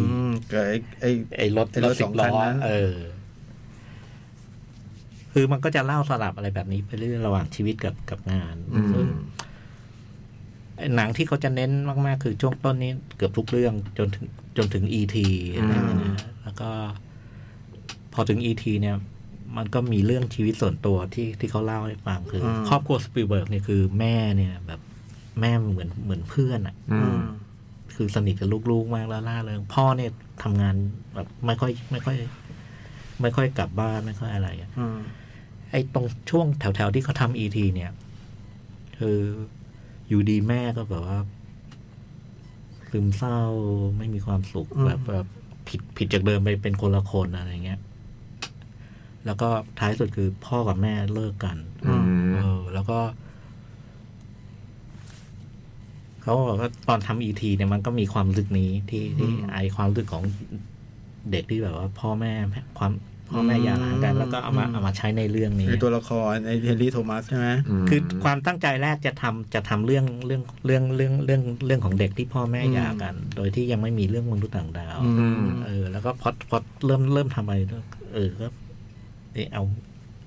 B: กับไอ้ไอ้
D: ไอ้รถ
B: ไอ้รถ
D: สิ
B: สอบ ง
D: ล้
B: คัน
D: อ
B: นั้น
D: เออ คือมันก็จะเล่าสลับอะไรแบบนี้ไปเรื่อยระหว่างชีวิตกับกับงาน
B: อืม
D: ซึ่งไอ้หนังที่เขาจะเน้นมากๆ คือช่วงต้นนี้เกือบทุกเรื่องจนถึงจนถึงอีทีอะไรอย่างเงี้ยนะแล้วก็ พอถึงอีทีเนี่ย มันก็มีเรื่องชีวิตส่วนตัวที่ที่เขาเล่าให้ฟังคืออ
B: ม
D: ครอบครัวสปีลเบิร์กเนี่ยคือแม่เนี่ย แบบแม่เหมือนเหมือนเพื่อนอ่ะ
C: อื
B: อื
C: ม
B: ม
D: คือสนิทกับลูกๆมากแล้วล่าเริงพ่อเนี่ยทำงานแบบไม่ค่อยไม่ค่อย ไม่ค่อยกลับบ้านไม่ค่อยอะไรอะ
B: อืม
D: ไอ้ตรงช่วงแถวๆที่เขาทำอีทีเนี่ยคืออยู่ดีแม่ก็แบบว่าซึมเศร้าไม่มีความสุข
B: อืม
D: แบบแบบผิดผิดจากเดิมไปเป็นคนละคนอะไรเงี้ย แล้วก็ท้ายสุดคือพ่อกับแม่เลิกกัน
C: อืม
D: เออแล้วก็เขาบอกว่าตอนทำอีทีเนี่ยมันก็มีความรู้สึกนี้ที่ที่ไอความรู้สึกของเด็กที่แบบว่า พ่อแม่ความพ่อแม่อย่าร้างกัน
B: อืม
D: แล้วก็เอามา
B: อืม
D: เอามาใช้ในเรื่องนี้
B: คือตัวละครไอ้เฮนรี่โทมัสใช่ไหม
D: คือความตั้งใจแรกจะทำจะทำเรื่องเรื่องเรื่องเรื่องเรื่องเรื่องของเด็กที่พ่อแม่
B: อืม
D: หย่ากัน โดยที่ยังไม่มีเรื่องมนุษย์ต่างดาว
B: อืม
D: เออ แล้วก็พอพอเริ่มเริ่มทำไปเออก็เอะเอา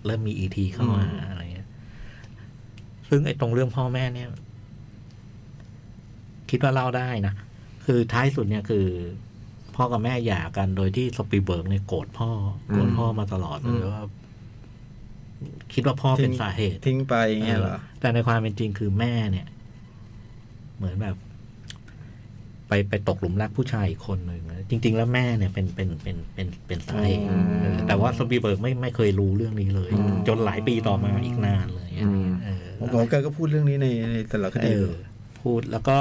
D: เริ่มมีอีทีเข้ามา
B: อืม
D: อะไรเงี้ยซึ่งไอ้ตรงเรื่องพ่อแม่เนี่ย คิดว่าเล่าได้นะ คือท้ายสุดเนี่ยคือ พ่อกับแม่หย่ากันโดยที่สปีลเบิร์กเนี่ยโกรธพ่อโกรธพ่อมาตลอดเลยว่า คิดว่าพ่อเป็นสาเหตุ
B: ทิ้งไปอย่างเงี้ยเหรอ
D: เออแต่ในความเป็นจริงคือแม่เนี่ย เหมือนแบบ ไปไปตกหลุมรักผู้ชายอีกคนหนึ่งจริง ๆ แล้วแม่เนี่ยเป็นเป็นเป็นเป็นเป็นสาเหตุ
B: อืม
D: เออแต่ว่าสปีลเบิร์กไม่ไม่เคยรู้เรื่องนี้เลย
B: อืม
D: จนหลายปีต่อมาอีกนานเลย
C: อืม
D: เออ
B: ผมบอกแกก็พูดเรื่องนี้ในในสารค
D: เอ
B: ดี
D: อพูดแล้วก็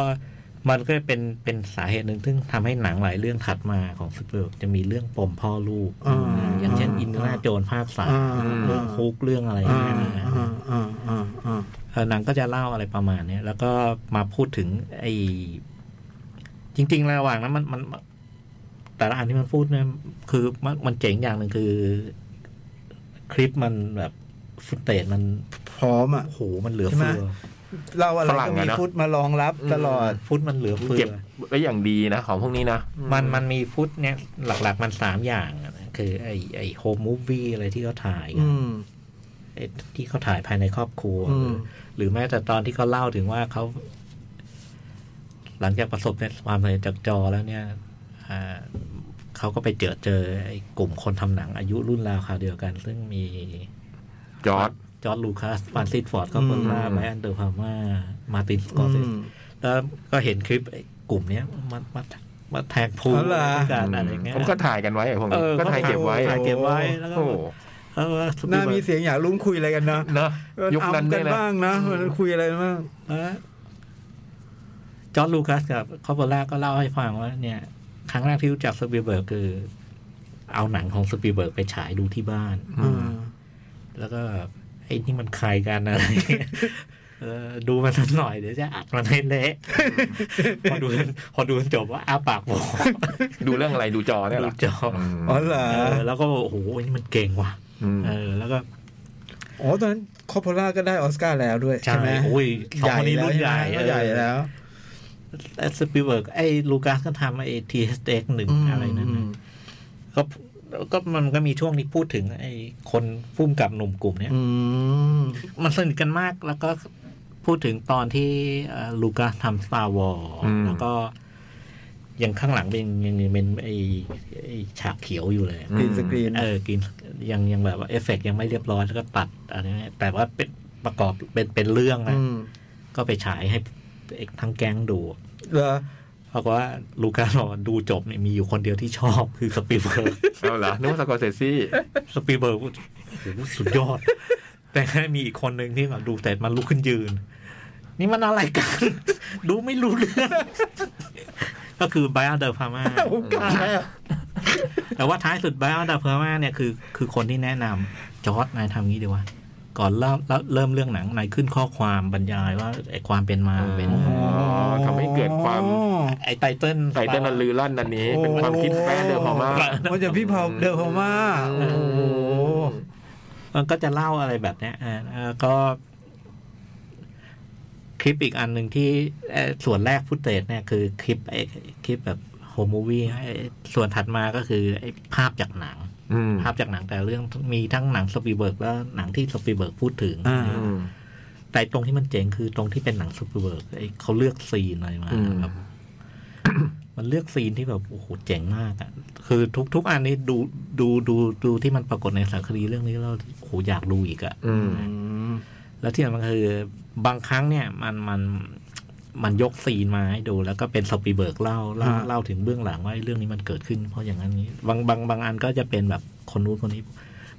D: มันก็เป็นเป็นสาเหตุหนึ่งซึ่งทำให้หนังหลายเรื่องถัดมาของสปีลเบิร์กจะมีเรื่องปมพ่อลูก
B: อ่า
D: อย่างเช่นอินเดน่าโจนภาคสาม
B: อ่า
D: เรื่องคุกเรื่องอะไรอย่า
B: อ่าง
D: เงี้ยนะ
B: อ่าอ่าอ่าอ่า
D: เออหนังก็จะเล่าอะไรประมาณเนี้ยแล้วก็มาพูดถึงไอ้จริง ๆ ระหว่างนั้นมันมันมันแต่ละอันที่มันพูดเนี่ยคือมันมันเจ๋งอย่างหนึ่งคือ คลิปมันแบบฟุตเตจมัน
B: พร้อมอ่ะ
D: โอ้โหมันเหลือเฟื
B: ใช่
D: อ
B: ไหม เราอะไร
C: ฝรั่ง
B: ก็
C: อะ
B: มี
C: เนอะ
B: ฟุตมารองรับตลอด
D: ฟุตมันเหลือเฟื
C: เก็บ
D: อ
C: ไว้อย่างดีนะของพวกนี้นะ
D: มันมันมีฟุตเนี่ยหลัก ๆ มันสามอย่างอะนะคือ ไอ้ไอ้โฮมมูฟวี่อะไรที่เขาถ่ายกัน
B: อืม
D: ไอ้ที่เขาถ่ายภายในครอบครัว
B: อืม
D: หรือแม้แต่ตอนที่เขาเล่าถึงว่าเขา หลังจากประสบเนี่ยความสำเร็จจากจอแล้วเนี่ยอ่าเขาก็ไปเจอเจอไอ้กลุ่มคนทำหนังอายุรุ่นราวคราวเดียวกัน ซึ่งมี
C: จอร์ด
D: จอร์ดลูคัสฟรานซิสฟอร์ดคอปเปอร่า
C: อืม
D: ไบรอันเดอร์พาม่ามาร์ตินสกอ
B: อืม
D: ร์เซสแล้วก็เห็นคลิปไอ้กลุ่มเนี้ยมันมามาแทงพู
B: อ๋อเหรอ
D: ด้วยกันอะไรเงี้ย
C: ผมก็ถ่ายกันไว้ไอ้พวกนี้ก็ถ่ายเก็บไว้
D: ถ่ายเก็บไว้แล้วก็
C: โอ้โห
D: เออ
B: น่ามีเสียงอยากลุ้มคุยอะไรกันนะ
C: เนอะยุคนั้น
B: เอากั
C: เนี่ยนะ
B: บ้างนะมันคุยอะไรบ้าง
D: แล้วจอร์ดลูคัสกับคอปเปอร่าก็เล่าให้ฟังว่า เนี่ย ครั้งแรกที่รู้จักสปีลเบิร์กคือ เอาหนังของสปีลเบิร์กไปฉายดูที่บ้าน
B: อืม
D: แล้วก็ไอ้นี่มันใครกันอะไร (laughs) เงี้ยเออดูมันสักหน่อยเดี๋ยวจะอัดมันให้เละ (laughs) พอดูพอดูจนจบว่าอ้าปากบอก
C: ดูเรื่องอะไรดูจอเนี่ยเห
D: ดู
C: รอ
D: จอ
B: อ๋อเหรอ
D: เออแล้วก็บอกโอ้โหอันนี่มันเก่งว่ะ
C: อืม
D: เออ แล้วก็
B: อ๋อตอนนั้นคอปโพล่าก็ได้ออสการ์แล้วด้วย
D: ใช่
B: ใช่ไหม
D: โอ้ยสองคนนี้รุ่นใหญ่
B: แล้ว
D: เออ
B: ใช่ไหมก็ใหญ่แล้ว
D: สปีลเบิร์กไอ้ลูคัสก็ทำไอ้ทีเอสเอ็กหนึ่งอะไรนั่น
B: อื
D: น่ะ
B: ม
D: ก็ก็มันก็มีช่วงนี้พูดถึงไอ้คนพุ่มกับหนุ่มกลุ่มเนี้ย
B: อืม
D: มันสนิทกันมากแล้วก็พูดถึงตอนที่เอ่อลูกาทำ Star Wars แล้วก็ยังข้างหลังเป็นยังยังเป็นไอ้ไอ้ฉากเขียวอยู่เลยอะ
B: กรีนสกรีน
D: เออกินยังยังแบบว่าเอฟเฟกต์ยังไม่เรียบร้อยแล้วก็ตัดอะไรเงี้ยแต่ว่าเป็นประกอบเป็นเป็นเรื่องนะ
B: อืม
D: ก็ไปฉายให้ทั้งแก๊งดู
B: เหรอ
D: เพราะว่าลูกาบอกว่าดูจบเนี่ยมีอยู่คนเดียวที่ชอบคือสปีลเบิร์ก
C: เอาเหรอนึกว่าสกอร์เซซี่
D: สปีลเบิร์กโอ้โหสุดยอด แต่ก็มีอีกคนหนึ่งที่แบบดูเสร็จมันลุกขึ้นยืน นี่มันอะไรกัน ดูไม่รู้เรื่อง ก็คือไบอัลเดอร์พามา
B: โอกาสอะ
D: แต่ว่าท้ายสุดไบอัลดาเพอร์มาเนี่ยคือคือคนที่แนะนำจอร์ดนายทำงี้ดีวะก่อนเริ่มเริ่มเริ่มเรื่องหนังนายขึ้นข้อความบรรยายว่าไอความเป็นมามันเป็น
C: อ๋อทำให้เกิดความ
B: อ๋อ
D: ไอไตเติ้ล
C: ไตเติ้ลอันลือลั่นอันนี้ เป็นความคิดแฟร์เดอร์พอมา
B: มันจะพี่เผาเดอพม่าโอ้โห
D: มันก็จะเล่าอะไรแบบเนี้ยอ่าอ่าก็คลิปอีกอันหนึ่งที่เอ่อส่วนแรกพุตเตจเนี่ยคือคลิปไอ้คลิปแบบโฮมมูวี่ส่วนถัดมาก็คือไอ้ภาพจากหนัง
C: อืม
D: ภาพจากหนังแต่เรื่องมีทั้งหนังสปีลเบิร์กแล้วหนังที่สปีลเบิร์กพูดถึง
B: อ่า
C: อืม
D: แต่ตรงที่มันเจ๋งคือตรงที่เป็นหนังสปีลเบิร์กไอ้เขาเลือกซีนอะไรมา
C: อืม
D: แบบมันเลือกซีนที่แบบโอ้โหเจ๋งมากอะคือทุกทุกอันนี้ดูดูดูดูที่มันปรากฏในสารคดีเรื่องนี้แล้วโอ้โหอยากดูอีกอะ
C: อืม
B: อืม
D: แล้วที่สำคัญคือบางครั้งเนี่ยมันมันมันยกซีนมาให้ดู แล้วก็เป็นสปีลเบิร์กเล่าเล่า
B: อ่า
D: เล่าถึงเบื้องหลังว่าไอ้เรื่องนี้มันเกิดขึ้น เพราะอย่างนั้นนี้บางบางบางอันก็จะเป็นแบบคนนู้นคนนี้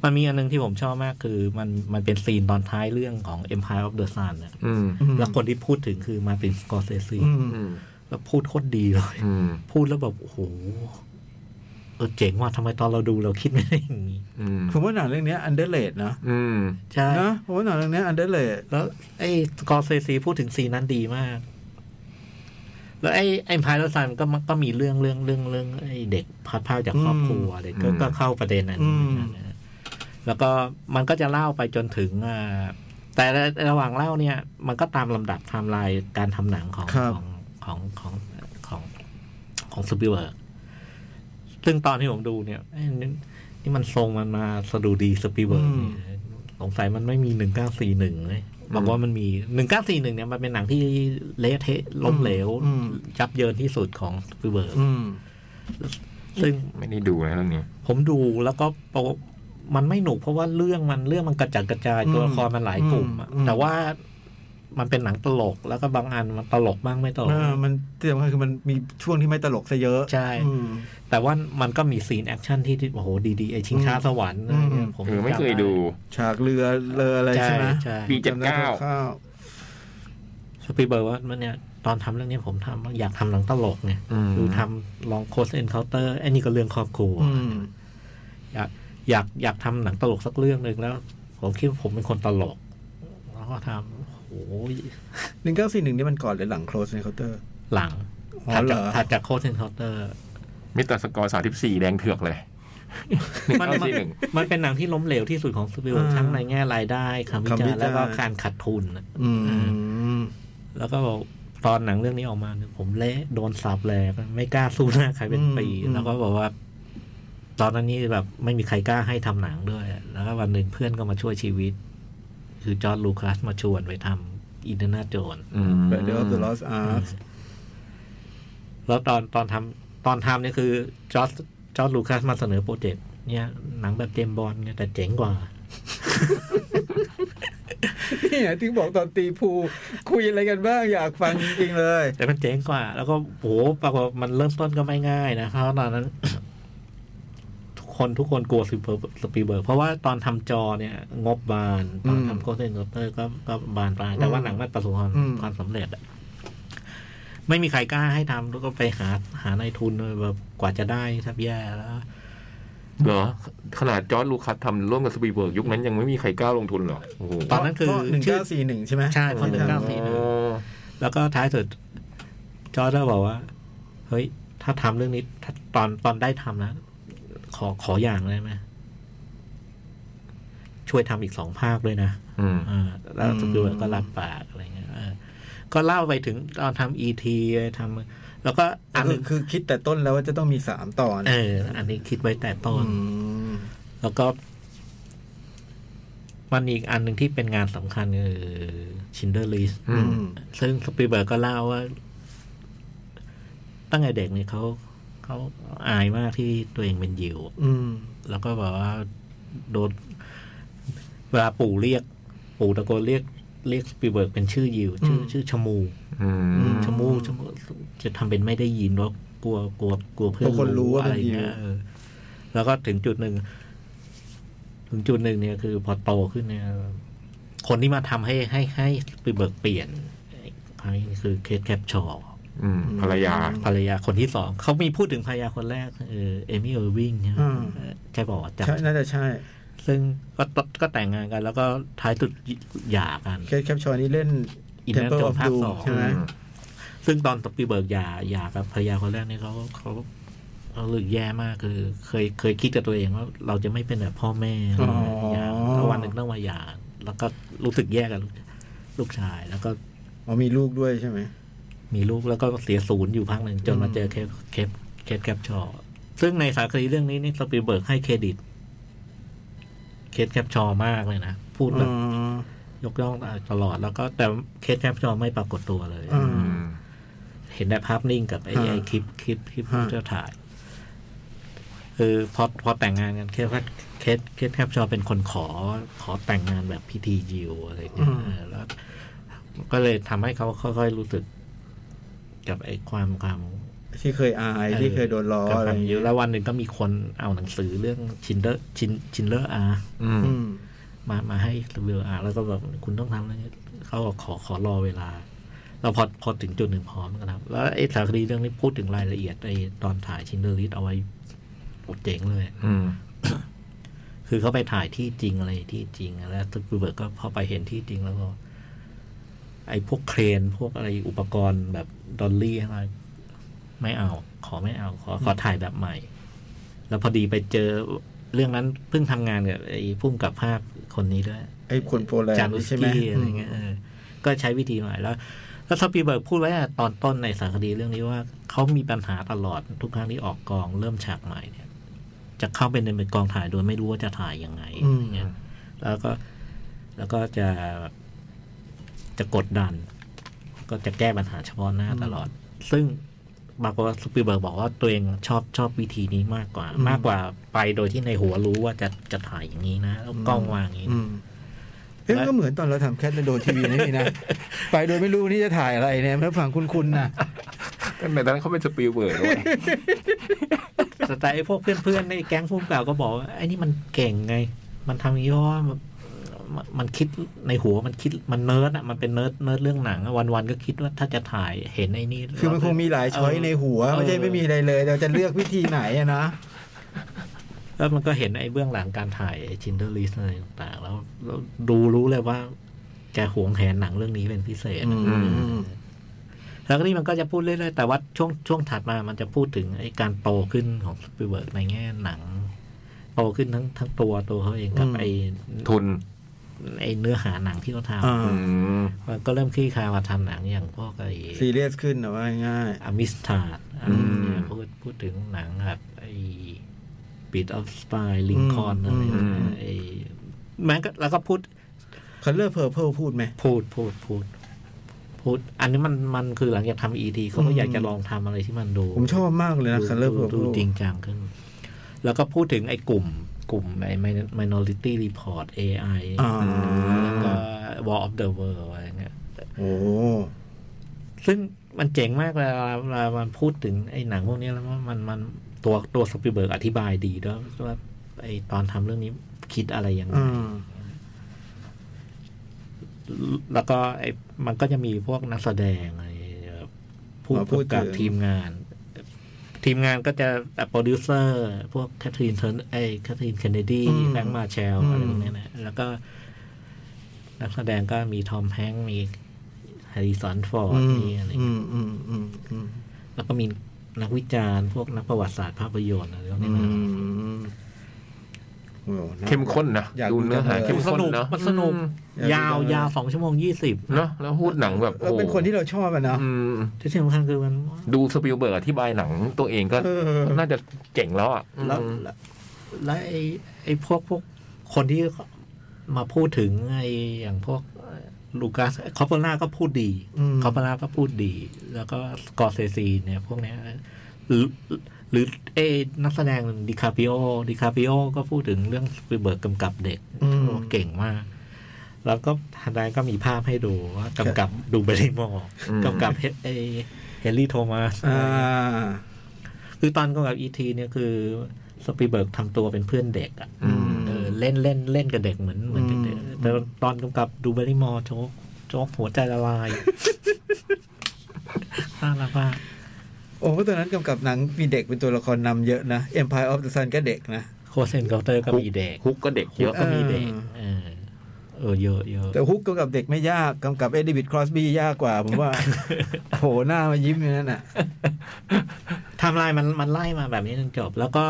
D: มันมีอันนึงที่ผมชอบมากคือมันมันเป็นซีนตอนท้ายเรื่องของ Empire of the Sun เนี่ย
C: อืม
B: อืม
D: แล้วคนที่พูดถึงคือมาตินสกอร์เซซี
B: อืม
C: อืม
D: แล้วพูดโคตรดีเลย
C: อืม
D: พูดแล้วแบบโอ้โหเออเจ๋งว่ะทำไมตอนเราดูเราคิดไม่ได้อย่างนี้
C: อืม
B: ผมว่าหนังเรื่องเนี้อันเดอร์เลดนะ
C: อืม
D: ใช่
B: นะผมว่าหนังเรื่องเนี้อันเดอร์เลด
D: แล้วไอ้สกอร์เซซีพูดถึงซีนนั้นดีมาก แล้วไอ้ไอ้พายแล้วซันก็มันก็มีเรื่องเรื่องเรื่องเรื่องไอ้เด็กพัดพรากจากครอบครัวเด็กก็
C: อืม
D: ก็เข้าประเด็นอันนี้เหมือนกันนะแล้วก็มันก็จะเล่าไปจนถึงอ่าแต่ละระหว่างเล่าเนี่ย มันก็ตามลำดับไทม์ไลน์การทำหนังของของของของของของสปิเบิร์กซึ่งตอนที่ผมดูเนี่ยเอ้ยนี่นี่มันทรงมันมาสะดุดีสปิเบิร์กเนี่ยสงสัยมันไม่มีหนึ่งเก้าสี่หนึ่งเลยบอกว่ามันมีหนึ่งเก้าสี่หนึ่งเนี่ยมันเป็นหนังที่เละเทะล้มเหลว
B: อืม
D: ยับเยินที่สุดของสปิลเบิร์ก
B: อืม
D: ซึ่ง
C: ไม่ได้ดูนะเรื่องนี้
D: ผมดูแล้วก็ปะมันไม่หนุกเพราะว่าเรื่องมันเรื่องมันกระจัดกระจาย
B: อืม
D: ตัวละครมันหลายกลุ่มอะ
B: อืม
D: แต่ว่ามันเป็นหนังตลกแล้วก็บางอันมันตลกบ้างไม่ตลก
B: อ่ามันที่สำคัญคือมันมีช่วงที่ไม่ตลกซะเยอะ
D: ใช่
B: อืม
D: แต่ว่ามันก็มีซีนแอคชั่นที่ที่โอ้โหดีๆไอชิงช้าสวรรค์อะไรเนี่
B: อืม
D: ยผม
C: เออไม่เคยดู
B: ฉากเรือเรืออะไร
D: ใช่
B: ใช่ไหม
D: ใช่
C: ปีเจ็ด
B: จำไ
C: เก้า
B: คร่าว
D: สปีลเบิร์กว่ามันเนี่ยตอนทำเรื่องนี้ผมทำว่าอยากทำหนังตลกไงคือทำลองโคสเอนเคาน์เตอร์ไอ้นี่ก็เรื่องครอบครัว
B: ๆอืม
D: อยากอยากอยากทำหนังตลกสักเรื่องหนึ่งแล้ว ผมคิดว่าผมเป็นคนตลก แล้วก็ทำโอ้โห
B: หนึ่งเก้าสี่หนึ่งนี่มันก่อนหรือหลัง close ในเคาน์เตอร์
D: หลัง
B: อ๋อ
D: ถัด
B: เหร
D: จาก
B: อ
D: ถัดจากโคสเซนเคาน์เตอร์
C: มิสเตอร์สกอร์สามสิบสี่แดงเถือกเลย
D: มัน
C: เก้า
D: มัน
C: สี่หนึ่ง
D: มันเป็นหนังที่ล้มเหลวที่สุดของสปิลเบิร์ก
B: อ่า
D: ทั้งในแง่รายได้คำวิจาร
B: คำวิจารณ์
D: ณ์แล้วก็การขาดทุน
B: อืม
D: แล้วก็บอกตอนหนังเรื่องนี้ออกมาเนี่ยผมเละโดนสับแหลกไม่กล้าสู้หน้าใครเป็นปี
B: อืม
D: แล้วก็บอกว่า ตอนนั้นนี่แบบไม่มีใครกล้าให้ทำหนังด้วย แล้วก็วันหนึ่งเพื่อนก็มาช่วยชีวิต คือจอร์ดลูคัสมาชวนไปทำอินเดนาโจน
B: b r a d e r of the Lost Ark
D: แล้วตอนตอนทำตอนทำเนี่ยคือจอร์ดจอร์ดลูคัสมาเสนอโปรเจกต์เนี่ยหนังแบบเจมส์บอลเนี่ยแต่เจ๋งกว่า
B: นี่ไงที่บอกตอนตีภูคุยอะไรกันบ้างอยากฟังจริงๆเลย
D: แต่มันเจ๋งกว่า แล้วก็โหปรากฏว่ามันเริ่มต้นก็ไม่ง่ายนะ เพราะตอนนั้น (coughs) ทุกคนทุกคนกลัวสปีลเบิร์กสปีลเบิร์กเพราะว่าตอนทำจอเนี่ย งบบาน ตอน
B: อืม
D: ทำโคเซนเตอร์ก็ก็บานปลายแต่ว่าหนังมันประสบความ
B: อืม
D: ความสำเร็จอะไม่มีใครกล้าให้ทำแล้วก็ไปหาหานายทุนแบบกว่าจะได้แทบแย่แล้ว
C: เหรอขนาดจอร์ดลูคัสทำร่วมกับสปีลเบิร์กยุคนั้นยังไม่มีใครกล้าลงทุนเหรอโอ้โห
D: ตอนนั้นคือ
B: หนึ่ง
D: ชื่
B: เก้า
D: อ
B: สี่หนึ่งใช่ไหม
D: ใช่เพราะหนึ่งเก้าสี่หนึ่ง แล้วก็ท้ายสุด จอร์จก็บอกว่า เฮ้ย ถ้าทำเรื่องนี้ถ้าตอนตอนได้ทำนะขอขออย่างได้ไหมช่วยทำอีกสองภาคด้วยนะ
C: อืม
D: อ่าแล้วสตูดิโอก็รับปากอะไรเงี้ยเออก็เล่าไปถึงตอนทำอีทีทำแล้วก็อันห
B: คือ
D: นึ่ง
B: คือคิดแต่ต้นแล้วว่าจะต้องมีสามตอน
D: เออ อันนี้คิดไว้แต่ต้น
B: ม
D: แล้วก็ มันอีกอันหนึ่งที่เป็นงานสำคัญคือชินเดอร์ลิส
C: อื
B: อื
C: ม
B: ม
D: ซึ่งสปีลเบิร์กก็เล่าว่า ตั้งแต่เด็กเนี่ยเขาเขาอายมากที่ตัวเองเป็นยิว
B: อืม
D: แล้วก็แบบว่าโดนเวลาปู่เรียก ปู่ตะโกนเรียกเรียกสปีลเบิร์กเป็นชื่อยิวชื่อ
B: อืม
D: ชื่อชะมู
C: อืม
B: อืม
D: ชะมูชะมูจะทำเป็นไม่ได้ยินว่ากลัวกลัวกลัวเพื่อน
B: กลัวคนรู้ว่า
D: อะไร
B: เป็นยิว
D: เงี้ยเออแล้วก็ถึงจุดหนึ่ง ถึงจุดหนึ่งเนี่ยคือพอโตขึ้นเนี่ย คนที่มาทำให้ให้ให้สปีลเบิร์กเปลี่ยน ครั้งนี้คือเคสแคปชอร์
C: อืมภรรยา
D: ภรรยาคนที่สองเขามีพูดถึงภรรยาคนแรกเออเอมี่เออร์วิงใช่ไหม
B: อืม
D: ใช่บอกว่าจำ
B: ใช่น่าจะใช่
D: ซึ่งก็ตก็แต่งงานกัน แล้วก็ท้ายสุดหย่ากัน
B: เคสแคปชอนี่เล่น
D: อินเนอ
B: Temple
D: ร์โจ
B: of
D: ภาค
B: Doom
D: สอง
B: ใช่ไหม
D: ซึ่งตอนสปีเบิร์กหย่าหย่ากับภรรยาคนแรกนี่เขาเขาเขารู้สึกแย่มากคือ เคยเคยคิดกับตัวเองว่าเราจะไม่เป็นแบบพ่อแม่
B: อ๋อ
D: หย่าแล้ววันหนึ่งต้องมาหย่าแล้วก็รู้สึกแย่กับลูกชาย แล้วก็
B: อ๋อมีลูกด้วยใช่ไหม
D: มีลูกแล้วก็เสียศูนย์อยู่พักหนึ่งจนมา
B: อืม
D: เจอเคปเคปเคปแคปชอซึ่งในสารคดีเรื่องนี้นี่สปีเบิร์กให้เครดิต เคสแคปชอมากเลยนะ พูดแบ
B: อ๋
D: บ
B: อ
D: ยกย่องตลอดแล้วก็แต่เคสแคปชอไม่ปรากฏตัวเลย
B: อืม
C: อืม
D: เห็นแต่ภาพนิ่งกับไอ้
B: ฮะ
D: ไอ้คลิปคลิปคลิป
B: ฮะ
D: ที่เราถ่ายคือพอพอแต่งงานกันเคสเคสเคสแทบชอเป็นคนขอขอแต่งงานแบบพิธียิวอะไรเงี้ยเออแล้ว ก็เลยทำให้เขาค่อยๆรู้สึก กับไอ้ความความ
B: ที่เคยอายที่เคยโดนล้อ
D: กับ
B: อะไร
D: ควา
B: อ
D: ม
B: ย่าง
D: ยิ
B: เงี้
D: วย แล้ววันหนึ่งก็มีคนเอาหนังสือเรื่องชินเดอร์ชินชินเลอร์อา
C: อืม
B: อืม
D: มามาให้รีวิวอ่านแล้วก็แบบคุณต้องทำนะเขาบอกขอขอรอเวลา เราพอพอถึงจุดหนึ่งพร้อมกันครับ แล้วไอ้สารคดีเรื่องนี้พูดถึงรายละเอียดไอ้ตอนถ่ายชินเดอร์ลิสเอาไว้โอ้เจ๋งเลย
C: อืม
D: คือเขาไปถ่ายที่จริงอะไรที่จริงแล้วสกูเบิร์กก็พอไปเห็นที่จริงแล้วก็ ไอ้พวกเครนพวกอะไรอุปกรณ์แบบดอลลี่อะไรไม่เอา ขอไม่เอา ขอขอถ่ายแบบใหม่ แล้วพอดีไปเจอเรื่องนั้นเพิ่งทำงานกับไอ้พุ่มกับภาพคนนี้ด้วย
B: ไอ้คนโปรแลน
D: จา
B: ด์
D: นุส
B: ใช่ไหม
D: กี้อะไรเงี้ยเออก็ใช้วิธีหน่อยแล้ว แล้วสปีเบิร์กพูดไว้อะตอนต้นในสารคดีเรื่องนี้ว่า เขามีปัญหาตลอดทุกครั้งที่ออกกองเริ่มฉากใหม่เนี่ย จะเข้าไปในเป็นกองถ่ายโดยไม่รู้ว่าจะถ่ายยังไงอะไรเงี้ยแล้วก็แล้วก็จะจะกดดัน ก็จะแก้ปัญหาเฉพาะหน้าตลอด ซึ่งบางคนสปีเบิร์กบอกว่าตัวเองชอบชอบวิธีนี้มากกว่า มากกว่าไปโดยที่ในหัวรู้ว่าจะจะถ่ายอย่างนี้นะแล้วกล้องวางอย่างนี้นะ
B: อืมเอ๊ะมันก็เหมือนตอนเราทำแคทและโดนทีวีนี่
D: (laughs)
B: นี่นะ ไปโดยไม่รู้นี่จะถ่ายอะไรเนี่ยเพื่อฝังคุณๆนะ
C: แต่ตอนนั้นเขาเป็นสปิลเบิร์ดด้วย
D: แต่แต่ไอ้พวกเพื่อนๆในแก๊งพุ่มเก่าก็บอกว่าไอ้นี่มันเก่งไง มันทำอย่างนี้เพราะว่ามันมันมันคิดในหัวมันคิดมันเนิร์ดอ่ะมันเป็นเนิร์ดเนิร์ดเรื่องหนังอะวันๆก็คิดว่าถ้าจะถ่ายเห็นไอ้นี่
B: คือมันคงมีหลายช้อยในหัว
D: เออ
B: ไม่ใช่ไม่มีอะไรเลยเราจะเลือกวิธีไหนอะนะ
D: แล้วมันก็เห็นไอ้เบื้องหลังการถ่ายชินเดอร์ลิสอะไรต่างๆแล้วแล้วดูรู้เลยว่าแกหวงแหนหนังเรื่องนี้เป็นพิเศษ
B: อืมอืม
D: แล้วก็นี่มันก็จะพูดเรื่อยๆ แต่ว่าช่วงช่วงถัดมามันจะพูดถึงไอ้การโตขึ้นของสปีลเบิร์กในแง่หนัง โตขึ้นทั้งทั้งตัวตัวเขาเองกับ
B: อืม
D: ไอ้
C: (laughs) ทุน
D: ไอ้เนื้อหาหนังที่เขาท
B: อ่า
C: อืม
D: ำมันก็เริ่มคลี่คลายมาทำหนังอย่างพวกไอ้
B: ซีเรียสขึ้นนะว่าง่าย
D: อามิสตาด
C: อืม
D: พูดพูดถึงหนังแบบไอ้ปิดออฟสปายลิงคอนอะไรอย่างเงี้ยไอ้แม้ก็แล้วก็พูด
B: คัลเลอร์เพอร์เพลพูดไหม
D: พูดพูดพูดพูด อันนี้มันมันคือหลังจากทำ ED เขาก็อยากจะลองทำอะไรที่มันดู
B: ผมชอบมากเลยนะ
D: ดู
B: Color
D: ดู
B: Purple
D: ดูจริงจังขึ้น แล้วก็พูดถึงไอ้กลุ่ม กลุ่มไอ้ Min- Minority Report AI
B: อ่า
D: แล้วก็ War of the World อะไรเงี้ย
B: โอ้
D: ซึ่งมันเจ๋งมากเวลาเวลามันพูดถึงไอ้หนังพวกนี้แล้วว่ามันมันตัวตัวสปีเบิร์กอธิบายดีด้วยว่าไอ้ตอนทำเรื่องนี้คิดอะไรยังไง
B: อ่า
D: แล้วก็ไอ้มันก็จะมีพวกนักแสดงอะไรผู้พูดกับทีมงาน ทีมงานก็จะโปรดิวเซอร์ พวกแคทรีนเทนไอ้แคทรีนเคนเนดีแฟงมาเชลอะไรพวกเนี้ยนะแล้วก็ นักแสดงก็มีทอมแฮงค์มีแฮริสันฟอร์ด
B: อืม
D: มีอะไร
B: อืมอืมอืมอืม
D: แล้วก็มีนักวิจารณ์ พวกนักประวัติศาสตร์ภาพยนตร์อะไรพวก
B: อื
D: นี้นะ
B: มโอ้โหน่า
C: เข้มข้นนะ
B: อยากดู
C: ดูเนื้อหา
B: จัง
C: เข้
B: เลย
C: ม
D: ส
C: ข้น
D: นุก
C: เนอะ
D: มันสนุก
B: อืม
D: ยาวยาวสองชั่วโมงยี่สิบ
C: เนอะแล้วพูดหนังแบบ
B: เราเป็นคนที่เราชอบอะนะ
C: อืม
D: ที่สำคัญคือมัน
C: ดูสปิลเบิร์กอธิบายหนังตัวเองก็
B: เออ
C: น่าจะเจ๋งแล้วอ่ะอืม
D: แล้วแล้วแล้วไอ้ไอ้พวกพวกคนที่มาพูดถึงไอ้อย่างพวกลูกัสคอปเปอร่าก็พูดดี
B: อืม
D: คอปเปอร่าก็พูดดี แล้วก็สกอร์เซซีเนี่ยพวกเนี้ยหรือหรือเอนักแสดงดิคาปิโอดิคาปิโอก็พูดถึงเรื่องสปีลเบิร์กกำกับเด็ก
B: อืม
D: เก่งมาก แล้วก็ทางใดก็มีภาพให้ดูว่ากำกับดูเบริมอร์
C: อืม
D: กำกับเฮเอเฮลลี่โทมัส
B: อ่า
D: คือตอนกับอีทีเนี่ยคือสปีเบิร์กทำตัวเป็นเพื่อนเด็กอ่ะ
C: อืม
D: เออเล่นเล่นเล่นกับเด็กเหมือนเหมือนเด็ก
B: อื
C: (laughs)
B: ม
D: แต่ตอนกำกับดูเบอรี่มอร์โชกโชกหัวใจละลาย น่ารักมาก
B: โอ้เพราะตอนนั้นกำกับหนังมีเด็กเป็นตัวละครนำเยอะนะ Empire of the Sun ก็เด็กนะ
D: โคเซนเคาน์เตอร์ก็มีเด็ก
C: ฮุกก็เด็กเยอะ
D: ก็มีเด็กเออเออเยอะเยอะ
B: แต่ฮุกกำกับเด็กไม่ยากกำกับเอ็ดดิบิทครอสบี้ยากกว่า ผมว่า โอ้โหหน้ามายิ้มอย่างนั้นอ่ะ
D: ไทำลายมันมันไล่มาแบบนี้จนจบ แล้วก็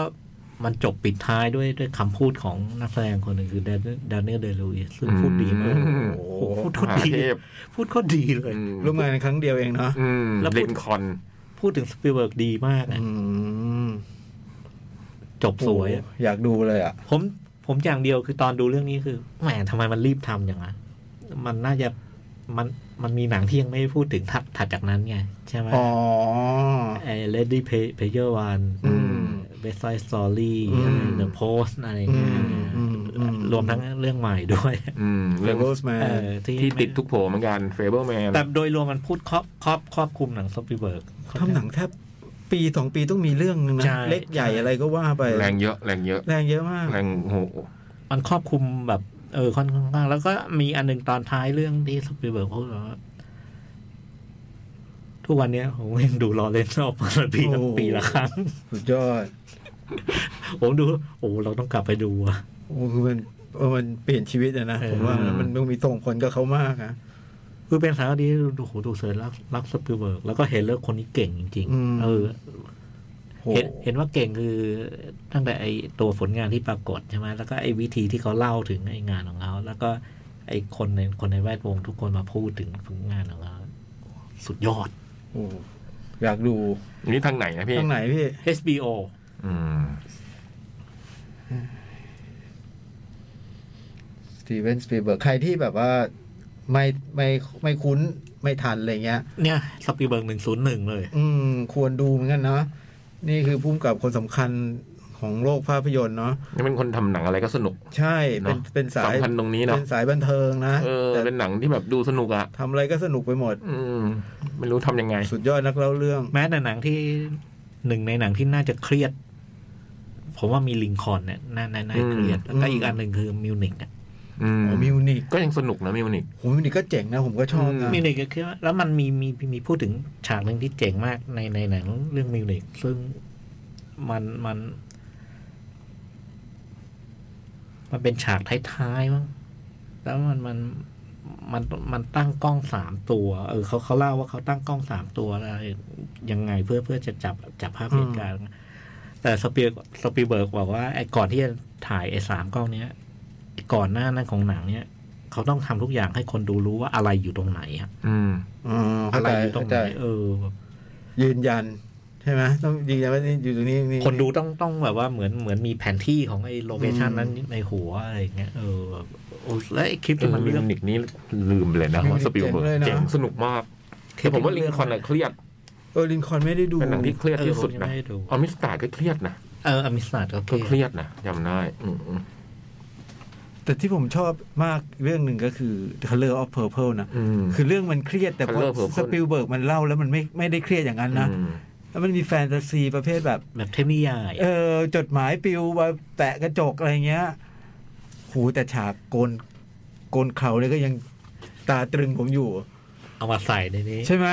D: มันจบปิดท้ายด้วยด้วยคำพูดของนักแสดงคนหนึ่งคือแดนแดนเนียลเดลูอิสซึ่งพูดดีมาก
C: อืม
D: โอ้โหพูดโคตร
C: มหา
D: ดี
C: เทพ
D: พูดโคตรดีเลย
C: อืม
B: ร่วมงานกันครั้งเดียวเองเนาะ
C: อืม
D: แล้วพู
C: ลิ
D: ด
C: นคอล์น
D: พูดถึงสปิลเบิร์กดีมากอะ
B: อืม
D: จบสวยอะ
B: โอ้โหอยากดูเลยอ่ะ
D: ผมผมอย่างเดียวคือตอนดูเรื่องนี้คือแหมทำไมมันรีบทำอย่างนั้นมันน่าจะมันมันมีหนังที่ยังไม่ได้พูดถึงถัดถัดจากนั้นไง ใช่ไหม
B: อ๋อ
D: ไอ้ Lady Player One
B: อืม
D: West Side Story
B: อืม
D: The Post อะไรอย่าง
B: อื
D: เงี้ย
B: มอืมอืม
D: รวมทั้งเรื่องใหม่ด้วย
C: อืม
B: เรื่
C: เรื่
B: อ
C: อง ง
B: โรสแม
D: เอน อ
C: ที่ติดทุกโผล่เหมือนกันเฟเบอร์แมน
D: แต่โดยรวมมันพูดครอบครอบครอบคลุมหนังสปีเบิร์ก
B: ทำหนังแทบปีสองปีต้องมีเรื่องนึงนะ
D: ใช่
B: เล็กใหญ่อะไรก็ว่าไป
C: แรงเยอะแรงเยอะ
B: แรงเยอะมาก
C: แรงโห
D: มันครอบคลุมแบบเออค่อนข้างมากแล้วก็มีอันหนึ่งตอนท้ายเรื่องที่สปีลเบิร์กพูดว่าทุกวันเนี้ยผมยังดูลอเรนซ์ออกมาปีละ
B: โอ้
D: ปีละครั้ง
B: สุดยอด
D: ผมดู โอ้เราต้องกลับไปดูอะ
B: โอ้คือมันเออมันเปลี่ยนชีวิตอะนะ
D: เออ
B: ผมว่ามันมันมีส่งผลกับเขามากอะ
D: คือเป็นสารคดีดูโหดูเสริร์ชรักรักสปีลเบิร์กแล้วก็เห็นเลิกคนนี้เก่งจริง ๆ เออ
B: โห
D: เห็นเห็นว่าเก่งคือตั้งแต่ไอตัวผลงานที่ปรากฏใช่ไหมแล้วก็ไอวิธีที่เขาเล่าถึงไองานของเขาแล้วก็ไอคนในคนในแวดวงทุกคนมาพูดถึงผลงานของเขาสุดยอด
B: โอ้อยากดู
C: นี่ทางไหนนะพี่
B: ทางไหนพี่
D: HBO
C: อืม
B: สตีเวนสปีเบิร์กใครที่แบบว่าไม่ไม่ไม่คุ้นไม่ทันอะไรเงี้ย
D: เนี่ยสปีเบิร์กหนึ่งศูนย์หนึ่งเลย
B: อืม ควรดูเหมือนกันเนาะนี่คือพุ่มกับคนสำคัญของโลกภาพยนตร์เนาะ
C: นี่เป็นคนทำหนังอะไรก็สนุก
B: ใช่เป็น
C: เนอะ
B: เป็นสาย
C: สำคัญตรงนี้เนอะ
B: เป็นสายบันเทิงนะ
C: เออ
B: แต่
C: เป็นหนังที่แบบดูสนุกอะ
B: ทำอะไรก็สนุกไปหมด
C: อืม ไม่รู้ทำยังไง
B: สุดยอดนักเล่าเรื่อง
D: แม้แต่หนังที่หนึ่งในหนังที่น่าจะเครียด ผมว่ามีลิงคอล์นเนี่ยน่าน่าน่าเครียด แล้วก็อีกอันหนึ่งคือมิวนิกอะ
C: อืม
B: โอ้มิวนิก
C: ก็ยังสนุกนะมิวนิก
B: โหมิวนิกก็เจ๋งนะ ผมก็ชอบนะ
D: มิวนิกก็คือว่าแล้วมันมีมีมีพูดถึงฉากหนึ่งที่เจ๋งมากในในหนังเรื่องมิวนิกซึ่งมันมัน มันเป็นฉากท้ายๆมั้งแล้วมันมันมันมันตั้งกล้องสามตัว เออเขาเขาเล่าว่าเขาตั้งกล้องสามตัวอะไรยังไงเพื่อเพื่อจะจับจับภาพเหตุการณ์ แต่สปีสปีเบิร์กบอกว่าไอ้ก่อนที่จะถ่ายไอ้สามกล้องเนี้ยไอ้ก่อนหน้านั้นของหนังเนี้ยเขาต้องทำทุกอย่างให้คนดูรู้ว่าอะไรอยู่ตรงไหนอะ
C: อืม
B: อ๋อเข้า
D: อะไร
B: ใจ
D: อยู่ตร
B: เข้าง
D: ไห
B: ใจ
D: นเออแบบ
B: ยืนยัน ใช่ไหมต้องยืนยันว่านี่อยู่ตรงนี้นี่
D: คนดูต้องต้องแบบว่าเหมือนเหมือนมีแผนที่ของไอ้โลเคชัน
B: อืม
D: นั้นในหัวอะไรอย่างเงี้ยเออแบบโอ้และไอ้คลิป
C: เอ
D: ที่
C: อ
D: มัน
C: มิ
D: เลื
C: ว
D: อก
C: นิกนี่ลืมไปเลยนะ
B: มิวนิก
C: ว่าสปิลเบิร์
B: เจ๋งเลย
C: ก
B: นะ
C: เจ๋งสนุกมากแต่ผมว่าลิงคอล์นอะเครียด
B: เออลินคอล์นไม่ได้ดู
C: เป็นหนังที่เครียด
D: เออ
C: ที่
D: ผ
C: สุด
D: มยัง
C: นะ
D: ไม่ได้ดู
C: ออมิสตาก็เครียดนะ
D: เอออมิสตาร์ก็
C: ก็
D: เค
C: เค
D: รี
C: รี
D: ยด
C: ยดนะจำได้อืมอืม
B: แต่ที่ผมชอบมากเรื่องหนึ่งก็คือ Color of Purple นะ
C: อืม
B: คือเรื่องมันเครียดแต่พอ
C: Color Purple
B: สปิลเบิร์กมันเล่าแล้วมันไม่ไม่ได้เครียดอย่างนั้นนะ
C: อืม
B: แล้วมันมีแฟนตาซีประเภทแบบ
D: แบบเทพนิยาย
B: เออจดหมายปลิวมาแตะกระจกอะไรเงี้ยหูแต่ฉากโกนโกนเขาเนี่ยก็ยังตาตรึงผมอยู่
D: เอามาใส่ในนี้
B: ใช่ไหม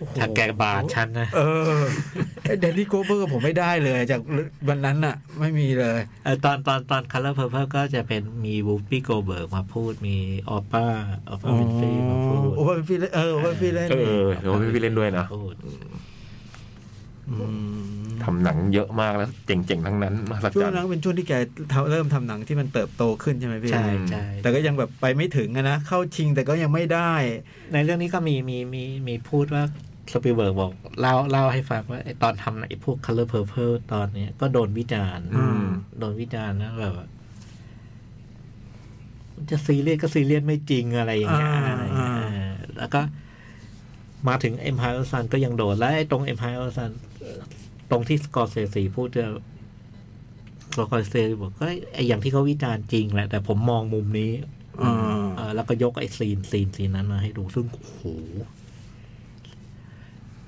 B: โอ้โห
D: ฉากแกะบาดฉันนะ
B: เออ (laughs) เดนนี่โกเบอร์ผมไม่ได้เลยจากวันนั้นน่ะ ไม่มีเลย
D: เออตอนตอนตอนคัลเลอร์เพอร์เพก็จะเป็นมีวูฟี่โกเบิร์กมาพูดมีออป้าออป้าวินฟรีมาพูด
B: โอ้ว่าเป็นพี่เล่นเออว่าเป็นพี่เล่น
C: เออเดี๋ยวพี่เล่นด้วยนะ
D: พูด
B: ม
C: ทำหนังเยอะมากแล้วเจ๋งๆทั้งนั้นมาสัก
B: ช่ว
C: จั
B: ง
C: น
B: นั้นเป็นช่วงที่แกทำเริ่มทำหนังที่มันเติบโตขึ้นใช่ไหมพี่
D: ใช่ใช่
B: แต่ก็ยังแบบไปไม่ถึงอะนะ เข้าชิงแต่ก็ยังไม่ได้
D: ในเรื่องนี้ก็มีมีมีมีพูดว่าสปีลเบิร์กบอกเล่าเล่าให้ฟังว่าไอตอนทำไอพวก color purple ตอนเนี้ยก็โดนวิจารณ์
C: อืม
D: โดนวิจารณ์นะแบบว่าจะซีเรียสก็ซีเรียสไม่จริงอะไรอย่างเงี้ย
B: อ่า
D: อะไรอย่างเงี้ย
B: อ่า
D: เออแล้วก็มาถึง Empire of Sun ก็ยังโดนและไอ้ตรง Empire of Sun ตรงที่สกอร์เซซีพูดจะสกอร์เซซีบอกก็ไอ้อย่างที่เขาวิจารณ์จริงแหละแต่ผมมองมุมนี้
B: อ่า
D: เออแล้วก็ยกไอ้ซีนซีนซีนนั้นมาให้ดูซึ่งโอ้โห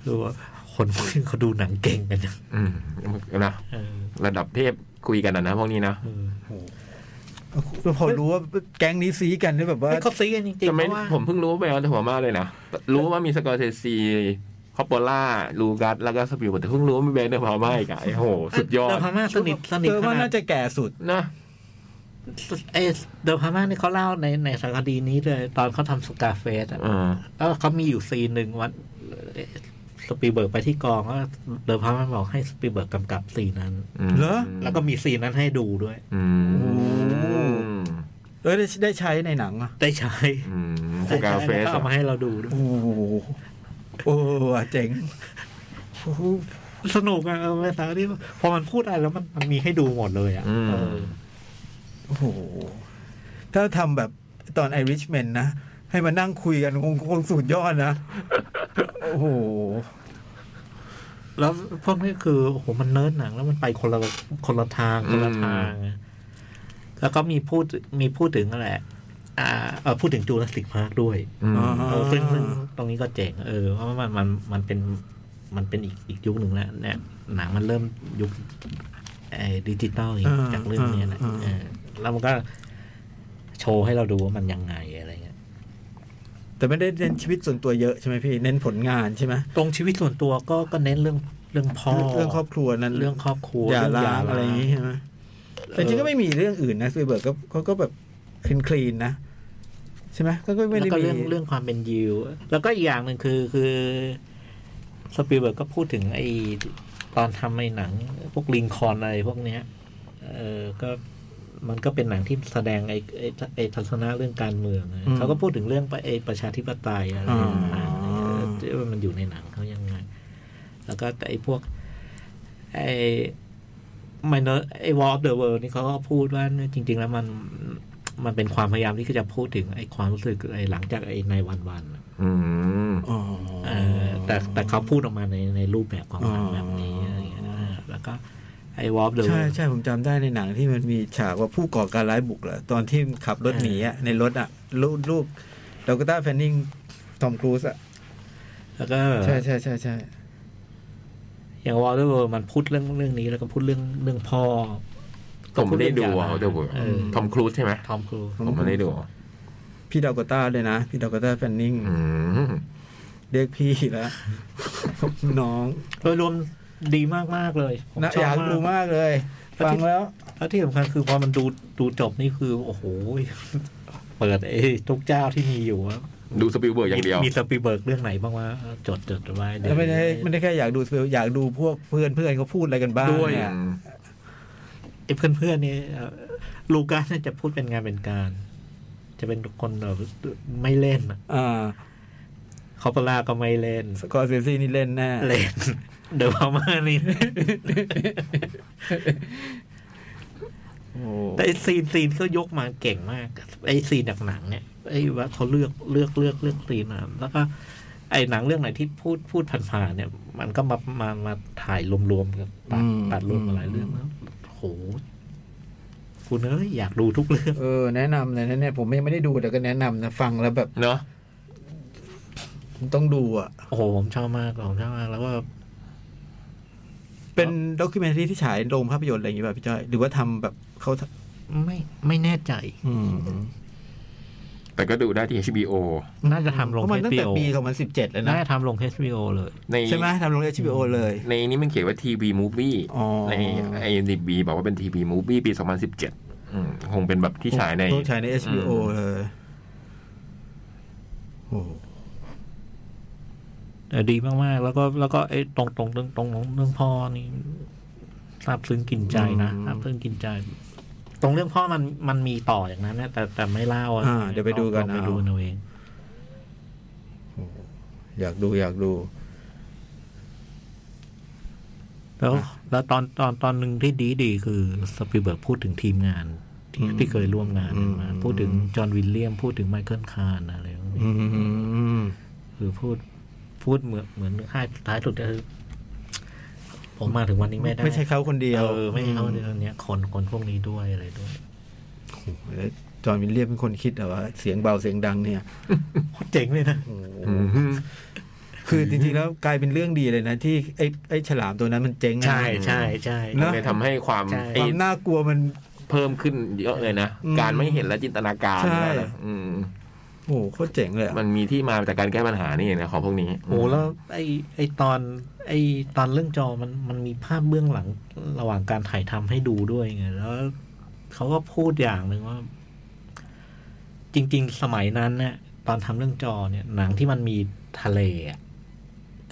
D: คือว่าคนพวกนี้เขาดูหนังเก่งกันนะ
C: อืมนะ
D: เออ
C: ระดับเทพคุยกันอะนะพวกนี้นะ
D: เออ
B: พอรู้ว่าแก๊งนี้ซีกันนี่แบบว่า
D: เฮ้ยเขาซีกันจริงๆ
C: แต่
D: เพ
C: ไม่
D: ราะว่า
C: ผมเพิ่งรู้แววแต่หัวมากเลยนะ รู้ว่ามีสกอร์เซซี คอปโปล่าลูกัสแล้วก็สปิลเบิร์กแต่เพิ่งรู้ว่ามีเบนเดอร์พาม่าอีกอะไอ้โหสุดยอด
D: เดอะพาม่าสนิทสนิท
B: เธอ
D: ข
B: ว่า
D: นา
B: น่า
D: ด
B: จะแก่สุด
C: นะ
D: เอสเดอะพาม่านี่เขาเล่าในในสารคดีนี้เลยตอนเขาทำสกาเฟสอ่ะ
C: เออ
D: เออเขามีอยู่ซีนหนึ่งวันสปีลเบิร์กไปที่กองก็เดิมพันมันบอกให้สปีลเบิร์กกำกับซีนนั้น
C: ม
B: เหรอ
D: แล้วก็มีซีนนั้นให้ดูด้วย
C: อืม
B: เออได้ได้ใช้ในหนังอ่ะ
D: ได้ใช้
C: อืมโฟ
D: ได้
C: กา
D: ใช้
C: เฟส
D: แล้วก็เอามาให้เราดูด้วย
B: โอ้โหโอ้ว่ะเจ๋งโอ้โห
D: สนุกอะเออภาษาที่พอมันพูดอะไรแล้วมันมันมีให้ดูหมดเลยอะ
C: อืม
D: เออ
B: โอ้โหถ้าทำแบบตอนไอริชแมนนะให้มานั่งคุยกันคงคงสุดยอดนะ โอ้โห
D: แล้วพวกนี้คือโอ้โหมันเนิร์ดหนังแล้วมันไปคนละคนละทางคนละทางอะแล้วก็มีพูดมีพูดถึงอะไรอ่าเอ่อพูดถึงจูราสสิกพาร์คด้วย
C: อืม
B: อ่า
D: เออซึ่งซึ่งตรงนี้ก็เจ๋งเออเพราะว่ามันมันมันเป็นมันเป็นอีกอีกยุคหนึ่งแล้วเนี่ยหนังมันเริ่มยุคไอ้ดิจิตอล
B: อ่า
D: จากเรื่องเนี้ยแหละ
B: อ่า
D: เออแล้วมันก็โชว์ให้เราดูว่ามันยังไงอะไรเงี้ย
B: แต่ไม่ได้เน้นชีวิตส่วนตัวเยอะใช่ไหมพี่เน้นผลงานใช่ไหม
D: ตรงชีวิตส่วนตัวก็ก็เน้นเรื่องเรื่องพ่อ
B: เรื่องครอบครัวนั้น
D: เรื่องครอบครัว
B: อย่า
D: เ
B: ล้างอะไรอย่างงี้ใช่ไหมแต่จริงก็ไม่มีเรื่องอื่นนะสปีเบิร์กก็เขาก็แบบคลีนคลีนๆนะใช่ไหมก็ก็ไม่
D: แล้ว
B: ได้
D: ก็
B: มี
D: เรื่องเรื่องความเป็นยิว แล้วก็อีกอย่างหนึ่งคือคือสปีลเบิร์กก็พูดถึงไอ้ตอนทำไอ้หนัง พวกลิงคอล์นอะไรพวกเนี้ย เออก็มันก็เป็นหนังที่แสดงไอ้ไอ้ไอ้ทัศนะเรื่องการเมืองอะ
B: อืม
D: เขาก็พูดถึงเรื่องไอ้ประชาธิปไตยอะไร
B: อ๋อ
D: ต่างๆที่ว่ามันอยู่ในหนังเขายังไง แล้วก็แต่ไอ้พวก ไอ้มเนอไอ้วอลเดอะเวิลด์นี่เขาก็พูดว่าเนี่ยจริง ๆ แล้วมันมันเป็นความพยายามที่จะพูดถึงไอ้ความรู้สึกไอ้หลังจากไอ้ในวันวันๆอะ
C: อืม
B: อ๋อ
D: เออแต่แต่เขาพูดออกมาในในรูปแบบของหนัง
B: อ๋อ
D: แบบนี้อะไรอย่างเงี้ยเออแล้วก็ไอ้วอลเดอะเวิ
B: ใช่
D: ลด์
B: ใช่ผมจำได้ในหนังที่มันมีฉากว่าผู้ก่อการร้ายบุกเหรอตอนที่ขับรถหนีอะในรถอะลูกลูกดากต้าแฟนนิงทอมครูซอะ
D: แล้วก็
B: ใช่ใช่ใช่ใช่
D: อย่างวอลเลอร์มันพูดเรื่องเรื่องนี้แล้วก็พูดเรื่องเรื่องพ่อ
C: ผมไม่ได้ดู
D: ก็
C: เอา
D: พู
C: เดี๋ยวผม
D: เออ
C: ทอมครูซใช่ไหม
D: ทอมครูซ
C: ผมไม่ได้ดู
B: พี่ดากต้าเลยนะ พี่ดากต้าแฟนนิง
C: อืม
B: เรียกพี่แล้ว (laughs) น้อง
D: โดยรวมดีมากมากๆเลยผม
B: นะ
D: ชอ
B: อบ ยากดู
D: มาก
B: มากเลย
D: แล้ว
B: ฟั
D: ที่
B: งแล้ว
D: แล้วที่สำคัญคือพอมันดูดูจบนี่คือ โอ้โห (laughs) เปิดไอ้ทุกเจ้าที่มีอยู่ว่า
C: ดูสปิลเบิร์กอย่างเดียว
D: มีสปีลเบิร์กเรื่องไหนบ้างว่าจดจดไว้เดี๋ย
B: แล้ว
D: ว
B: ไม่ได้ไม่ได้แค่อยากดูอยากดูพวกเพื่อนเพื่อนเขาพูดอะไรกันบ้าง
C: ด้วย
B: เนี่ย
D: ไอ้เพื่อนเพื่อนๆนี่เอ่อลูก้าน่าจะพูดเป็นงานเป็นการ จะเป็นคนแบบไม่เล่นอะ
B: อ่า
D: คอปเปอร่าก็ไม่เล่
B: (laughs)
D: น
B: สกอร์เซซี่นี่เล่นแน่
D: เลนเดอะพามานี่
B: โอ้
D: แต่ไอ้ซีนซีนเขายกมาเก่งมากไอ้ซีนจากหนังเนี่ยไอ้ว่าเขาเลือกเลือกเลือกเลือกซีนมาแล้วก็ ไอ้หนังเรื่องไหนที่พูดพูดผ่านๆเนี่ย มันก็มามามาถ่ายรวมๆกับตัด
B: อืม
D: ตัดรวมมาหลายเรื่องแล้วโหคุณเอ้ยอยากดูทุกเรื่อง
B: เออแนะนำเลยนะเนี่ยผมยังไม่ได้ดูแต่ก็แนะนำนะฟังแล้วแบบ
C: เนาะ
B: ต้องดูอ่ะ
D: โอ้โหผมชอบมากผมชอบมากแล้วก็
B: เป็นด็อกิเมนทรีที่ฉายในโรงภาพยนตร์อะไรอย่างเงี้ยแบบพี่จ้อยหรือว่าทำแบบเขาทำ
D: ไม่ไม่แน่ใจ
B: อืม
C: แต่ก็ดูได้ที่ HBO
D: น่าจะทำลง
B: เพราะมันตั้งแต่
D: HBO
B: ปี 2017 แล้วนะ
D: น่าจะทำลง HBO เลย
C: ใน
B: ใช่ไหมทำลง HBO เลย
C: ในนี้มันเขียนว่าทีวีมูฟวี่
B: อ๋อ
C: ใน IMDb บอกว่าเป็นทีวีมูฟวี่ปี 2017อืมคงเป็นแบบที่ฉายใน
B: โรงฉายใน HBO เลยโอ้
D: เออดีมากๆ แล้วก็แล้วก็ไอ้ตรงตรงเรื่องตรงเรื่องพ่อนี่ซาบซึ้งกินใจนะซาบซึ้งกินใจ ตรงเรื่องพ่อมันมันมีต่ออย่างนั้นนะแต่แต่ไม่เล่าะ
B: อ่า เดี๋ยวไปดูกัน
D: ลองไป
B: เอา
D: ดูกันเอาเอง
B: อยากดูอยากดู
D: แล้วแล้วตอนตอนตอนหนึ่งที่ดีดีคือสปีเบิร์กพูดถึงทีมงานที่
B: อืม
D: ที่เคยร่วมงาน
B: อืม
D: มาพูดถึงจอห์นวิลเลียม พูดถึงไมเคิลคาร์นอะไรพวกนี้
B: อืม
D: คือพูดพูดเหมือนเหมือนท้ายท้ายสุดก็คือผมมาถึงวันนี้ไม่ได้
B: ไม่ใช่เขาคนเดียว
D: เออไม่ใช่เขาเดียวเนี้ยคนคนพวกนี้ด้วยอะไรด้วย
B: จอห์นวิลเลียมเป็นคนคิดเหรอว่าเสียงเบาเสียงดังเนี่ย
D: โคตรเจ๋งเลยนะ
C: อืม
B: คือจริงๆแล้วกลายเป็นเรื่องดีเลยนะ ที่ไอ้ไอ้ฉลามตัวนั้นมันเจ๊งอะ
D: ใช่ใช่ใช่
B: เนอะ
C: เลยทำให้ความ
D: ใช่
B: ค
C: ไอ้
B: วามน่ากลัวมัน
C: เพิ่มขึ้นเยอะเลยนะ
B: อืม
C: การไม่เห็นและจินตนาการ
B: ใช่
C: แล้วนะอืม
B: โอ้โหโคตรเจ๋งเลยอะ
C: มันมีที่มาจากการแก้ปัญหานี่เองนะของพวกนี้
D: โอ้แล้วไอไอตอน ไอตอนเรื่องจอมันมันมีภาพเบื้องหลังระหว่างการถ่ายทำให้ดูด้วยไงแล้วเขาก็พูดอย่างหนึ่งว่า จริง ๆ สมัยนั้นเนี่ยตอนทำเรื่องจอเนี่ย หนังที่มันมีทะเลอะ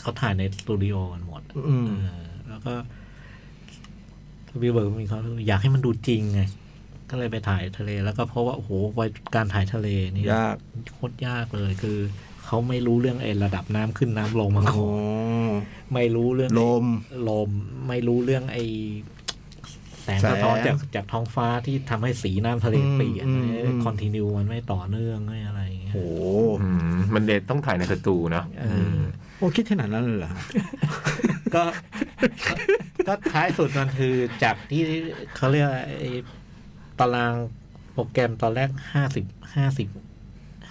D: เขาถ่ายในสตูดิโอกันหมด
B: อืม
D: เออแล้วก็สปีลเบิร์กมีความรู้สึกอยากให้มันดูจริงไง ก็เลยไปถ่ายทะเล แล้วก็เพราะว่า โอ้โหไว้การถ่ายทะเลนี่
B: ยาก
D: โคตรยากเลยคือ เขาไม่รู้เรื่องไอ้ระดับน้ำขึ้นน้ำลงมา
B: อ๋อ
D: ก่อนไม่รู้เรื่อง
B: ลม
D: ลม ไม่รู้เรื่อง ไอ้แสงสะท้อน
B: แสง
D: จากจากท้องฟ้าที่ทำให้สีน้ำทะเล
B: อืม
D: เปลี่ยน
B: อืมอืม
D: คอนติเนียมันไม่ต่อเนื่องไม่อะไรอย่างเงี้ย
B: โอ้โห
C: อืมมันเดทต้องถ่ายในสตูเนาะ
D: เออ
B: โอ้คิดขนาดนั้นเลยเหรอ
D: ก็ก็ก็ท้ายสุดมันคือจากที่เขาเรียกว่าไอ้ตารางโปรแกรมตอนแรกห้าสิบห้าสิบ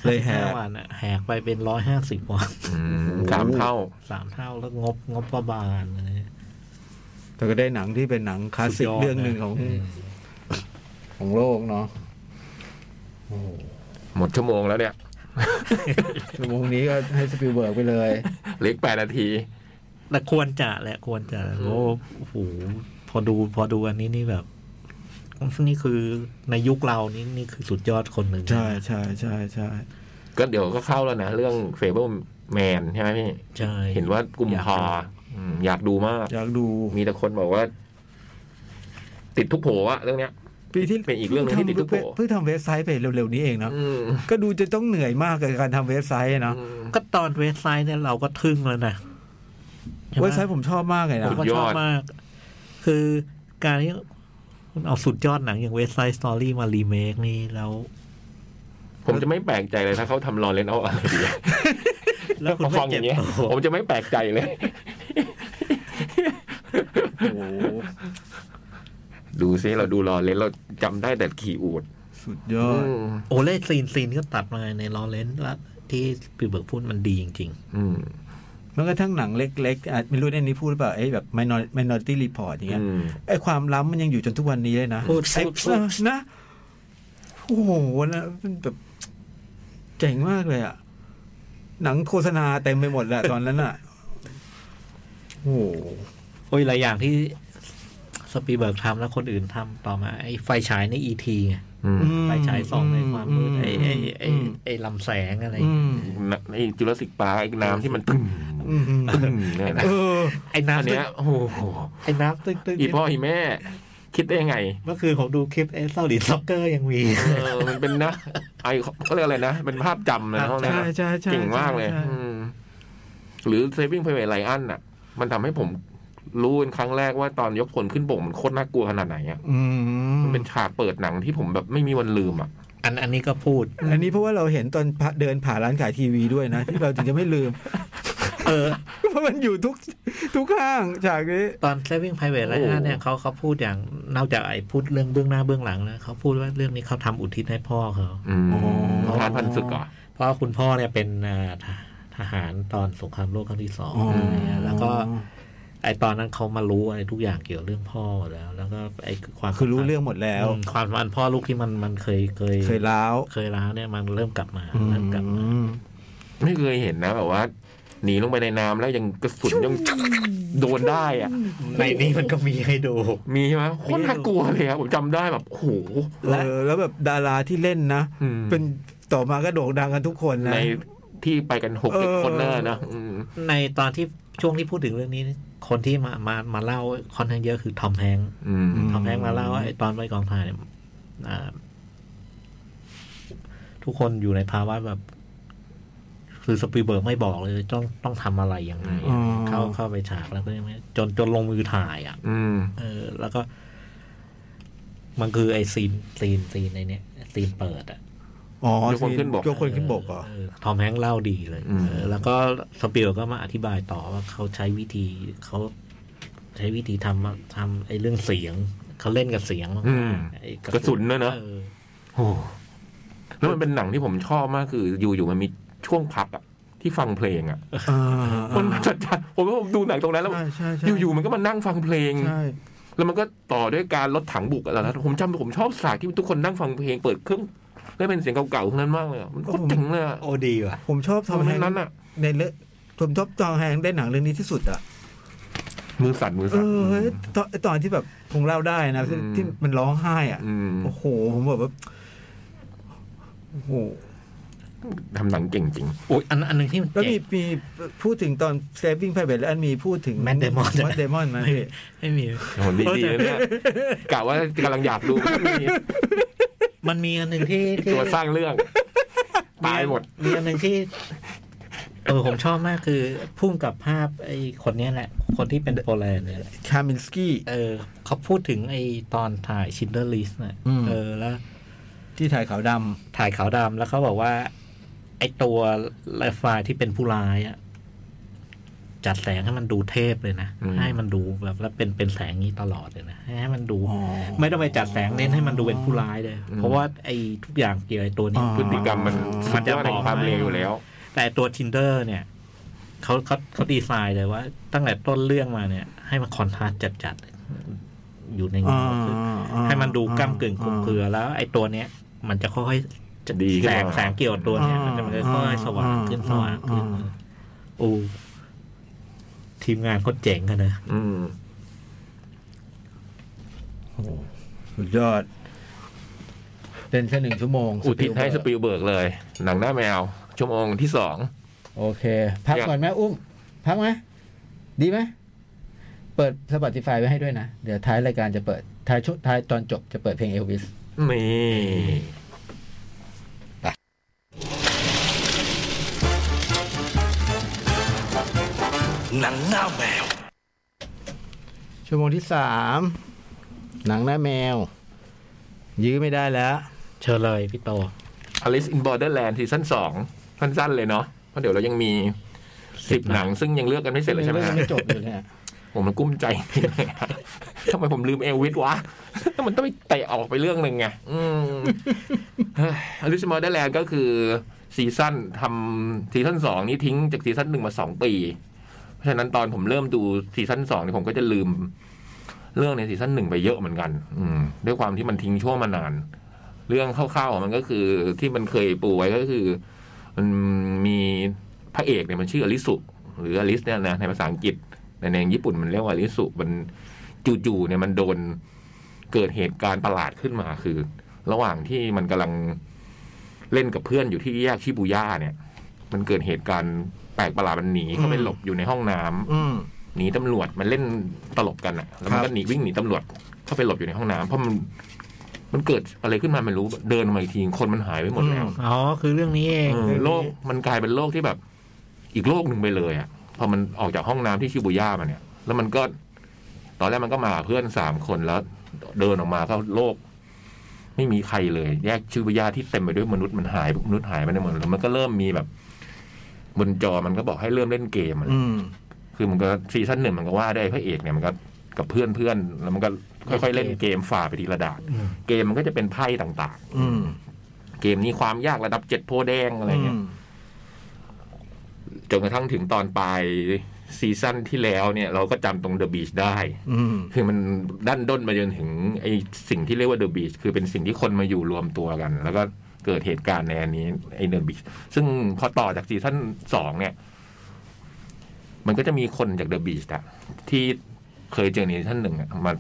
B: เลยแหก
D: วันอะแหกไปเป็นร้อยห้าสิบวัน (laughs)
C: อืมสามเท่า
D: สามเท่าแล้วงบงบประมาณอะไรเนี่ย
B: แต่ก็ได้หนังที่เป็นหนังคลาสสิก
D: สุดยด
B: เรื่องหนึ่งของ
D: เ
B: ของโลกเนาะ
C: หมดชั่วโมงแล้วเนี่ย
B: ชั่วโมงนี้ก็ให้สปิลเบิร์กไปเลย
C: เหลืออกแปดนาที
D: แต่ควรจะแหละควรจะโอ้โหพอดูพอดูอันนี้นี่แบบ นี่คือในยุคเรานี่นี่คือสุดยอดคนหนึ่ง
B: ใช่ใช่ใช่ใช่
C: ก็เดี๋ยวก็เข้าแล้วนะ เรื่องเฟเบิลแมนใช่ไหมพี่
D: ใช่
C: เห็นว่ากุมภาอืมอยากดูมาก
B: อยากดู
C: มีแต่คนบอกว่า ติดทุกโผอะเรื่องเนี้ย
B: ปีที่
C: เป็นอีกเรื่องหนึ่งที่ติดทุกโผ
B: เพิ่งทำเว็บไซต์ไปเร็วๆนี้เองเนาะ
C: อืม
B: ก็ดูจะต้องเหนื่อยมากกับการทำเว็บไซต์เนาะ
C: อืม
D: ก็ตอนเว็บไซต์เนี่ยเราก็ทึ่งแล้วนะใช่ไหม
B: เว็บไซต์ผมชอบมากเลย
D: ผ
B: นะ
D: มก็
C: สุดย
D: ชอ
C: อบ ด
D: มาก คือการที่คุณเอาสุดยอดหนังอย่างเวสไซ d e สตอรี่มารีเมคนี่แล้ว
C: ผมจะไม่แปลกใจเลยถ้าเขาทำลอเรนเอาอะไรดีอะ
D: แล้วคุณ
C: เขา
D: ไม่
C: ฟังอ
D: เจ็บ
C: ย่างเงี้ย
D: ตัว
C: ผมจะไม่แปลกใจเลย
B: โอ้โห
C: ดูซิเราดูลอเรนเราจำได้แต่ขี่อูด
B: สุดยอด
C: อืม
D: โอเล่ซีนซีนก็ตัดมาในลอเรนซ์ละที่สปีลเบิร์กพูดมันดีจริง
C: อืม
B: แม้กระทั่งหนังเล็กๆอ่ะไม่รู้ในนี้พูดหรือเปล่าไอ้แบบไม่นอนไม่นอนตี้รีพอร์ตอย่างเงี้ย
C: อืม
B: ไอ้ความล้ำมันยังอยู่จนทุกวันนี้เลยนะ
D: พูดพูด
B: ไอ้
D: พูด
B: นะโอ้โหนะมันแบบเจ๋งมากเลยอ่ะ หนังโฆษณาเต็มไปหมดแหละตอนนั้นอ่ะ โอ้โห
D: ๆ โอ้ยหลายอย่างที่สปีลเบิร์กทำแล้วคนอื่นทำต่อมา ไอ้ไฟฉายในอีทีไง
C: อืม
D: ไฟฉายส่องในความมืดไอ้ไอ้ไอ้
B: อืม
D: ไอ้ลำแสงอะไร
B: อืม
C: ไอ้จุลศิลป์ปาไอ้น้ำที่มันตึ้ง
B: อืมอืม
C: ตึ้งเนี่ยนะ
B: เออ
D: ไอ้
C: อัน
D: น้ำ
C: เนี้ยโอ้โห
D: ไอ้น้ำตึ้งตึ้ง
C: อีพ่ออีแม่ คิดได้ยังไง
D: เมื่อคืนผมดูคลิปไอ้เซาหลีซ็อกเกอร์ยังมี
C: เออมันเป็นนะไอเขาเรียกอะไรนะ เป็นภาพจำนะห้องนั้
B: ใช่
C: น
B: ใช่ใช่
C: เก่งมากเลย
B: ใช่ใช่
C: อืมหรือ Saving Private Ryan น่ะ มันทำให้ผมรู้เป็นครั้งแรกว่าตอนยกพลขึ้นบกมันโคตรน่ากลัวขนาดไหนอ่ะ
B: อืม
C: มันเป็นฉากเปิดหนังที่ผมแบบไม่มีวันลืมอ่ะ
D: อันอันนี้ก็พูด
B: อันนี้เพราะว่าเราเห็นตอนพะเดินผ่านร้านขายทีวีด้วยนะ (laughs) ที่เราถึงจะไม่ลืม
D: (laughs) เออ
B: เพราะมันอยู่ทุกทุกห้างฉากนี้
D: ตอน Saving Private
C: โอ้
D: Ryan เนี่ยเขาเขาพูดอย่างนอกจากไอ้พูดเรื่องเบื้องหน้าเบื้องหลังแล้วเขาพูดว่าเรื่องนี้เขาทำอุทิศให้พ่อเขา
C: อืม
B: อ๋อ
C: ทานพันศึกเหรอ่ะ
D: เพราะคุณพ่อเนี่ยเป็นอ่าทหทหารตอนสงครามโลกครั้งที่สองอะไรเงี้ยแล้วก็ไอ้ตอนนั้นเขามารู้อะไรทุกอย่างเกี่ยวเรื่องพ่อหมดแล้ว แล้วก็ไอ้ความ
B: คือรู้เรื่องหมดแล้ว
D: อืมความสัมพันธ์พ่อลูกที่มันมันเคยเคย
B: เคยล้าว
D: เคยร้าวเนี่ยมันเริ่มกลับมา
B: อื
D: เริ่มกลับมาม
C: ไม่เคยเห็นนะแบบว่าหนีลงไปในน้ำแล้วยังกระสุนยังโดนได้อ่ะ
D: ในนี้มันก็มีให้ดู
C: มีใช่ไหมโคตรน่ากลัวเลยครับผมจำได้แบบโอ้โห
B: เออแล้วแบบดาราที่เล่นนะ
C: อืม
B: เป็นต่อมาก็โด่งดังกันทุกคนนะ
C: ในที่ไปกันหกเจ็ดคนน่ะนะอืม
D: ในตอนที่ช่วงที่พูดถึงเรื่องนี้ คนที่มามามาเล่าคอนทั้างเยอะคือทอมแฮงค์
C: อืม
D: ทอมแฮงค์มาเล่าว่าไอ้ตอนไปกองถ่ายเนี่ยอ่าทุกคนอยู่ในภาวะแบบ คือสปีลเบิร์กไม่บอกเลย ต้องต้องทำอะไรยังไง
B: อ๋อ
D: เข้าเข้าไปฉากแล้วก็ยังไม่จนจนลงมือถ่ายอ่ะ
C: อืม
D: เออ แล้วก็ มันคือไอ้ซีนซีนซีนในเนี้ยซีนเปิดอ่ะ
B: อ๋อย
C: กคนขึ้นบก
B: ยกคนขึ้นบกเหรอ
D: เออทอมแฮงค์เล่าดีเลย
C: อืม
D: เออแล้วก็สปีลเบิร์กก็มาอธิบายต่อว่าเขาใช้วิธีเขาใช้วิธีทำทำไอ้เรื่องเสียงเขาเล่นกับเสียงมาก
C: อืม
D: ไอ้
C: กระสุนเนอะเนอะ
D: ออ
C: โอ้แล้วมันเป็นหนังที่ผมชอบมากคืออยู่ๆมันมีช่วงพักอะที่ฟังเพลงอะ
B: อ่า
C: มันจัดจัดผมว่าผมดูหนังตรงนั้นแล้ว
B: ใช่ใช่ใช่
C: อยู่ๆมันก็มานั่งฟังเพลง
B: ใช่
C: แล้วมันก็ต่อด้วยการรถถังบุกอะไรนะผมจำผมชอบฉากที่ทุกคนนั่งฟังเพลงเปิดเครื่อง ได้เป็นเสียงเก่าๆทั้งนั้นมากเลยอะมันโคตรเจ๋งเลยอะ
E: โอดีว่ะ
B: ผมชอบทอม
C: ทำ
B: แฮ
C: นั้น
B: งค์
C: นั้นอะ
B: ในเรื่องผมชอบจองแฮงค์ได้หนังเรื่องนี้ที่สุดอ่ะ
C: มือสั่นมือ
B: เอ
C: สั่น
B: อเฮ้ยตอนตอนที่แบบคงเล่าได้นะที่
C: อืม
B: ที่มันร้องไห้อ่ะ
C: อืม
B: โอ้โห ผมแบบว่าโอ้โห
C: ทำหนังเก่งจริง
D: โอ้ยอันอันหนึ่งที่มัน
B: แล้ว
D: เจ๋
B: มี
D: ง
B: มีพูดถึงตอน saving private แล้วอันมีพูดถึง
D: Matt Damon
B: แมทเดมอนไหม (laughs) พี่
D: ไม่มี
C: โอ้โหดีดีนะเนี่ยกะว่ากำลังอยากดูมี
D: มันมีอันหนึ่งที่ที่
C: ตัวสร้างเรื่อง ตายหมด
D: มีอันหนึ่งที่เออผมชอบมากคือพุ่มกับภาพไอ้คนเนี้ยแหละ คนที่เป็นโปแลนด์เนี่ยแหละ
B: คามินสกี้
D: เออเขาพูดถึงไอ้ตอนถ่ายชินเดอร์ลิสเนี่ยเออแล้ว
B: ที่ถ่ายขาวด
D: ถ่ายขาวดำแล้วเขาบอกว่า ไอ้ตัวไลฟ์ไฟล์ที่เป็นผู้ร้ายอะจัดแสงให้มันดูเทพเลยนะ
C: อืม
D: ให้มันดูแบบแล้วเป็นเป็นแสงนี้ตลอดเลยนะ ให้มันดู
B: ำอ๋อ
D: ไม่ต้องไปจัดแสงเน้นให้มันดูเป็นผู้ร้ายเลย เพราะว่าไอ้ทุกอย่างเกี่ยวไอ้ตัวนี้
B: อ๋อ
C: พฤติกรรมมัน
D: มั
C: สุ
D: น
C: ด
D: จะ
C: ยอดแห่งความ
D: บอกไหม
C: เลวอยู่แล้ว
D: แต่ตัว tinder เนี่ยเขาเขาเขาดีไซน์เลยว่า ตั้งแต่ต้นเรื่องมาเนี่ย ให้มันคอนทราสต์จัดๆเลยอยู่ใน
B: อ่า
D: เงาคือ
B: อ่า
D: ให้มันดูก้ากึ่งคลุมเครือ แล้วไอ้ตัวเนี้ย มันจะค่อยๆจะ
C: ดีขึ้
D: แส
C: น
D: ง
C: มา
D: แสงเกี่ยวกับตัวเนี้ยมันจะมันจะค่อยๆสว่างขึ้นสว่างขึ้นโอ้ทีมงานเขาเจ๋งกันนะ
C: อืม
B: โอ้โหสุดยอด เป็นแค่หนึ่งชั่วโมง
C: อุทิศให้สปิลเบิร์กเลย หนังหน้าแมว ชั่วโมงที่สอง
B: โอเค พักก่อนไหมอุ้ม พักไหมดีไหมเปิด Spotify ไว้ให้ด้วยนะ เดี๋ยวท้ายรายการจะเปิด ท้ายชุดท้ายตอนจบจะเปิดเพลงเอลวิส
C: นี่
B: ชั่วโมงที่สามหนังหน้าแมว ยื้อไม่ได้แล้ว
D: เชิญเลยพี่โต
C: Alice in Borderland ซีซั่นสองสั้นๆเลยเนาะเพราะเดี๋ยวเรายังมีสิบหนัง ซึ่งยังเลือกกันไม่เสร็จเลยใช่ไหม
B: อง
C: ฮะ
B: ไม่จบอยู่เนี่ย
C: ผมมันกุ้มใจ (laughs) จริงเลยอะทำไมผมลืมเอลวิสวะ (laughs) มันต้องไปเตะออกไปเรื่องหนึ่งไงอืม (laughs) เฮ้ย Alice in Borderland ก็คือซีซั่นทำซีซั่นสองนี้ทิ้งจากซีซั่นหนึ่งมาสองปี เพราะฉะนั้นตอนผมเริ่มดูซีซั่นสองเนี่ยผมก็จะลืม เรื่องในซีซั่นหนึ่งไปเยอะเหมือนกัน อืม ด้วยความที่มันทิ้งช่วงมานาน เรื่องคร่าวๆของมันก็คือที่มันเคยปูไว้ก็คือ มันมีพระเอกเนี่ยมันชื่ออลิสุ หรืออลิสเนี่ยนะในภาษาอังกฤษในในญี่ปุ่นมันเรียกว่าอลิสุมันจู่ๆเนี่ยมันโดนเกิดเหตุการณ์ประหลาดขึ้นมาคือ ระหว่างที่มันกำลังเล่นกับเพื่อนอยู่ที่แยกชิบูย่าเนี่ย มันเกิดเหตุการณ์แปลกประหลาดมันหนีเข้าไปหลบอยู่ในห้องน้ำ
B: อืม
C: หนีตำรวจมันเล่นตลบกันอะแล้วมัน
B: ครั
C: ก็
B: บ
C: หนีวิ่งหนีตำรวจเข้าไปหลบอยู่ในห้องน้ำเพราะมันมันเกิดอะไรขึ้นมาไม่รู้เดินออกมาอีกทีคนมันหายไปหมดแล้ว
D: อ๋อคือเรื่องนี้เอง
C: เออโลกมันกลายเป็นโลกที่แบบ อีกโลกหนึ่งไปเลยอะพอมันออกจากห้องน้ำที่ชิบุย่ามาเนี่ย แล้วมันก็ ตอนแรกมันก็มากับเพื่อนสามคนแล้ว เดินออกมาก็โลก ไม่มีใครเลย แยกชิบุย่าที่เต็มไปด้วยมนุษย์มันหายมนุษย์หายไปในหมดแล้วมันก็เริ่มมีแบบ บนจอมันก็บอกให้เริ่มเล่นเกมอะไร
B: อืม
C: คือมันก็ซีซั่นหนึ่งมันก็ว่าได้พระเอกเนี่ยมันก็กับเพื่อนเพื่อนๆแล้วมันก็ค่อยๆเล่นเกมฝ่าไปทีละด่าน
D: อืม
C: เกมมันก็จะเป็นไพ่ต่าง
B: อืม
C: ๆ เกมนี้ความยากระดับเจ็ดโพธิ์แดงอะไรเงี้ยจนกระทั่งถึงตอนปลายซีซั่นที่แล้วเนี่ยเราก็จำตรงเดอะบีชได้
B: อืม
C: คือมันดันด้นมาจนถึงไอสิ่งที่เรียกว่าเดอะบีชคือเป็นสิ่งที่คนมาอยู่รวมตัวกัน แล้วก็เกิดเหตุการณ์ในอันนี้ไอเดอะบีชซึ่งพอต่อจากซีซั่นสองเนี่ย มันก็จะมีคนจากเดอะบีชอะที่เคยเจอในซีซั่นหนึ่งอะมา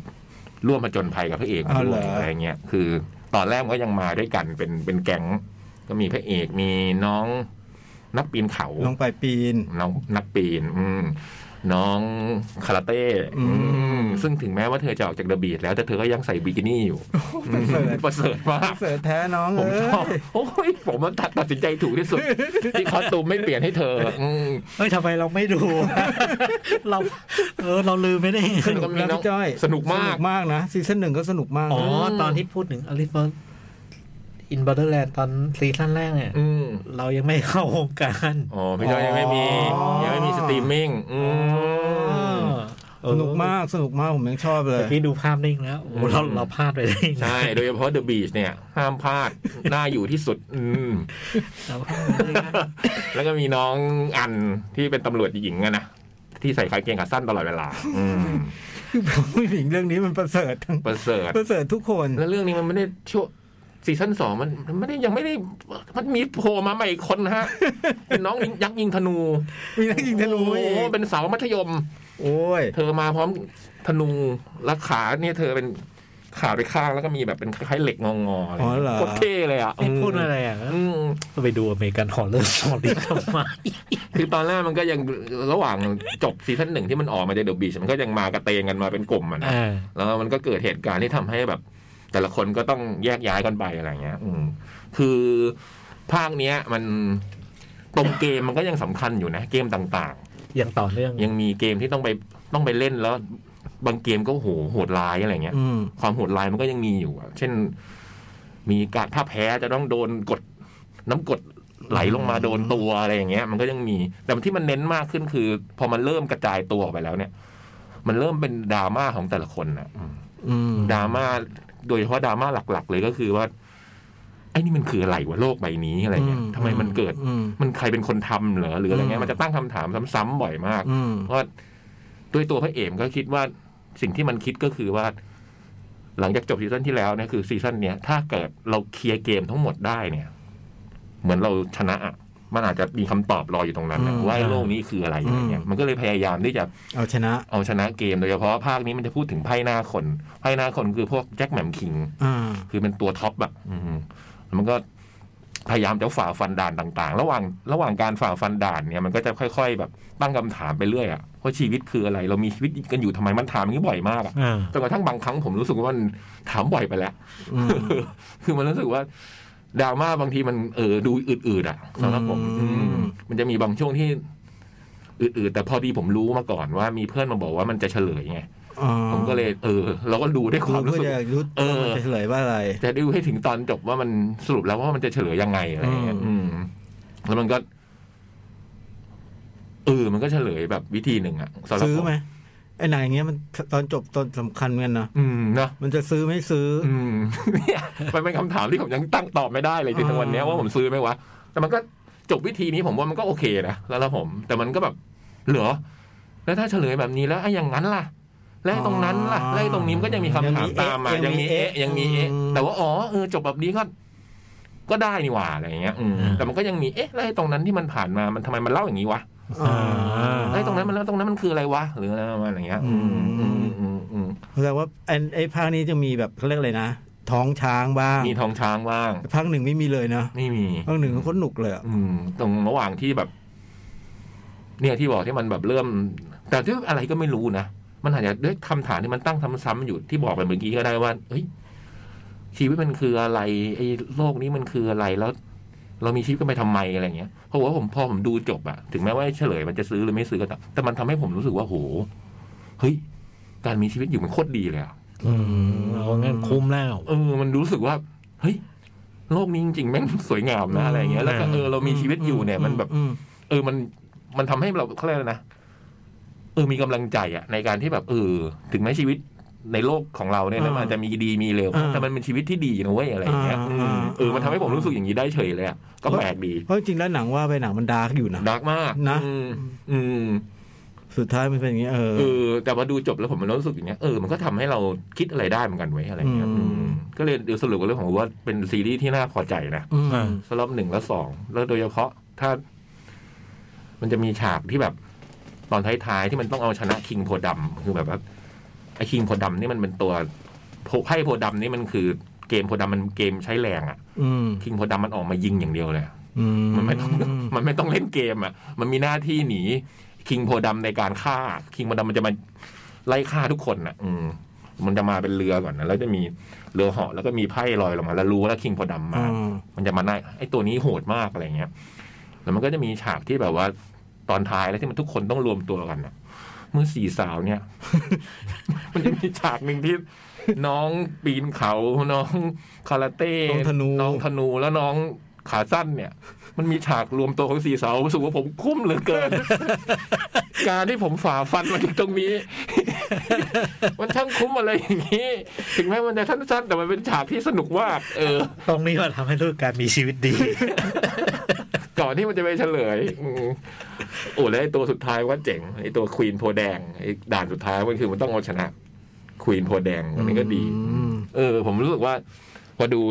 C: ร่วมมาจนภัยกับพระเอก
B: อ๋อเหรอ
C: ด้วยอะไรเงี้ยคือตอนแรกมันก็ยังมาด้วยกันเป็นเป็นแก๊งก็มีพระเอกมีน้องนักปีนเขา
B: ลงไปปีน
C: น้องนักปีน อืมน้องคาราเต้อืม
B: อืม
C: ซึ่งถึงแม้ว่าเธอจะออกจากเดอะบีทแล้วแต่เธอก็ยังใส่บิกินี่อยู่
B: ประเสริฐ
C: ประเสริฐมา
B: ป
C: ก
B: ระเสริฐแท้น้อง
C: ผม
B: เอ้
C: ชอบ
B: ย
C: โอ้ยผมมันตัดตัดสินใจถูกที่สุด ที่คอสตูมไม่เปลี่ยนให้เธอ อืม
D: เฮ้ยทำไมเราไม่ดู เรา เออ เราลืมไม่ได้
C: สนุกมีน้
B: แล้ว
C: อง
B: พี่จ้อย
C: สนุกมาก
B: สมากนะซีซั่นหนึ่งก็สนุกมาก
D: อ๋อ
B: นะ
D: ตอนที่พูดถึงอลิฟอินบัตเตอร์แลนด์ตอนซีซั่นแรกเนี่ย
C: อืม
D: เรายังไม่เข้าวงการ
C: อ๋อพี่จอยยังไม่มียังไม่มีสตรีมมิ่งอืม
B: สนุกมากสนุกมากผมยังชอบเลย
D: เมื่อกี้ดูภาพนิ่งแล้วโอ้โหเรา
C: อืม
D: เราพลาดไปได้ยังไง
C: ใช่ โดยเฉพาะเดอะบีชเนี่ย ห้ามพลาดน่าอยู่ที่สุด อืม
D: เราพลาดไปได้ยังไง
C: แล้วก็มีน้องอันที่เป็นตำรวจหญิงอะนะที่ใส่กางเกงขาสั้นตลอดเวลา อืม
B: ผู้หญิงเรื่องนี้มันประเสริฐทั้ง
C: ประเสริฐ
B: ประเสริฐทุกคน
C: แล้วเรื่องนี้มันไม่ได้ช่ว ซีซั่นสองมันมันไม่ได้ยังไม่ได้มันมีโผล่มาใหม่อีกคน
B: (laughs)
C: นะฮะ เป็นน้องยิงยักษ์ยิงธนู
B: มีนักยิงธนู
C: โอ้
B: อี
C: โห
B: ก
C: เป็นสาวมัธยม
B: โอ้ย
C: เธอมาพร้อมธนูและขาเนี่ยเธอเป็นขาไปข้างแล้วก็มีแบบเป็นคล้ายๆเหล็กงองๆอะไร
B: อ๋อเหรอ
C: โคตรเท่เลยอ่ะ
B: อืม
D: พูดอะไรอ่ะ
C: อืม
D: ไปดูอเมริกันฮอลเลอร์สอรี่ทำไม
C: คือตอนแรกมันก็ยังระหว่างจบซีซั่นหนึ่งที่มันออกมาจากเดอะบีชมันก็ยังมากระเตงกันมาเป็นกลุ่มอ่ะนะ
D: อ่า
C: แล้วมันก็เกิดเหตุการณ์ที่ทำให้แบบ แต่ละคนก็ต้องแยกย้ายกันไปอะไรเงี้ย อืม คือภาคเนี้ย มันตรงเกมมันก็ยังสำคัญอยู่นะ เกมต่าง
D: ยังต่อเนื่อง
C: ๆ ยังมีเกมที่ต้องไปต้องไปเล่นแล้ว บางเกมก็โหโหดร้ายอะไรเงี้ย
B: อืม
C: ความโหดร้ายมันก็ยังมีอยู่อะเช่น มีการถ้าแพ้จะต้องโดนกดน้ำกรดไหลลงมาโดนตัวอะไรอย่างเงี้ย มันก็ยังมี แต่ที่มันเน้นมากขึ้นคือ พอมันเริ่มกระจายตัวออกไปแล้วเนี่ย มันเริ่มเป็นดราม่าของแต่ละคนนะอืม
B: อืม
C: ดราม่าโดยเฉพาะดราม่าหลัก ๆ เลยก็คือว่า ไอ้นี่มันคืออะไรวะโลกใบนี้อะไรเงี้ยทำไมมันเกิด
B: อืม
C: มันใครเป็นคนทำเหรอหรืออะไรเงี้ย
B: อืม
C: มันจะตั้งคำถามซ้ำๆบ่อยมาก
B: อืม
C: เพราะด้วยตัวพระเอกก็คิดว่าสิ่งที่มันคิดก็คือว่า หลังจากจบซีซั่นที่แล้วเนี่ยคือซีซั่นเนี้ยถ้าเกิดเราเคลียร์เกมทั้งหมดได้เนี่ย เหมือนเราชนะอะมันอาจจะมีคำตอบรออยู่ตรงนั้นนะว่าไอ้โลกนี้คืออะไรอะไรเงี้ยมันก็เลยพยายามที่จะ
B: เอาชนะ
C: เอาชนะเกมโดยเฉพาะภาคนี้มันจะพูดถึงไพ่หน้าคน ไพ่หน้าคนคือพวกแจ็คแหม่มคิง
B: อ่า
C: คือเป็นตัวท็อปอะอืมมันก็พยายามจะฝ่าฟันด่านต่างๆ ระหว่างระหว่างการฝ่าฟันด่านเนี่ยมันก็จะค่อย ๆ แบบตั้งคำถามไปเรื่อยอะว่าชีวิตคืออะไร เรามีชีวิตกันอยู่ทำไมมันถามอย่างนี้บ่อยมากอะ
D: อ่า
C: จนกระทั่งบางครั้งผมรู้สึกว่ามันถามบ่อยไปแล้ว
B: อืม
C: คือมันรู้สึกว่าดราม่าบางทีมันเออดูอืดๆอ่ะสำหรับผม
B: อืม
C: อืมมันจะมีบางช่วงที่อืดๆแต่พอดีผมรู้มาก่อนว่ามีเพื่อนมาบอกว่ามันจะเฉลยไง
B: อ๋อ
C: ผมก็เลยเออ เราก็ดูด้วยความรู้
B: เพื่อ
C: สึก
B: จะรู้
C: เออ
B: ว่ามันจะเฉลยว่าอะไร
C: จะดูให้ถึงตอนจบว่ามันสรุปแล้วว่ามันจะเฉลยยังไงอะไรอย่างเงี้ย
B: อืม
C: อืมแล้วมันก็เออมันก็เฉลยแบบวิธีหนึ่งอะสำหรับ
B: ซื้อไหม
C: ผ
B: ไอ้หนังอย่างเงี้ยมันตอนจบตอนสำคัญเหมือนกันนะ
C: อืมนะ
B: มันจะซื้อไม่ซื้ออ
C: อืม (laughs) เนี่ยมันเป็นคำถามที่ผมยังตั้งตอบไม่ได้เลยจนถึงวันเนี้ย
B: อ่า
C: ว่าผมซื้อไหมวะแต่มันก็จบวิธีนี้ผมว่ามันก็โอเคนะแล้วละผม แต่มันก็แบบเหรอแล้วถ้าเฉลยแบบนี้แล้วไอ้อย่างนั้นล่ะ แล้วไอ้ตรงนั้นล่ะแล้วไอ้ตรงนี้มันก็ยังมีคำถามตามมายังมีเอ๊ะยังมีเอ๊ะแต่ว่าอ๋อเออจบแบบนี้ก็ ก็ได้นี่หว่าอะไรอย่างเงี้ยอืม
D: อ่า
C: แต่มันก็ยังมีเอ๊ะแล้วไอ้ตรงนั้นที่มันผ่านมามันทำไมมันเล่าอย่างนี้วะ
B: อ่า
C: แล้วไอ้ตรงนั้นมันแล้วตรงนั้นมันคืออะไรวะหรืออะไรประมาณอย่างเงี้ย อืมอืมอืมอืม
B: แปลว่าไอ้ไอ้ภาคนี้จะมีแบบเขาเรียกอะไรนะ ท้องช้างบ้าง
C: มีทองช้างบ้าง
B: ภาคหนึ่งไม่มีเลยเนอะ
C: ไม่มี
B: ภาคหนึ่งเขาหนุกเลยอะ
C: อืม ตรงระหว่างที่แบบ เนี่ยที่บอกที่มันแบบเริ่ม แต่ด้วยอะไรก็ไม่รู้นะมันอาจจะด้วยคำถามที่มันตั้งซ้ำๆอยู่ที่บอกไปเมื่อกี้ก็ได้ว่าเฮ้ยชีวิตมันคืออะไรไอ้โลกนี้มันคืออะไรแล้ว เรามีชีวิตกันไปทำไมอะไรเงี้ยเพราะว่าผมพอผมดูจบอะถึงแม้ว่าเฉลยมันจะซื้อหรือไม่ซื้อก็ตามแต่มันทำให้ผมรู้สึกว่าโหเฮ้ย การมีชีวิตอยู่มันโคตรดีเลยอะ
D: อืมเอางั้นคุ้มแล้ว
C: เออ มันรู้สึกว่า เฮ้ย โลกนี้จริงๆแม่งสวยงามนะอะไรเงี้ยแล้วก็เออเรามีชีวิตอยู่เนี่ย มันแบบ
B: อืม
C: เออมันมันทำให้เราเขาเรียกอะไรนะเออมีกำลังใจอะในการที่แบบเออ ถึงแม้ชีวิตในโลกของเราเนี่ยนะมันจะมีดีมีเลวแต่มันเป็นชีวิตที่ดีนะเว้ยอะไรอย่างเงี้ยอืมเออมันทำให้ผมรู้สึกอย่างนี้ได้เฉยเลยอะก็แปลกดี
B: เพราะจริงๆแล้วหนังว่าไปหนังมันดาร์กอยู่นะ
C: ดาร์กมาก
B: นะ
C: อืมอืม
B: สุดท้ายมันเป็นอย่างเงี้ยเออ
C: เออ แต่มาดูจบแล้วผมมันรู้สึกอย่างเงี้ย เออ มันก็ทำให้เราคิดอะไรได้เหมือนกันไว้ยอะไรเงี้ย
B: อืม
C: อืมก็เลยเดี๋ยวสรุปกันเรื่องของว่าเป็นซีรีส์ที่น่าพอใจนะ
B: อืม
D: อ่า
C: สำหรับหนึ่งและสอง แล้วโดยเฉพาะถ้า มันจะมีฉากที่แบบ ตอนท้ายๆที่มันต้องเอาชนะคิงโพดํคือแบบว่าไอ้คิงโพดํนี่มันเป็นตัวโพไพ่โพดํนี่มันคือเกมโพดํมันเกมใช้แรงอะ
B: อืม
C: คิงโพดํมันออกมายิงอย่างเดียวเลยอะ
B: อื
C: มันไม่ต้อง (laughs) มันไม่ต้องเล่นเกมอ่ะ มันมีหน้าที่หนีคิงโพดำในการฆ่าคิงโพดำมันจะมาไล่ฆ่าทุกคนอ่ะ อืมมันจะมาเป็นเรือก่อนนะแล้วจะมีเรือเหาะแล้วก็มีไพ่ลอยลงมา แล้วรู้แล้วคิงโพดำมา
B: อ่า
C: มันจะมาไล่ไอ้ตัวนี้โหดมากอะไรเงี้ยแล้วมันก็จะมีฉากที่แบบว่าตอนท้ายแล้วที่มันทุกคนต้องรวมตัวกันอ่ะ เมื่อสี่สาวเนี่ย (laughs) มันจะมีฉากหนึ่งที่น้องปีนเขาน้องคาราเต้
B: น้องธนู
C: น้องธนูและน้องขาสั้นเนี่ย มันมีฉากรวมตัวของสี่สาวรู้สึกว่าผมคุ้มเหลือเกิน
B: (laughs)
C: การที่ผมฝ่าฟันมาถึงตรงนี้ (laughs) มันช่างคุ้มอะไรอย่างนี้ ถึงแม้มันจะสั้นๆแต่มันเป็นฉากที่สนุกมากเออ
D: ตรงนี้มันทำให้ลูกการมีชีวิตดี
B: (laughs)
C: ก่อนที่มันจะไปเฉลย (laughs) อืมโอ้แล้วไอ้ตัวสุดท้ายมันก็เจ๋งไอ้ตัวควีนโพแดงไอ้ด่านสุดท้ายมันคือมันต้องเอาชนะควีนโพแดงอันนี้ก็ดี
B: อืม
C: เออ ผมรู้สึกว่า พอดู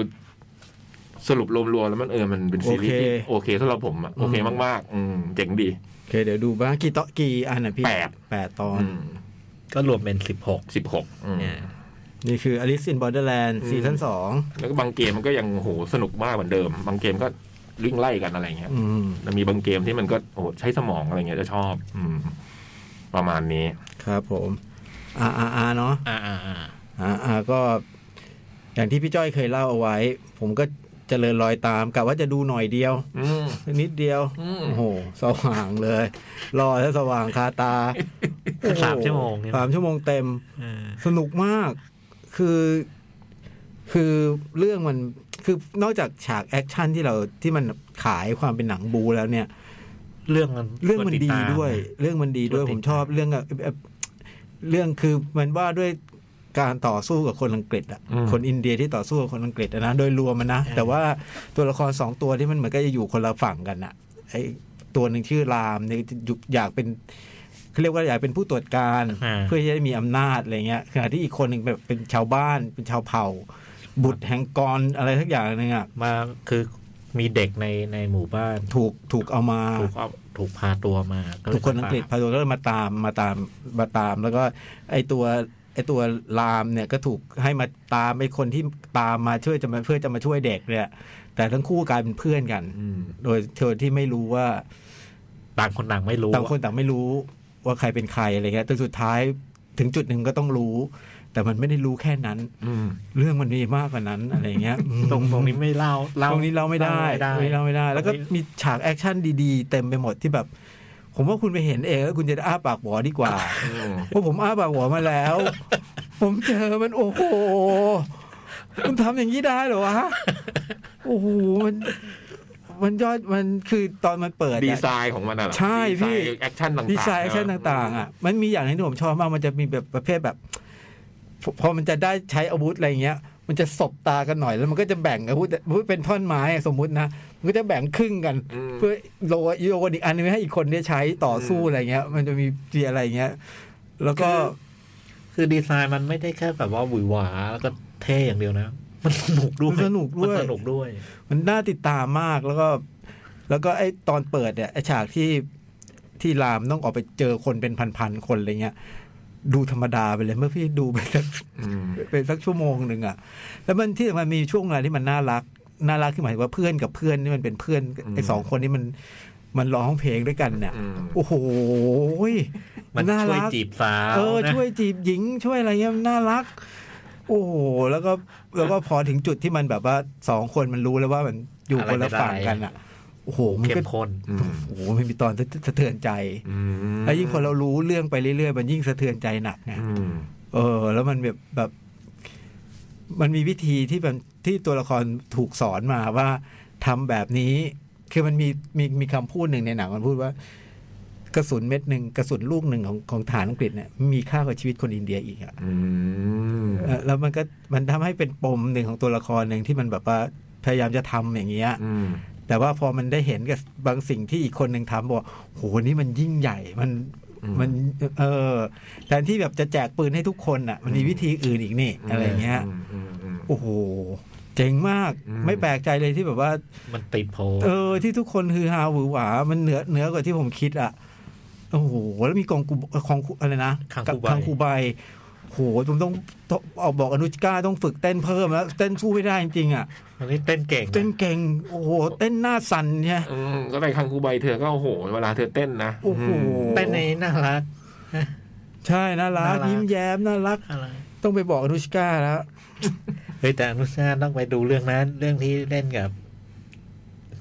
C: สรุปรวมๆแล้วมันเออมันเป็นซีรีส์ที่โอเคสำหรับผมอะโอเคมากๆ อืมเจ๋งดี
B: โอเค เดี๋ยวดูบ้างกี่ตอนกี่อันนะพี่
C: แปด
B: แปดตอน
D: ก็รวมเป็นสิบหก
C: สิบหก
D: เนี่ย
B: นี่คือ Alice in Borderland ซีซั่นสอง
C: แล้วก็บางเกมมันก็ยังโหสนุกมากเหมือนเดิม บางเกมก็วิ่งไล่กันอะไรเงี้ย
B: อืม
C: แล้วมีบางเกมที่มันก็โอ้ใช้สมองอะไรเงี้ยจะชอบ อืม ประมาณนี้
B: ครับผม RRR เนาะ
D: อ่าอ่าอ่า
B: RRR ก็ อย่างที่พี่จ้อยเคยเล่าเอาไว้ ผมก็เจริญรอยตามกะว่าจะดูหน่อยเดียว
C: อืม
B: นิดเดียว
C: อืม
B: โอ้โห สว่างเลย รอแล้วสว่างคาตา
D: (laughs) สามชั่วโมงเนี่ย
B: สามชั่วโมงเต็ม
D: เออ
B: สนุกมาก คือ คือเรื่องมัน คือนอกจากฉากแอคชั่นที่เราที่มันขายความเป็นหนังบูแล้วเนี่ย
D: เรื่องมัน
B: เรื่องมันดีด้วย
D: ควรติตาม
B: เรื่องมันดีด้วย
D: ควรติ
B: ผ
D: ด
B: มชอบเรื่องอะเอ่อเรื่องคือมันว่าด้วยการต่อสู้กับคนอังกฤษอะ
C: อืม
B: คนอินเดียที่ต่อสู้กับคนอังกฤษอะนะโดยรวมมันนะ
D: เออ
B: แต่ว่าตัวละครสองตัวที่มันเหมือนก็จะอยู่คนละฝั่งกันอะไอตัวหนึ่งชื่อรามเนี่ยอยู่อยากเป็นเขาเรียกว่าอยากเป็นผู้ตรวจการ
D: อ่า
B: เพื่อจะได้มีอำนาจอะไรเงี้ยขณะที่อีกคนหนึ่งแบบเป็นชาวบ้านเป็นชาวเผ่า บุตรแห่งกรอะไรทักอย่างหนึงอะ
D: มาคือมีเด็กในในหมู่บ้าน
B: ถูกถูกเอามา
D: ถูกเอาถูกพาตัวมาเลย
B: ทุกคนอังกฤษพาตัวก็เลยมาตามมาตามมาตาม แล้วก็ไอตัวไอตัวลามเนี่ยก็ถูกให้มาตามไอคนที่ตามมาช่วยจะมาเพื่อจะมาช่วยเด็กเนี่ย แต่ทั้งคู่กลายเป็นเพื่อนกัน
C: อืม
B: โดยเธอที่ไม่รู้ว่า
D: ต่างคนต่างไม่รู้
B: ต่างคนต่างไม่รู้ว่าใครเป็นใครอะไรเงี้ยจนสุดท้ายถึงจุดหนึ่งก็ต้องรู้ แต่มันไม่ได้รู้แค่นั้น
C: อืม
B: เรื่องมันมีมากกว่านั้นอะไรเงี้ยอืม
D: ตรงตรงนี้ไม่เล่า
B: ตรงนี้เราไม่ได้ตรงนี้เราไม่ได้ แล้วก็มีฉากแอคชั่นดีๆ เต็มไปหมดที่แบบ ผมว่าคุณไปเห็นเองแล้วคุณจะอ้าปากหวอดีกว่า เพราะผมอ้าปากหวอมาแล้ว ผมเจอมันโอ้โห มันทำอย่างนี้ได้เหรอวะ โอ้โห มัน มันยอด มันคือตอนมันเปิดอะ
C: ดีไซน์ของมันอะเหรอ
B: ใช่พี่
C: แอคชั่นต่างๆ
B: ดีไซน์แอคชั่นต่างๆอ่ะ มันมีอย่างหนึงที่ผมชอบมาก มันจะมีแบบประเภทแบบ พอพอมันจะได้ใช้อาวุธอะไรเงี้ย มันจะสบตากันหน่อยแล้วมันก็จะแบ่งอาวุธอาวุธเป็นท่อนไม้อะสมมุตินะ มันก็จะแบ่งครึ่งกัน
C: อืม
B: เพื่อโลโยนอีกอันนึงให้อีกคนได้ใช้ต่อสู้อะไรเงี้ย มันจะมีมีอะไรเงี้ย แล้วก็
D: คือดีไซน์มันไม่ได้แค่แบบว่าหวือหวาแล้วก็เท่อย่างเดียวนะ มันสนุกด้วย
B: มันสนุกด้วย
D: มันสนุกด้วย
B: มันน่าติดตามมากแล้วก็ แล้วก็ไอ้ตอนเปิดเนี่ยไอ้ฉากที่ที่รามต้องออกไปเจอคนเป็นพันๆคนอะไรเงี้ย ดูธรรมดาไปเลยเมื่อพี่ดูไปสัก
C: อืม
B: เป็นสักชั่วโมงหนึ่งอะแล้วมันที่มันมีช่วงเวลาที่มันน่ารัก น่ารักคือหมายถึงว่าเพื่อนกับเพื่อนนี่มันเป็นเพื่อน
C: อืม
B: ไอ้สองคนนี้มันมันร้องเพลงด้วยกันเนี่ย
C: อืม
B: โอ้โหย
D: มัน
B: น่า
D: ช่วย
B: รัก
D: จีบสาว
B: เออ
D: นะ
B: ช่วยจีบหญิงช่วยอะไรเงี้ยมันน่ารัก โอ้โหแล้วก็แล้วก็พอถึงจุดที่มันแบบว่าสองคนมันรู้แล้วว่ามันอยู่คนละฝั่งกันอะโอ้โหมัน
D: เข้
B: ก็
D: มข้น
C: อืม
B: โอ้โหมันมีตอนสะเทือนใจ
C: อืม
B: แล้วยิ่งพอเรารู้เรื่องไปเรื่อยๆมันยิ่งสะเทือนใจหนักไง
C: อืม
B: เออ แล้วมันแบบแบบ มันมีวิธีที่มันที่ตัวละครถูกสอนมาว่าทำแบบนี้ คือมันมีมีมีคำพูดหนึ่งในหนังมันพูดว่า กระสุนเม็ดหนึ่งกระสุนลูกหนึ่งของของฐานอังกฤษเนี่ยมีค่ากว่าชีวิตคนอินเดียอีกอะ
C: อืม
B: เออแล้วมันก็มันทำให้เป็นปมหนึ่งของตัวละครหนึ่งที่มันแบบว่าพยายามจะทำอย่างเงี้ย
C: อืม
B: แต่ว่าพอมันได้เห็นกับบางสิ่งที่อีกคนหนึ่งทำบอกโหนี่มันยิ่งใหญ่มัน
C: อืม
B: มันเออแทนที่แบบจะแจกปืนให้ทุกคนอ่ะ มันมีวิธีอื่นอีกนี่อะไรเงี้ย
C: อืมอืมอืม
B: โอ้โห เจ๋งมาก
C: อืม
B: ไม่แปลกใจเลยที่แบบว่า
D: มันติดโพล
B: เออ ที่ทุกคนฮือฮาหวือหวา มันเหนือเหนือกว่าที่ผมคิดอ่ะโอ้โหแล้วมีกองกูของกูอะไรนะ
D: คัง
B: กับ
D: คูใบ
B: คังคูใบโหผมต้องต้องเอาบอกอนุชกาต้องฝึกเต้นเพิ่มแล้วเต้นสู้ไม่ได้จริงๆอ่ะ
D: อันนี้เต้นเก่งะ
B: เต้นเก่งโอ้โหเต้นหน้าสั่นเนี่ย
C: อืมก็ไปคังคูใบเธอก็โอ้โห เวลาเธอเต้นนะ
B: โอ้โห
D: เต้นในน่ารัก
B: ใช่น่ารัก
D: น่ารัก
B: ยิ้มแย้มน่ารัก
D: อะไร
B: ต้องไปบอกอนุชกาแล้ว
D: เฮ้ยแต่อนุชาต้องไปดูเรื่องนั้น เรื่องที่เล่นกับ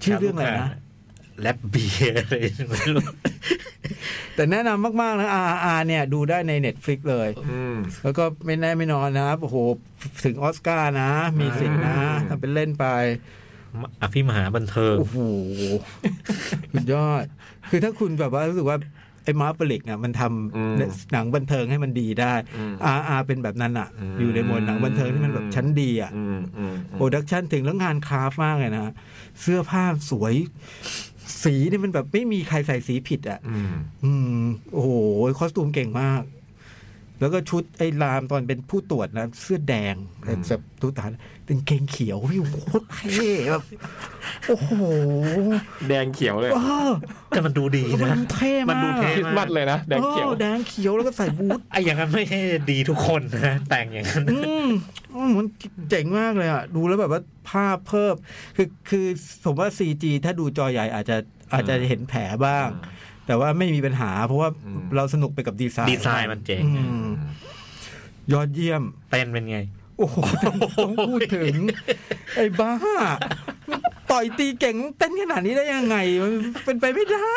B: ชื่อเรื่องอะไรนะ
D: แลบเบียร์อะไรไม่รู้
B: แต่แนะนำมาก ๆ นะ RR เนี่ย ดูได้ใน Netflix เลย
C: อืม
B: แล้วก็ไม่แน่ไม่นอนนะโอ้โห ถึงออสการ์นะ มีสิทธิ์นะ
C: อืม
B: ทำเป็นเล่นไป
D: อภิมหาบันเทิง
B: โอ้โหสุดยอด คือถ้าคุณแบบว่ารู้สึกว่า ไอ้มาร์ฟลิกอ่ะมันท
C: อืม
B: ำหนังบันเทิงให้มันดีได้
C: อืม
B: RR เป็นแบบนั้นอ่ะ อยู่ในหมวดหนังบันเทิงที่มันแบบชั้นดีอ่ะ
C: อืมอืม
B: โปรดักชันถึงแล้วงานคราฟต์มากเลยนะ เสื้อผ้าสวย สีนี่มันแบบไม่มีใครใส่สีผิดอะ่ะ
C: อืม
B: อืม โอ้โห คอสตูมเก่งมาก แล้วก็ชุดไอ้ลามตอนเป็นผู้ตรวจนะเสื้อแดงแต่แบบทุกฐานเป็นเกงเขียวพี่โคตรเท่แบบโอ้โห
C: แดงเขียวเลย
B: เออ
D: แต่มันดูดีนะ
B: มันเท่มาก
D: มันดูเท่
C: คริสต์มาสเลยนะแดงเขียว
B: ออแดงเขียวแล้วก็ใส่บูท
D: ไอ้อย่างนั้นไม่ใช่ดีทุกคนนะแต่งอย่างนั้น
B: อืมอืมมันเจ๋งมากเลยอ่ะ ดูแล้วแบบว่าภาพเพิ่มคือคือผมว่า CG ถ้าดูจอใหญ่อาจจะอาจจะเห็นแผลบ้าง แต่ว่าไม่มีปัญหา เพราะว่า
C: อืม
B: เราสนุกไปกับดีไซน์
D: ดีไซน์มันเจ๋ง
B: อืมยอดเยี่ยม
D: เต้นเป็นไง
B: โอ้โหต้องพูด (laughs) ถึง ไอ้บ้า ต่อยตีเก่งเต้นขนาดนี้ได้ยังไง มันเป็นไปไม่ได้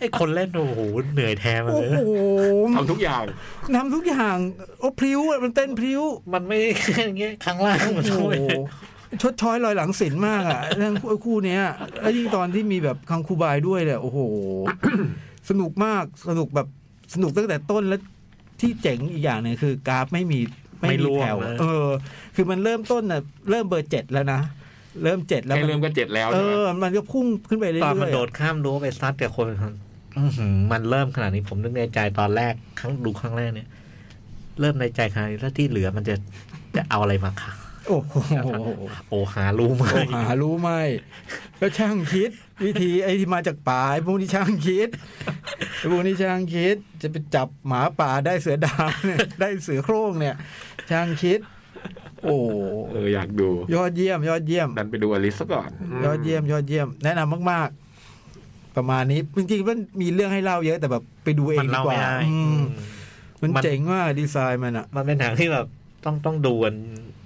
D: ไอ้คนเล่นโอ้โหเหนื่อยแทนมัน
B: โอ้
D: เลย
B: โห
C: ทำทุกอย่าง
B: ทำทุกอย่าง โอ้พลิ้วอะมันเต้นพลิ้ว
D: มันไม่ใช่อย่างเงี้ยข้างล่าง
B: โอ้
D: มัน
B: โห
D: ช่วย
B: ชดช้อยลอยหลังศิลป์มากอ่ะเรื่องคู่เนี้ยแล้วยิ่งตอนที่มีแบบคังคูบายด้วยเนี่ยโอ้โห สนุกมากสนุกแบบสนุกตั้งแต่ต้นแล้วที่เจ๋งอีกอย่างหนึ่งคือกราฟไม่มีมีแถวอะเออ คือมันเริ่มต้นน่ะเริ่มเบอร์เจ็ดแล้วนะเริ่มเจ็ดแล้ว
C: แค่
B: มัน
C: เริ่มก็เจ็ดแล้ว
B: เอ
C: ใช่ไหม
B: อ มันก็พุ่งขึ้นไปเรื่อยๆ
D: ตอนมันโดดข้ามรั้วไปซัดกับคนอื้อหือมันเริ่มขนาดนี้ผมนึกในใจตอนแรกครั้งดูครั้งแรกเนี่ย เริ่มในใจขนาดนี้แล้วที่เหลือมันจะจะเอาอะไรมาค่ะ
B: โอ้โห
D: โอ้หารู้ไหม
B: โอ้หารู้ไหมก็ช่างคิด วิธีไอ้ที่มาจากป่าไอ้พวกนี้ช่างคิดไอ้พวกนี้ช่างคิด จะไปจับหมาป่าได้เสือดาวเนี่ย ได้เสือโคร่งเนี่ย ช่างคิด โอ้
C: เอออยากดู
B: ยอดเยี่ยม ยอดเยี่ยม
C: ดันไปดูอลิซซะก่อน
B: ยอดเยี่ยม ยอดเยี่ยม แนะนำมาก ๆ ประมาณนี้จริงๆมันมีเรื่องให้เล่าเยอะแต่แบบไปดูเอ
D: มั
B: ง
D: น
B: ดี
D: เล่าก ไม่
B: ว่า
D: ได้
B: อืม
D: อืม
B: มัน
D: มัน
B: เจ๋งมากดีไซน์มันอะ
D: มันเป็นหนังที่แบบต้องต้องดูกัน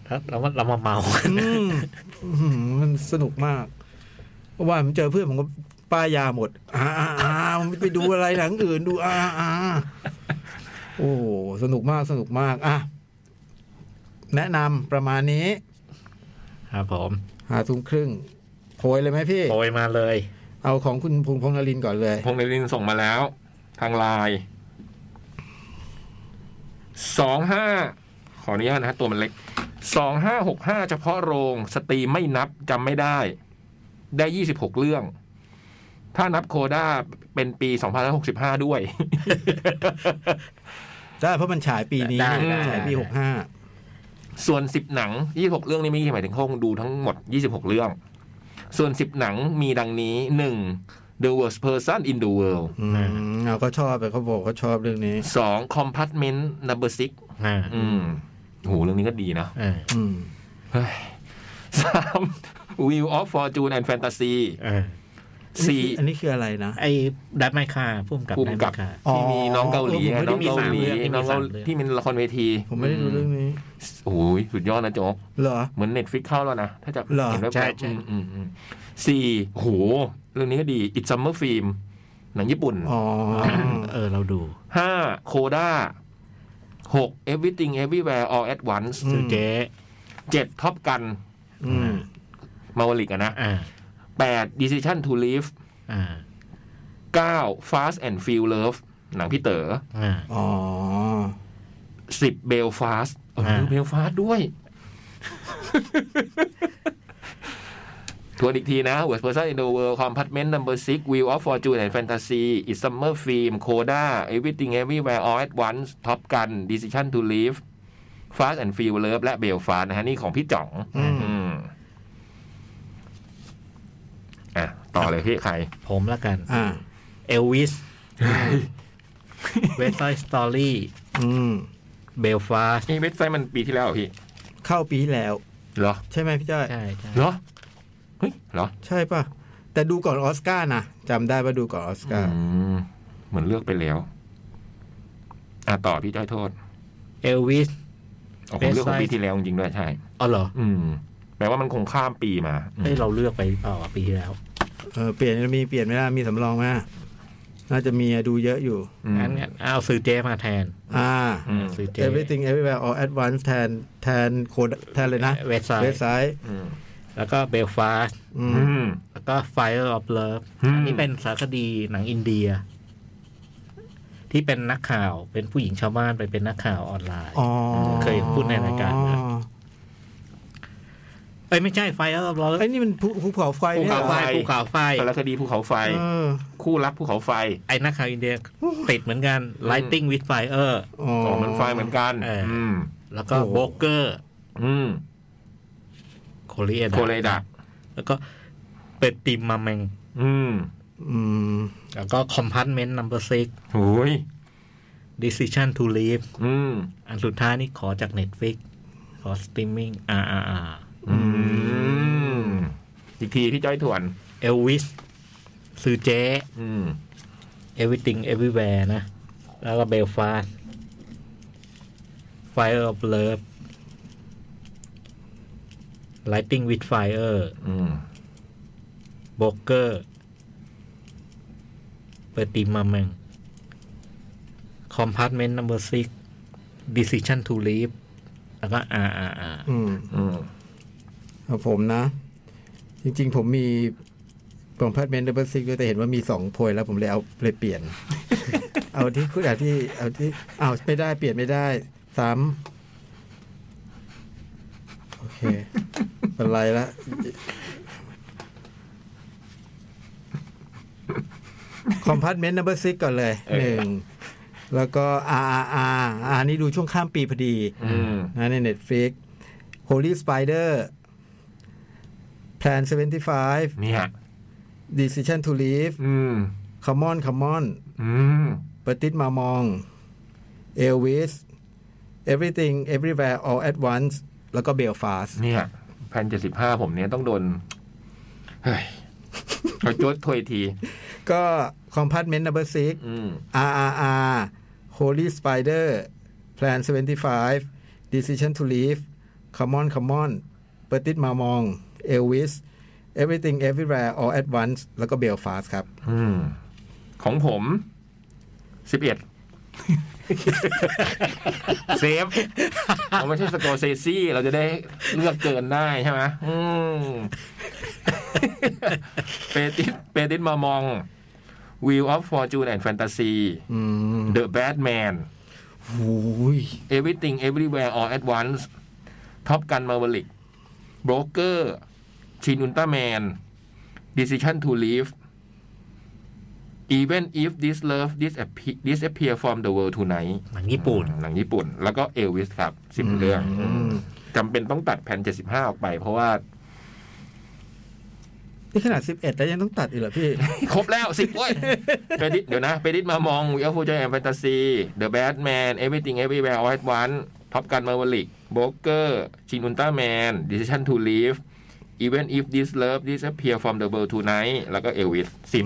D: แล้วเรามาเรามาเมากัน
B: อืม (laughs) อื้อหือมันสนุกมากเมื่อวานผมเจอเพื่อนผมก็ป้ายยาหมด อ่าอ่าอ่าผมไปดูอะไรหลังอื่นดูอ่าอ่าโอ้โหสนุกมากสนุกมาก อ่ะ แนะนำประมาณนี้
D: ครับผม
B: หาทุ่มครึ่งโพยเลยไหมพี่
D: โปรยมาเลย
B: เอาของคุณพงษ์พงษ์นรินทร์ก่อนเลย
C: พงษ์นรินทร์ส่งมาแล้ว ทางไลน์สองห้าขออนุญาตนะฮะตัวมันเล็กสองห้าหกห้าเฉพาะโรงสตรีไม่นับจำไม่ได้ ได้ยี่สิบหกเรื่อง ถ้านับโคด้าเป็นปีสองพันหกสิบห้าด้วย
B: ได้เพราะมันฉายปีนี้
D: ได้ได้
B: ฉายปีหกห้า
C: ส่วนสิบหนังยี่หกเรื่องนี่ไม่ใช่หมายถึงห้องดูทั้งหมดยี่สิบหกเรื่อง ส่วนสิบหนังมีดังนี้หนึ่ง The Worst Person in the World
B: อืมเราก็ชอบไปเขาบอกเขาชอบเรื่องนี้
C: สอง Compartment Number Six
D: อ่า
C: อืมโหเรื่องนี้ก็ดีนะ
D: อ่า
B: อืม
C: สาม View of Fortune and Fantasy
D: อ่า
C: สี่
B: อันนี้คืออะไรนะ
D: ไอ้ดัตไมค่าพุ่มกับ
C: ภูมิ
D: ดัต
C: กับ
D: ไมค่า
C: ที่มีน้องเกาหลี
B: อ๋อ
C: น้องเกาหลี
D: ผมไม่ได้มีสามเรื่อง
C: น้องเกา
D: มีสาม
C: หลี
D: เรื่อง
C: ที่เป็นละครเวที
B: ผมไม่ได้ดูเรื่องนี้
C: โอ้ยสุดยอดนะโจ๊ก
B: เหรอ
C: เหมือนเน็ตฟิกเข้าแล้วนะ ถ้าจะ
B: เหรอ
C: เห็นแบบ
D: ใช่ใช่
C: อืมอืมอืมสี่โห เรื่องนี้ก็ดี It's Summer Film หนังญี่ปุ่น
B: อ๋อ
D: เออเราดู
C: ห้าโคด้าหก Everything Everywhere All at Once
B: อืม
D: คือเจ๊
C: เจ็ดท็อปกัน
B: อืม
C: มาวลิกอะนะ
D: อ่า
C: แปด Decision to Live
D: อ่า
C: เก้า Fast and Feel Love หนังพี่เต๋อ
D: อ่า
B: อ๋อ
C: สิบ Belfast เออ
D: อ่า
C: เบลฟาสด้วย ทวนอีกทีนะ Worst Person in the World Compartment Number 6 Wheel of Fortune and Fantasy It's Summer Film Coda Everything Everywhere All at Once Top Gun Decision to Live Fast and Feel Love และ Belfast นะฮะ นี่ของพี่จ่อง
B: อืม
C: อืมอ่ะ ต่อเลยพี่ใคร
D: ผมละกัน
B: อ่า
D: เอลวิสเวสไซสตอรี่
B: อืม
D: เบลฟาส
C: นี่เว็บไซต์มันปีที่แล้วเหรอพี่
B: เข้าปีที่แล้ว
C: เหรอ
B: ใช่ไหมพี่จ้อย
D: ใช่ใช่
C: เหรอ เฮ้ย เหรอ
B: ใช่ป่ะ แต่ดูก่อนออสการ์นะจำได้ว่าดูก่อนออสการ์
C: อืมเหมือนเลือกไปแล้ว อ่ะต่อพี่จ้อยโทษ
D: เอลวิส
C: อ๋อผมเลือกของปี
D: Best
C: ที่แล้วจริงๆด้วยใช่
D: อ๋อเหรอ
C: อืม แปลว่ามันคงข้ามปีมาอืม
D: เอ้ยเราเลือกไปเปล่าอะปีที่แล้ว
B: เออ เปลี่ยนมีเปลี่ยนไหมล่ะมีสำรองไหมล่ะน่าจะมีอะดูเยอะอยู่
C: อืม
D: งั้นงั้นเอาซื้อเจมาแทน
B: อ่า
C: อืม
D: ซื้อเจ
B: everything everywhere all at once แทน แทนโคดแทนเลยนะ
D: เวสไซ
B: เว็บไซต์
C: อืม
D: แล้วก็เบลฟาส
B: อืม
C: อืม
D: แล้วก็ Fire of Love
C: อืม
D: อันนี้เป็นสารคดีหนังอินเดีย ที่เป็นนักข่าวเป็นผู้หญิงชาวบ้านไปเป็นนักข่าวออนไลน์
B: อ๋อ
D: เคยพูดในรายการนะ เอ้ยไม่ใช่ไฟแล้วเรา
B: ไอ้นี่มันภูภูเขาไฟ
C: ภู
B: เนี่ย
C: เขา
B: เหรอ
C: ไฟ
D: ภูเขาไฟ
C: สารคดีภูเขาไฟ
B: เออ
C: คู่รักภูเขาไฟ
D: ไอ้นักข่าวอินเดียติดเหมือนกัน Lighting with Fire
B: อ๋อ
C: ของมันไฟเหมือนกัน
D: เอออื
C: อืม
D: แล้วก็
B: โอ้โห
D: โบเกอร์
C: อืม
D: โคเรีย
C: โคเลดะ
D: แล้วก็เป็ดติมมาแมง
C: อืม
B: อืม
D: แล้วก็คอมพ a ตเมนต์นัมเบอร์ซิก
C: โอ้ย
D: ดิส i ชันทูลีฟ
C: อืม
D: อันสุดท้ายนี่ขอจาก Netflix ขอสตรีมมิ่งอ่าอ่าอ่า
C: อืม อีกทีพี่จ้อยถวน
D: เอลวิสซือเจ๊
C: อืม
D: everything everywhere นะ แล้วก็เบลฟาส fire of love lighting with fire
C: อืม
D: โบเกอร์เปอร์ติมาแมงคอมพาร์ตเมนต์นัมเบอร์ซิกดิส i ชันทูลีฟแล้วก็อ่าอ่าอ่า
B: อืม
C: อืม
B: ของผมนะ จริง ๆ ผมมีกองพัดเมนดับเบิลซิกด้วยแต่เห็นว่ามีสองโพยแล้วผมเลยเอาเลยเปลี่ยน (laughs) เอาที่คุณอาที่เอาที่เอาไม่ได้เปลี่ยนไม่ได้ซ้ำโอเคเป็นไรละคอมพาร์ตเมนต์นัมเบอร์ซิกก่อนเลย
C: เออ
B: หนึ่งแล้วก็ RRR อ่านี่ดูช่วงข้ามปีพอดี
C: อืม
B: นะใน Netflix Holy Spider Plan 75
C: นี่ฮะ
B: Decision to Leave
C: อืม
B: Come on Come on
C: อืม
B: ปฏิทมามอง Elvis Everything Everywhere All at Once แล้วก็ Belfast
C: เนี่ยพันเจ็ดสิบห้าผมเนี่ยต้องโดน เฮ้ยเขาโจดถวยที
B: ก็ Compartment Number 6
C: อืม
B: RRR Holy Spider Plan 75 Decision to Leave Come on Come on ปฏิทมามอง Elvis Everything Everywhere All at Once แล้วก็ Belfast ครับ
C: อืม ของผมสิบเอ็ดเซฟเราไม่ใช่สกอร์เซซี่เราจะได้เลือกเกินได้ใช่ไหมอืมเปติสเปติสมามอง Wheel of Fortune and Fantasy
B: อืม
C: The Batman
B: หูย
C: Everything Everywhere All at Once Top Gun Maverick Broker ชินอุลตร้าแมน Decision to Leave Even if this love disappear, disappear from the world tonight
D: หนังญี่ปุ่น
C: หนังญี่ปุ่น แล้วก็เอลวิสครับสิบเรื่องจำเป็นต้องตัดแผ่นเจ็ดสิบห้าออกไป เพราะว่า
B: นี่ขนาด 11 แล้วยังต้องตัดอีกเหรอพี่
C: ครบแล้วสิบเว้ยเปดิดเดี๋ยวนะเปดิดมามองวิอัลฟูจอยแอนแฟนตาซีเดอะแบทแมนเอเวอร์ติงเอเวอร์แวร์ออสวันท็อปกันมา v วลิกโบเกอร์ชิงอุลตร้าแมนดิสชันทูลีฟอีเวนต์อีฟดิสเลิฟดิสเพียร์ฟอร์มเดอะเบิร์ทูไนท์แล้วก็เอลวิสสิบ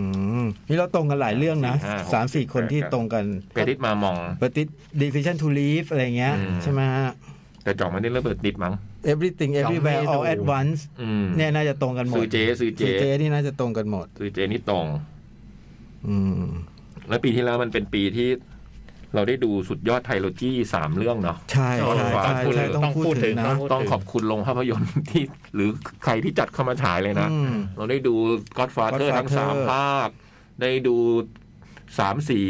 B: นี่เราตรงกันหลายเรื่องนะ
C: สี่ห้าหก
B: สามสี่คนที่
C: แปดเก้า
B: ตรงกัน
C: เปดิดมามอง
B: ปฏิ decision to leave อะไรเงี้ย
C: อืม
B: ใช่ไหมฮะ
C: แต่จ่องไม่ได้เลือกเปิดติดมั้ง
B: everything
D: ยังไม่
B: everywhere
D: ดู
B: all at once
C: อืม
B: เนี่ยน่าจะตรงกันหมด
C: ซื้อเจ๊ซื้อเจ๊
B: เจนี่น่าจะตรงกันหมด
C: คือเจนี่ตรง
B: อืม
C: แล้วปีที่แล้วมันเป็นปีที่ เราได้ดูสุดยอดไทโลจีสามเรื่องเนาะ
B: ใช่ใช่ใช่ใช่
C: ต้
B: ต้อ
C: อง ง
B: พูดถึงนะ
C: ต้องขอบคุณโรงภาพยนตร์ที่ หรือใครที่จัดเข้ามาฉายเลยนะ
B: อืม
C: เราได้ดู Godfather ทั้ง
B: Godfather
C: สามภาค ได้ดูสามสี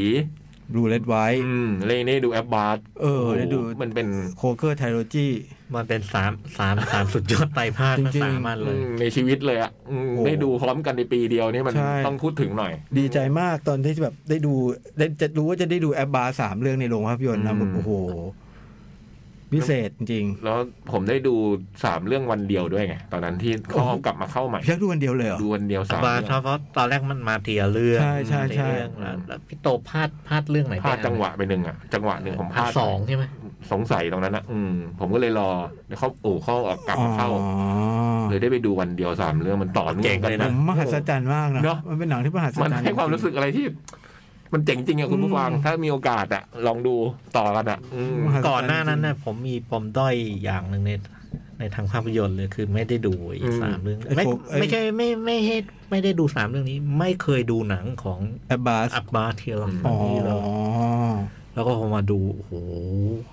B: ดูเลดไว้
C: อืมเลยได้ดูแอปบาร์
B: เออได้ดู
C: มันเป็น
B: โคเกอร์ไทโลจี
D: มันเป็นสามสามสามสุดยอดไตรภาค
B: จริ
D: ทั้
B: งๆ
D: งสามอัน
C: อื
D: เลย
C: มในชีวิตเลยอะอืม
B: โอ้
C: ได้ดูพร้อมกันในปีเดียวนี่มัน
B: ใช่
C: ต้องพูดถึงหน่อย
B: ดีใจมากตอนที่แบบได้ดูได้จะรู้ว่าจะได้ดูแอบบาสามเรื่องในโรงภาพยนตร์นะ
C: อืม
B: แบบโอ้โหพิเศษจริง
C: แล้วผมได้ดูสามเรื่องวันเดียวด้วยไง ตอนนั้นที่เขาเอากลับมาเข้าใหม่
B: ๆยักดูวันเดียวเลยเหรอ
C: ดูวันเดียวสาม
D: บา
C: เรื่อ
D: ร์
C: ง
D: เฉพาะตอนแรกมันมาเทียเรื่อง
B: ใช่ใช่ใช่
D: เรื่องแล้วแล้วพี่โตพลาดพลาดเรื่องไหนไป
C: พลาดจังหวะไปหนึ่งอะจังหวะหนึ่งผมพลาด
D: อันสองใช่ไหม
C: สงสัยตรงนั้นนะอืม ผมก็เลยรอเดี๋ยวเขาโอ้เขาเอากลับ
B: อ๋อ
C: มาเข้า เลยได้ไปดูวันเดียวสามเรื่องมันต่อเนื่องกัน
B: ผ
C: นะ
B: มมหัศจรรย์มากนะ
C: เนอะ
B: มันเป็นหนังที่มหัศจรรย์
C: มันให้ความรู้สึกอะไรที่ มันเจ๋งจริงอะคุณผู้ฟัง ถ้ามีโอกาสอะลองดูต่อกันอะอืม
B: มหัศจรรย์
D: ก่อนหน้านั้นเนี่ยผมมีปมด้อยอย่างหนึ่งในในทางภาพยนตร์เลยคือไม่ได้ดูอี
C: อื
D: ก
C: ม
D: สามเรื่องไม่ไม่ใช่ไม่ไม่ให้ไม่ได้ดูสามเรื่องนี้ ไม่เคยดูหนังของ
B: แอบบาส
D: อับบาร์เทียล
B: อ๋อ
D: นี่เลย แล้วก็พอมาดู โอ้โห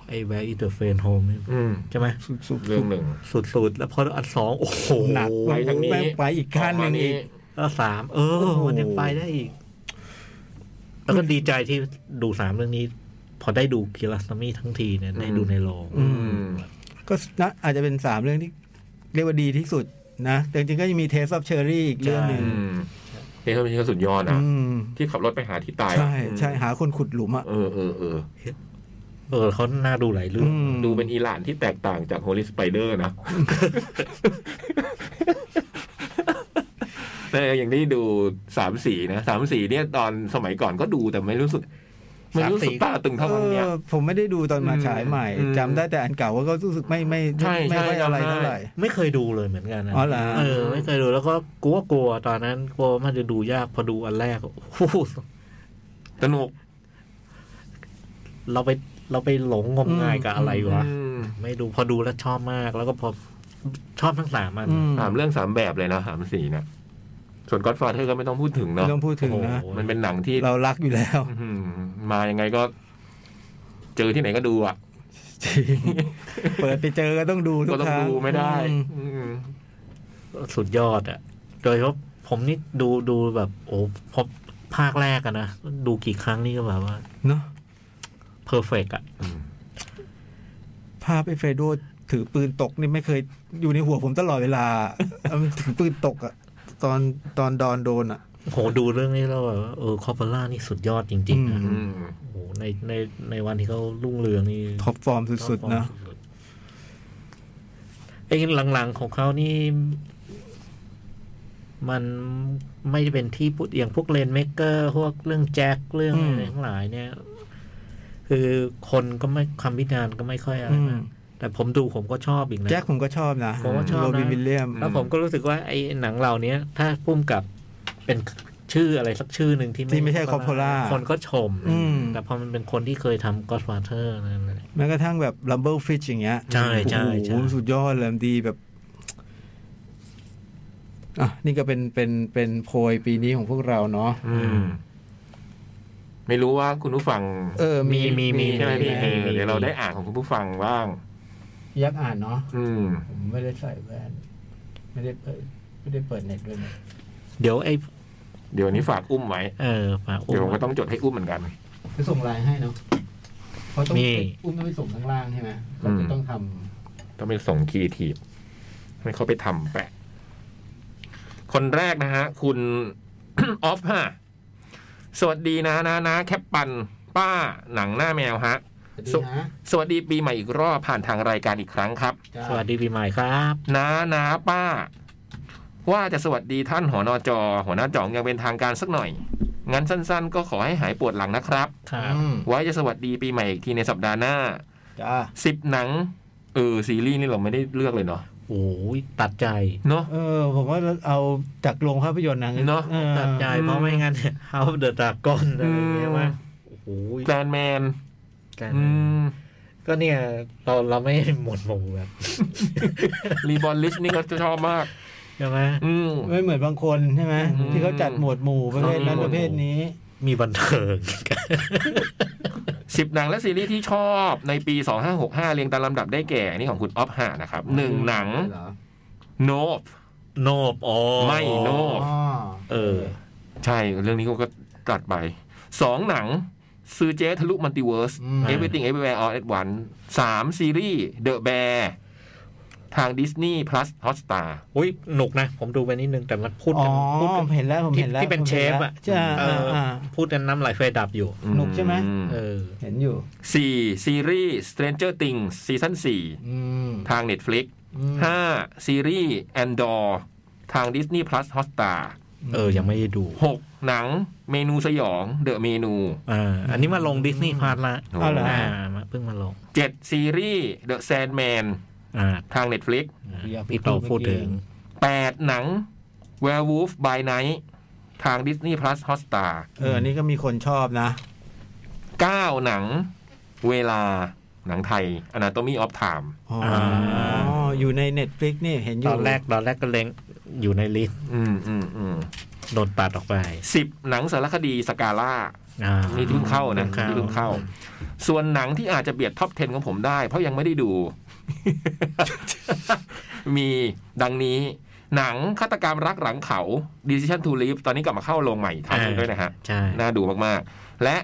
D: ไอ้แวร์อิเตอร์เฟนโฮม
C: อืม
D: ใช่ไหม
B: สุดสุด
C: เรื่องหนึ่ง
D: สุดๆ แล้วพออันสองโอ้โห
B: หนัก
C: ไปทางนี้
B: แม่ไปอีกขั้นหนึ่งอีก
D: แล้วสามเอ
B: โอ้
D: อ
B: โห
D: มันยังไปได้อีก แล้วก็ดีใจที่ดูสามเรื่องนี้ พอได้ดูคิรัสมีทั้งทีเนี่ย ได้ดูในโรง
C: อืม
B: ก็นะอาจจะเป็นสามเรื่องที่ เรียกว่าดีที่สุดนะแต่จริงๆก็ยังมีเทส t อ of เชอรี่อีกเรื่องหนึ่ง
C: เฮ้ยเขาเป็นสุดยอดนะ
B: อืม
C: ที่ขับรถไปหาที่ตายอะ
B: ใช่ใช่หาคนขุดหลุมอ่ะ
C: เออเออเออ
D: เออเขาน่าดูหลายเรื่อง
B: อืม
C: ดูเป็นอีหลานที่แตกต่างจากโฮลิสไปเดอร์
B: (laughs)
C: นะ แต่อย่างที่ดูสามสีนะสามสีเนี่ยตอนสมัยก่อนก็ดูแต่ไม่รู้สึกไม่รู้สึก
D: สามสี
C: ตาตึงเท่าครั้งเนี้ย
B: เออผมไม่ได้ดูตอนมาฉายใหม่
C: อืม
B: จำได้แต่อันเก่าว่าก็รู้สึกไม่ไม่
C: ใช่
B: ไม่ค่อย
C: ใช่
B: อะไร
C: จำได้
B: เท่าไหร่
D: ไม่เคยดูเลยเหมือนกันนะ
B: อ๋อเหรอ
D: เออ ไม่เคยดูแล้วก็กลัวกลัวตอนนั้นกลัวมันจะดูยากพอดูอันแรกโอ้โห
C: สนุก
D: เราไปเราไปหลงงมงายกับอะไรวะ
C: อืม
D: ไม่ดูพอดูแล้วชอบมาก แล้วก็พอชอบทั้งสามอัน
B: อืม
C: สามเรื่องสามแบบเลยนะสามสีนะส่วนก็อดฟาเธอก็ไม่ต้องพูดถึง
B: ไม่
C: เนาะ
B: ต้องพูดถึง
D: โอ้โห
B: นะ
C: มันเป็นหนังที่
B: เรารักอยู่แล้ว (laughs)
C: อื้อหือมายังไงก็ เจอที่ไหนก็ดูอ่ะ
B: จริงเปิดไปเจอก็ต้องดูทุ
C: ก็
B: ก
C: ต้อ
B: ค
C: ง
B: รั้ง
C: ดูไม่ได้
B: อืม
C: อืม
D: สุดยอดอะโดยเฉพาะผมนี่ดูดูแบบ โอ้พอภาคแรกอะนะ ดูกี่ครั้งนี่ก็แบบว่า
B: เนาะ
D: เพอร์เฟกอะ
B: ภาพไอ้เฟรโดถือปืนตกนี่ไม่เคยอยู่ในหัวผมตลอดเวลาเอามันถือปืนตกอะตอนตอนดอนโดนอะ
D: โหดูเรื่องนี้แล้วแบบว่าเออคอปเปล่านี่สุดยอดจริงๆนะ
B: อื
C: อืม
D: โอ้โหในในในวันที่เขารุ่งเรืองนี่
B: ท็อปฟอร์มสุดๆนะ
D: ไอ้หลังๆของเขานี่ มันไม่ได้เป็นที่พูดอย่างพวกเลนเมเกอร์พวกเรื่องแจ็คเรื่องอะไรทั้งหลายเนี่ย คือคนก็ไม่คำวิจารณ์ก็ไม่ค่อยอะไร
B: อืม
D: มากแต่ผมดูผมก็ชอบอีกนะ
B: แจ็คผมก็ชอบนะ
D: ผมก็ชอบนะ
B: โรบินวิลเลียม
D: แล้วผมก็รู้สึกว่าไอ้หนังเราเนี้ย ถ้าพุ่มกับเป็นชื่ออะไรสักชื่อหนึ่งที่
B: ที่ไม่ใช่ Coppola
D: คนก็ชม
B: อืม
D: แต่พอมันเป็นคนที่เคยทำ Godfather นั่นแหละ
B: แม้กระทั่งแบบ Rumble Fish อย่างเงี้ย
D: ใช่ใช่
B: โอ้โห
D: ใช่
B: สุดยอดเลยมันดีแบบ อ่ะ นี่ก็เป็นเป็นเป็นโพยปีนี้ของพวกเราเนาะ
C: อืม ไม่รู้ว่าคุณผู้ฟัง
B: เออ มี
D: มีมี
C: ใช่ไหมพี่
B: นะ
C: เออ
D: มี
C: เดี๋ยวเราได้อ่านของคุณผู้ฟังบ้าง
B: ยักษ์อ่านเนาะ
C: อืม
B: ผมไม่ได้ใส่แว่น ไม่ได้เปิด ไม่ได้เปิดเน็ตด้วยนะ
D: เดี๋ยวไอ้
C: เดี๋ยวนี้ฝากอุ้มไว้
D: เออฝากอุ้
C: เดี๋ยว
D: ม
C: ผมก็ต้องจดให้อุ้มเหมือนกัน
B: จะส่งไลน์ให้เนาะเพราะต้อง
D: มี
B: อุ้มต้องไปส่งข้างล่างใช่ไหมเราจะ
C: อืม
B: ต้องทำ
C: ต้องไปส่งคีทีบให้เขาไปทำแปะ คนแรกนะฮะ คุณ (coughs) ออฟฮะสวัสดีนะนะนะแคปปัน ป้าหนังหน้าแมวฮะ
B: สวัสดีนะ
C: สวัสดีปีใหม่อีกรอบผ่านทางรายการอีกครั้งครับ
B: จ้า
D: สวัสดีปีใหม่ครับ
C: น้าน้าป้า ว่าจะสวัสดีท่านหัวหนอจอ หัวหน้าจ่องอยังเป็นทางการสักหน่อย งั้นสั้นๆ ก็ขอให้หายปวดหลังนะครับ
D: ครับ
B: อืม
C: ไว้จะสวัสดีปีใหม่อีกทีในสัปดาห์หน้า
B: จ้า
C: สิบหนัง เออ ซีรีส์นี่เราไม่ได้เลือกเลยเนาะ
D: โอ้ยตัดใจ
C: เนาะ
B: เออ ผมว่าเอาจากโรงภาพยนตร์นะ
C: เนอะ
B: ออ
D: ตัดใจเพราะไม่งั้นเนี่ย House of the Dragon อะไรอย่างเงี้ยว่าโอ้โห
C: แกรนแมน
D: การก็เนี่ย เราเราไม่หมดหมู่แบบ
C: รีบอลลิสนี่ก็ชอบมาก
D: ใช่ไหม
C: อืม
B: ไม่เหมือนบางคนใช่ไหม
C: อืม
B: ที่เขาจัดหมวดหมู่ประเภทนั้น
C: เขามีหมวดหมู่
B: ประเภทนี้
D: มีบันเทิง
C: สิบหนังและซีรีส์ที่ชอบในปีสองห้าหกห้าเรียงตามลำดับได้แก่นี่ของคุณออฟหานะครับหนึ่งหนัง
B: เหรอ
C: โนบ
D: โนบอ๋อ
C: ไม่โนบ
B: อ๋อ
D: เออ
C: ใช่เรื่องนี้ก็ตัดไปสองหนัง ซื้อเจ๊ทะลุมัลติเวิร์ส
B: อืม
C: Everything Everywhere All at Once สามซีรีส์ The Bear ทาง Disney Plus Hotstar
D: อุ้ยหนุกนะ ผมดูไปนิดนึง แต่มันพูด
B: อ๋
D: กั
B: อน
D: พูดกั
B: ผ
D: น
B: มเห็นแล้วผม
D: ที่
B: เห็นแล้ว
D: ที่เป็น
B: ผมห็
D: เชฟอะ
B: ใช่
D: เอ
B: อ่า
D: อ
B: อ่า
D: พูดกันน้ำไหลไฟดับอยู่
B: หนุกใช่ไหม
D: เออ
B: เห็นอยู่
C: สี่ซีรีส์ Stranger Things ซีซั่น4
B: อืม
C: ทาง Netflix
B: อืม
C: ห้าซีรีส์ Andor ทาง Disney Plus Hotstar
D: เออ ยังไม่ได้ดู
C: หกหนังเมนูสยอง The Menu
D: อ่า อันนี้มาลงดิสนีย์พาร์ทละ
B: เอาเหรอ
D: อ่ามาเพิ่งมาลง
C: เจ็ดซีรีส์ The Sandman
D: อ่า
C: ทาง Netflix
D: พี่โตพูดถึง
C: แปดหนัง Werewolf by Night ทาง Disney Plus Hotstar
B: เอออันนี้ก็มีคนชอบนะ
C: เก้าหนัง เวลาหนังไทย Anatomy of Time
B: อ๋อ
D: อ่า
B: อยู่ใน Netflix นี่เห็นอ
D: ต
B: ยู่
D: อนแรกตอนแรกก็เล็งอยู่ในลิสต์
C: อืมอืมอืม
D: โดนตัดออกไป
C: สิบหนังสารคดีสกาล่า
D: อ่า
C: นี่เพิ่งเข้านะ
D: เพิ่งเข้า
C: นี่เพิ่งเข้า ส่วนหนังที่อาจจะเบียดท็อป 10 ของผมได้ เพราะยังไม่ได้
D: (laughs)
C: ดู มีดังนี้ หนังฆาตกรรมรักหลังเขา Decision to Live ตอนนี้กลับมาเข้าโรงใหม่อีกครั้งหนึ่งด้วยนะฮะ
D: ใช่
C: น่าดูมาก ๆ และ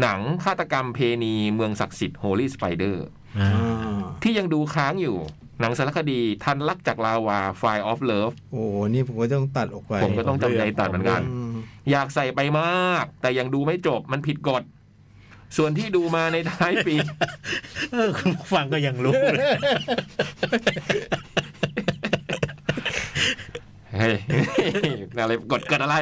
C: หนังฆาตกรรมเพนีเมืองศักดิ์สิทธิ์ Holy Spider
D: อ่า
B: อ่า
C: ที่ยังดูค้างอยู่ หนังสารคดีทันรักจากลาวา Fire of Love
B: โอ้โหนี่ผมก็ต้องตัดออกไป
C: ผมก็ต้องจำใจตัดเหมือนกัน
B: อืม
C: อยากใส่ไปมาก แต่ยังดูไม่จบมันผิดกฎ ส่วนที่ดูมาในท้ายปี
D: เออคุณผู้ฟังก็ยังรู้เลย
C: (laughs) เฮ้ย (laughs) อะไรกดกันอะไร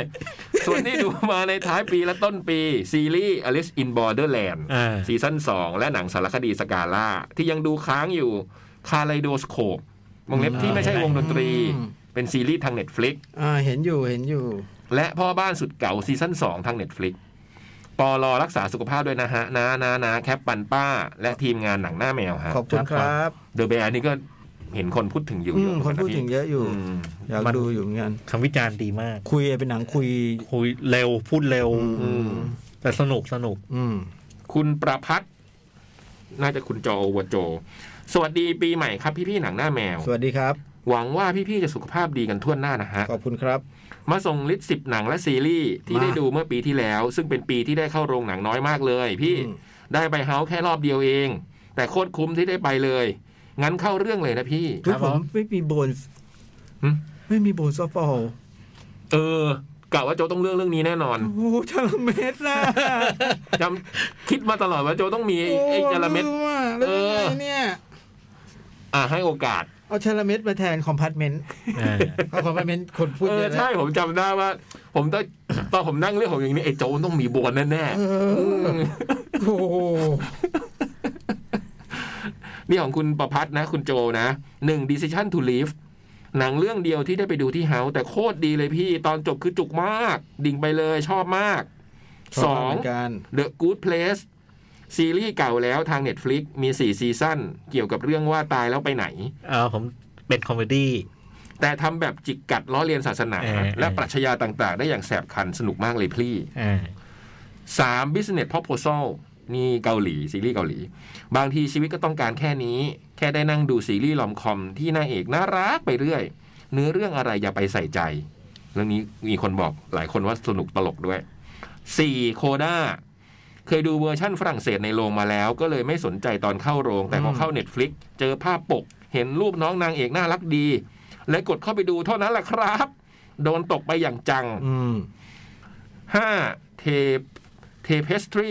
C: ส่วนที่ดูมาในท้ายปีและต้นปี ซีรีส์ Alice in Borderland
D: อ่า
C: ซีซั่น2 และหนังสารคดีสกาล่า ที่ยังดูค้างอยู่คาไลโดสโคปวงเล็บที่ไม่ใช่วงดนตรี เป็นซีรีส์ทาง Netflix
B: อ่าเห็นอยู่เห็นอยู่
C: และพ่อบ้านสุดเก่าซีซั่น2 ทาง Netflix ปอลอรักษาสุขภาพด้วยนะฮะ นานานาแคปปันป้า และทีมงานหนังหน้าแมวฮะ
B: ขอบคุณครับ
C: เดอะแบร์นี่ก็เห็นคนพูดถึงอยู่
B: อื
C: เย
B: ม
C: อะเหมือ
B: คน
C: กัะ
B: พูดถึงเยอะอยู่
C: อืม
B: อยากดูอยู่เหมือนกัน
D: คำวิจารณ์ดีมาก
B: คุยเป็นหนังคุย
D: คุยเร็วพูดเร็ว
B: อืม
D: แต่สนุกสนุก
B: อืม
C: คุณประพัฒน์น่าจะคุณจอโอวโจ สวัสดีปีใหม่ครับพี่พี่ๆหนังหน้าแมว
B: สวัสดีครับ
C: หวังว่าพี่พี่ๆจะสุขภาพดีกันทั่วหน้านะฮะ
B: ขอบคุณครับ
C: มาส่งลิสต์สิบหนังและซีรีส์ที่
B: มา
C: ได้ดูเมื่อปีที่แล้ว ซึ่งเป็นปีที่ได้เข้าโรงหนังน้อยมากเลย พี่
B: อืม
C: ได้ไปเฮาส์แค่รอบเดียวเอง แต่โคตรคุ้มที่ได้ไปเลย งั้นเข้าเรื่องเลยนะพี่
B: ทุกผมไม่มีโบน
C: หืม
B: ไม่มีโบนซอฟต์บอล
C: เออกะว่าโจต้องเรื่องเรื่องนี้แน่นอน
B: โอ้โหจาระเม็ดล่ะ
C: จำคิดมาตลอดว่าโจต้องมีไอ้ไอ้จาระเม็ด
B: โอ้ลือะแล้วยังไง
C: เออ
B: เนี่ย
C: อ่ะให้โอกาส
B: เอาจาระเม็ดมาแทนคอมพาร์ตเมนต์เอาคอมพาร์ตเมนต์คนพูด
C: เอ
B: เย
C: อ
B: อะนะ
C: ใช่ผมจำได้ (coughs) ว่า ผมตอน ตอนผมนั่งเรื่องของอย่างนี้ไอ้โจต้องมีบวนแน่
B: เออโอ้โห
C: ๆนี่ของคุณประพัฒน์นะ คุณโจนะหนึ่ง decision to leave หนังเรื่องเดียวที่ได้ไปดูที่เฮาส์แต่โคตรดีเลยพี่ตอนจบคือจุกมาก ดิ่งไปเลยชอบมาก สอง
B: ชบมากเหมืนกัน
C: The Good Place ซีรีส์เก่าแล้วทาง Netflix มี 4 ซีซั่นเกี่ยวกับเรื่องว่าตายแล้วไปไหน
D: เอาผมเป็นคอมเมดี้
C: แต่ทำแบบจิกกัดล้อเลียนศาสนา
D: เออ
C: และปรัชญาต่างๆ ได้อย่างแสบคันสนุกมากเลยพี่
D: อ่า
C: สาม business proposal นี่เกาหลี ซีรีส์เกาหลี บางทีชีวิตก็ต้องการแค่นี้ แค่ได้นั่งดูซีรีส์ลอมคอมที่นางเอกน่ารักไปเรื่อย เนื้อเรื่องอะไรอย่าไปใส่ใจ เรื่องนี้มีคนบอกหลายคนว่าสนุกตลกด้วยสี่โคด้าเคยดูเวอร์ชั่นฝรั่งเศสในโรงมาแล้ว ก็เลยไม่สนใจตอนเข้าโรง แต่พอเข้า Netflix เจอภาพปก เห็นรูปน้องนางเอกน่ารักดี และกดเข้าไปดูเท่านั้นแหละครับ โดนตกไปอย่างจัง
B: อืม
C: ห้าเทเทเพสทรี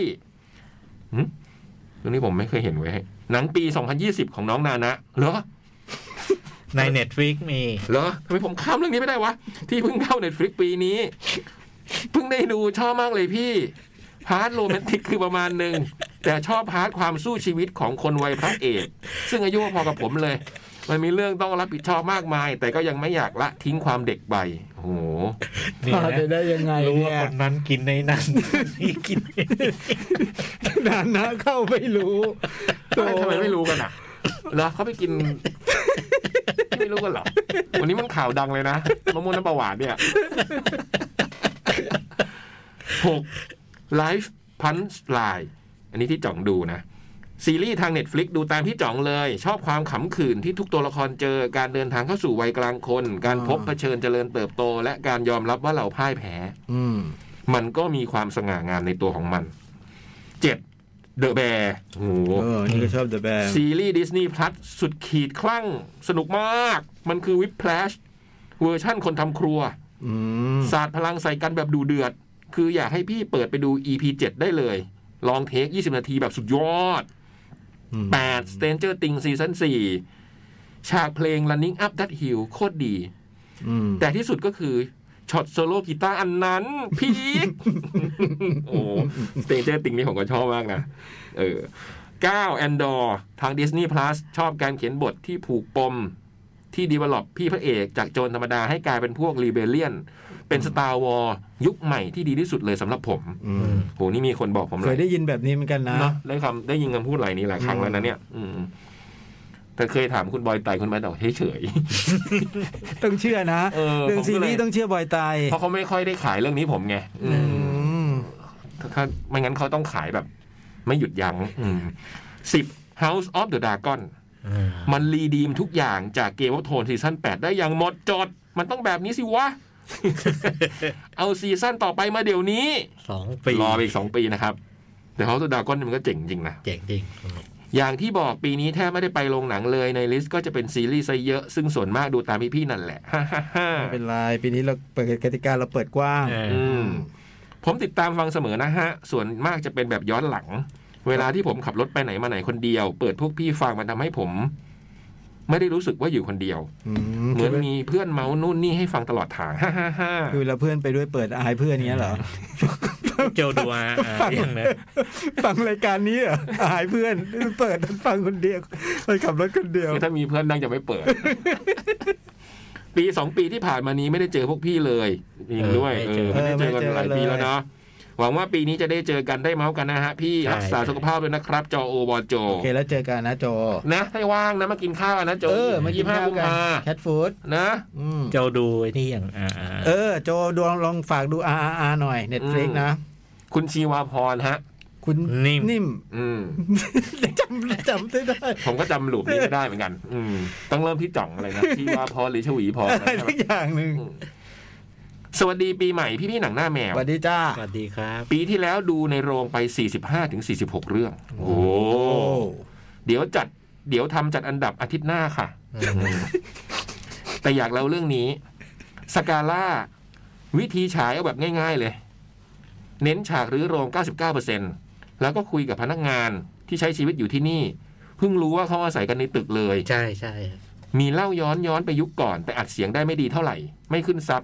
C: เรื่องนี้ผมไม่เคยเห็นไว้ยหนังปี 2020 ของน้องนานะ เหรอ
D: ในเน็ตฟ i ิกมี
C: เหรอทำไมผมข้ามเรื่องนี้ไม่ได้วะ ที่เพิ่งเข้าเน็ตฟลิกปีนี้ เพิ่งได้ดูชอบมากเลยพี่ พาร์ทโรแมนติกคือประมาณหนึ่ง แต่ชอบพาร์ทความสู้ชีวิตของคนวัยพระเอก ซึ่งอายุพอๆกับผมเลย มันมีเรื่องต้องรับผิดชอบมากมาย แต่ก็ยังไม่อยากละทิ้งความเด็กไปโอ้โห
D: เนี่ย
B: พลาดไป
D: นะ
B: ได้ยังไง
D: รู้ว่า
B: เนี่ย
D: คนนั้นกินในนั้น (laughs) นี่กินในนี่
B: นานนะเข้าไม่รู้
C: ทำไมทำไมไม่รู้กันอ่ะเหรอเขาไปกิน ไม่รู้กันเหรอ วันนี้มันข่าวดังเลยนะมะม่วงน้ำปลาหวานเนี่ยหกไลฟ์พันช์ไลน์อันนี้ที่จ่องดูนะ ซีรีส์ทาง Netflix ดูตามพี่จ่องเลย ชอบความขำขื่นที่ทุกตัวละครเจอการเดินทางเข้าสู่วัยกลางคน การพบเผชิญเจริญเติบโต และการยอมรับว่าเราพ่ายแพ้
B: อืม
C: มันก็มีความสง่างามในตัวของมันเจ็ดเดอะแบร์โห
B: เออ นี่ก็ชอบ The Band
C: ซีรีส์ดิสนีย์พลัสสุดขีดคลั่ง สนุกมาก มันคือวิปแพลชเวอร์ชั่นคนทำครัว
B: อืม
C: ศาสตร์พลังใส่กันแบบดูเดือด คืออยากให้พี่เปิดไปดู EP 7 ได้เลย ลองเทค 20 นาทีแบบสุดยอด
B: อืม
C: 8 Stranger Things Season 4 ฉากเพลง Running Up That Hill โคตรดี
B: อืม
C: แต่ที่สุดก็คือช็อตโซโล่กีตาร์อันนั้น พีค โอ้สเตเจอร์ติงนี่ผมก็ชอบมากนะ เออ9แอนดอร์ทาง Disney Plus ชอบการเขียนบทที่ผูกปม ที่ดีเวล็อปพี่พระเอกจากโจรธรรมดาให้กลายเป็นพวกรีเบเลียน เป็นสตาร์วอลยุคใหม่ที่ดีที่สุดเลยสำหรับผม
B: อืม
C: โหนี่มีคนบอกผม
B: เค
C: เลย ย
B: ได้ยินแบบนี้เหมือนกันนะ
C: เนาะได้คำได้ยินคำพูดหลายนี้หลายครั้งแล้วนะเนี่ย อืมแต่เคยถามคุณบอยไตคุณบอยบอกเฉย
B: ต้องเชื่อนะ
C: ๆเออ
B: เรื่อง
C: ผม
B: ซี
C: ก็เล
B: รี
C: ย
B: ส์ต้องเชื่อบอยไตาย
C: เพราะเขาไม่ค่อยได้ขายเรื่องนี้ผมไงอืม
B: อืม
C: ถ้าไม่งั้นเขาต้องขายแบบ ไม่หยุดยัง้งสิบ House of the Dragon
D: อ่า
C: มันรีดีมทุกอย่างจากเกมวัตโทนซีซั่น8 ได้อย่างหมดจด มันต้องแบบนี้สิวะ (laughs) เอาซีซั่นต่อไปมาเดี๋ยวนี้
D: สองปี
C: รอไปอีกสองปีนะครับ แต่ House of the Dragon มันก็เจ๋งจริงนะ
D: เจ๋งจริงสนุก
C: อย่างที่บอกปีนี้แทบไม่ได้ไปโรงหนังเลยในลิสต์ก็จะเป็นซีรีส์ซะเยอะ ซึ่งส่วนมากดูตามพี่ๆนั่นแหละ (laughs)
B: ไม่เป็นไรปีนี้เราเปิดกติกาเราเปิดกว้าง
D: เออ
C: อืมผมติดตามฟังเสมอนะฮะ ส่วนมากจะเป็นแบบย้อนหลัง เวลาที่ผมขับรถไปไหนมาไหนคนเดียว เปิดพวกพี่ฟังมันทำให้ผม ไม่ได้รู้สึกว่าอยู่คนเดียว
B: อื
C: เหมือนมีเพื่อนเมาส์นู่นนี่ให้ฟังตลอดทาง (laughs) ฮ่าฮ่าฮ่า
B: คือเวลาเพื่อนไปด้วยเปิดอายเพื่อนเงี้ยเหรอ
D: เจ้าดูอาอ่าอย่างนั้น
B: ฟังรายการนี้เหรออายเพื่อนเปิดฟังคนเดียวไปขับรถคนเดียว
C: คือถ้ามีเพื่อนนั่งจะไม่เปิด (laughs) ปีสองปีที่ผ่านมานี้ไม่ได้เจอพวกพี่เลยจริงด้วยเออไม่ได้เจอกันหลายปีแล้วเนาะหวังว่าปีนี้จะได้เจอกันได้เมาส์กันนะฮะ พี่รักษาสุขภาพด้วยนะครับ จอโอบอโจ
B: โอเคแล้วเจอกันนะโจ
C: นะให้ว่างนะมากินข้าวนะโจ
B: เออมากินข้าว
C: ยี่สิบห้กุม
B: กัน
C: ภา
B: แคทฟู้ด
C: นะ
B: อืม
D: เจ้าดูไอ้นี่อย่างอ่าอ่า
B: เออโจดวงลองฝากดู RRR หน่อยเน็ตฟลิก
C: อืม
B: นะ
C: คุณชีวาพรฮะ
B: คุณ
D: นิ่ม
B: นิ่ม (laughs)
C: อืม
B: จำจำได้ได้
C: ผมก็จำหลุมนี้ไม่ได้เหมือนกัน อืม ต้องเริ่มที่จ่องอะไรนะ (laughs) ชีวาพรหรือชวีพร
B: อะ
C: นะ
B: ไร
C: (laughs)
B: สักอย่างหนึ่ง
C: อืมสวัสดีปีใหม่พี่พี่ๆหนังหน้าแม
B: ส
C: ว
B: วัสดีจ้า
D: สวัสดีครับ
C: ปีที่แล้วดูในโรงไป 45ถึง46 เรื่อง โอ้เดี๋ยวจัด เดี๋ยวทำจัดอันดับอาทิตย์หน้าค่ะ แต่อยากเล่าเรื่องนี้ สกาล่า วิธีฉายเอาแบบง่าย ๆเลย เน้นฉากรื้อโรง 99%แล้วก็คุยกับพนักงานที่ใช้ชีวิตอยู่ที่นี่ เพิ่งรู้ว่าเขาอาศัยกันในตึกเลย
D: ใช่ใช่
C: มีเล่าย้อนย้อนไปยุคก่อน แต่อัดเสียงได้ไม่ดีเท่าไหร่ ไม่ขึ้นซับ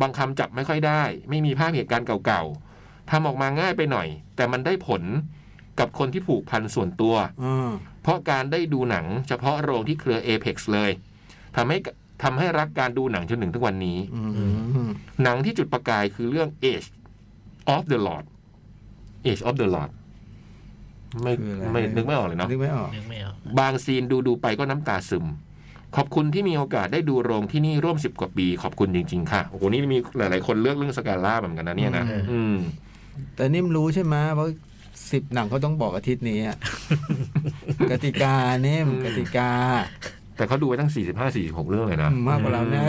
C: บางคำจับไม่ค่อยได้ ไม่มีภาพเหตุการณ์เก่าๆทำออกมาง่ายไปหน่อย แต่มันได้ผลกับคนที่ผูกพันส่วนตัว
B: อ่า
C: เพราะการได้ดูหนังเฉพาะโรงที่เครือ Apex เลยทำให้ทำให้รักการดูหนังจนถึงทุกวันนี้
B: อืม
C: หนังที่จุดประกายคือเรื่อง Age of the Lord Age of the Lord ไม่
B: คืออะไร
C: ไม่นึกไม่ออกเลยเนาะ
B: นึกไม่ออก
D: นึกไม่ออก
C: บางซีนดูดูๆไปก็น้ำตาซึม ขอบคุณที่มีโอกาสได้ดูโรงที่นี่ร่วมสิบกว่าปี ขอบคุณจริง ๆ ค่ะ โอ้โห นี่มีหลาย ๆ คนเลือกเรื่องสกาล่าเหมือนกันนะเนี่ยนะ อืม
B: แต่นิ่มรู้ใช่ไหมว่าสิบหนังเขาต้องบอกอาทิตย์นี้
C: (laughs)
B: อะ กติกานิ่ม
C: อืม
B: กติกา
C: แต่เขาดูไปตั้งสี่สิบห้าสี่หกเรื่องเลยนะ
B: มากกว่าเราแน่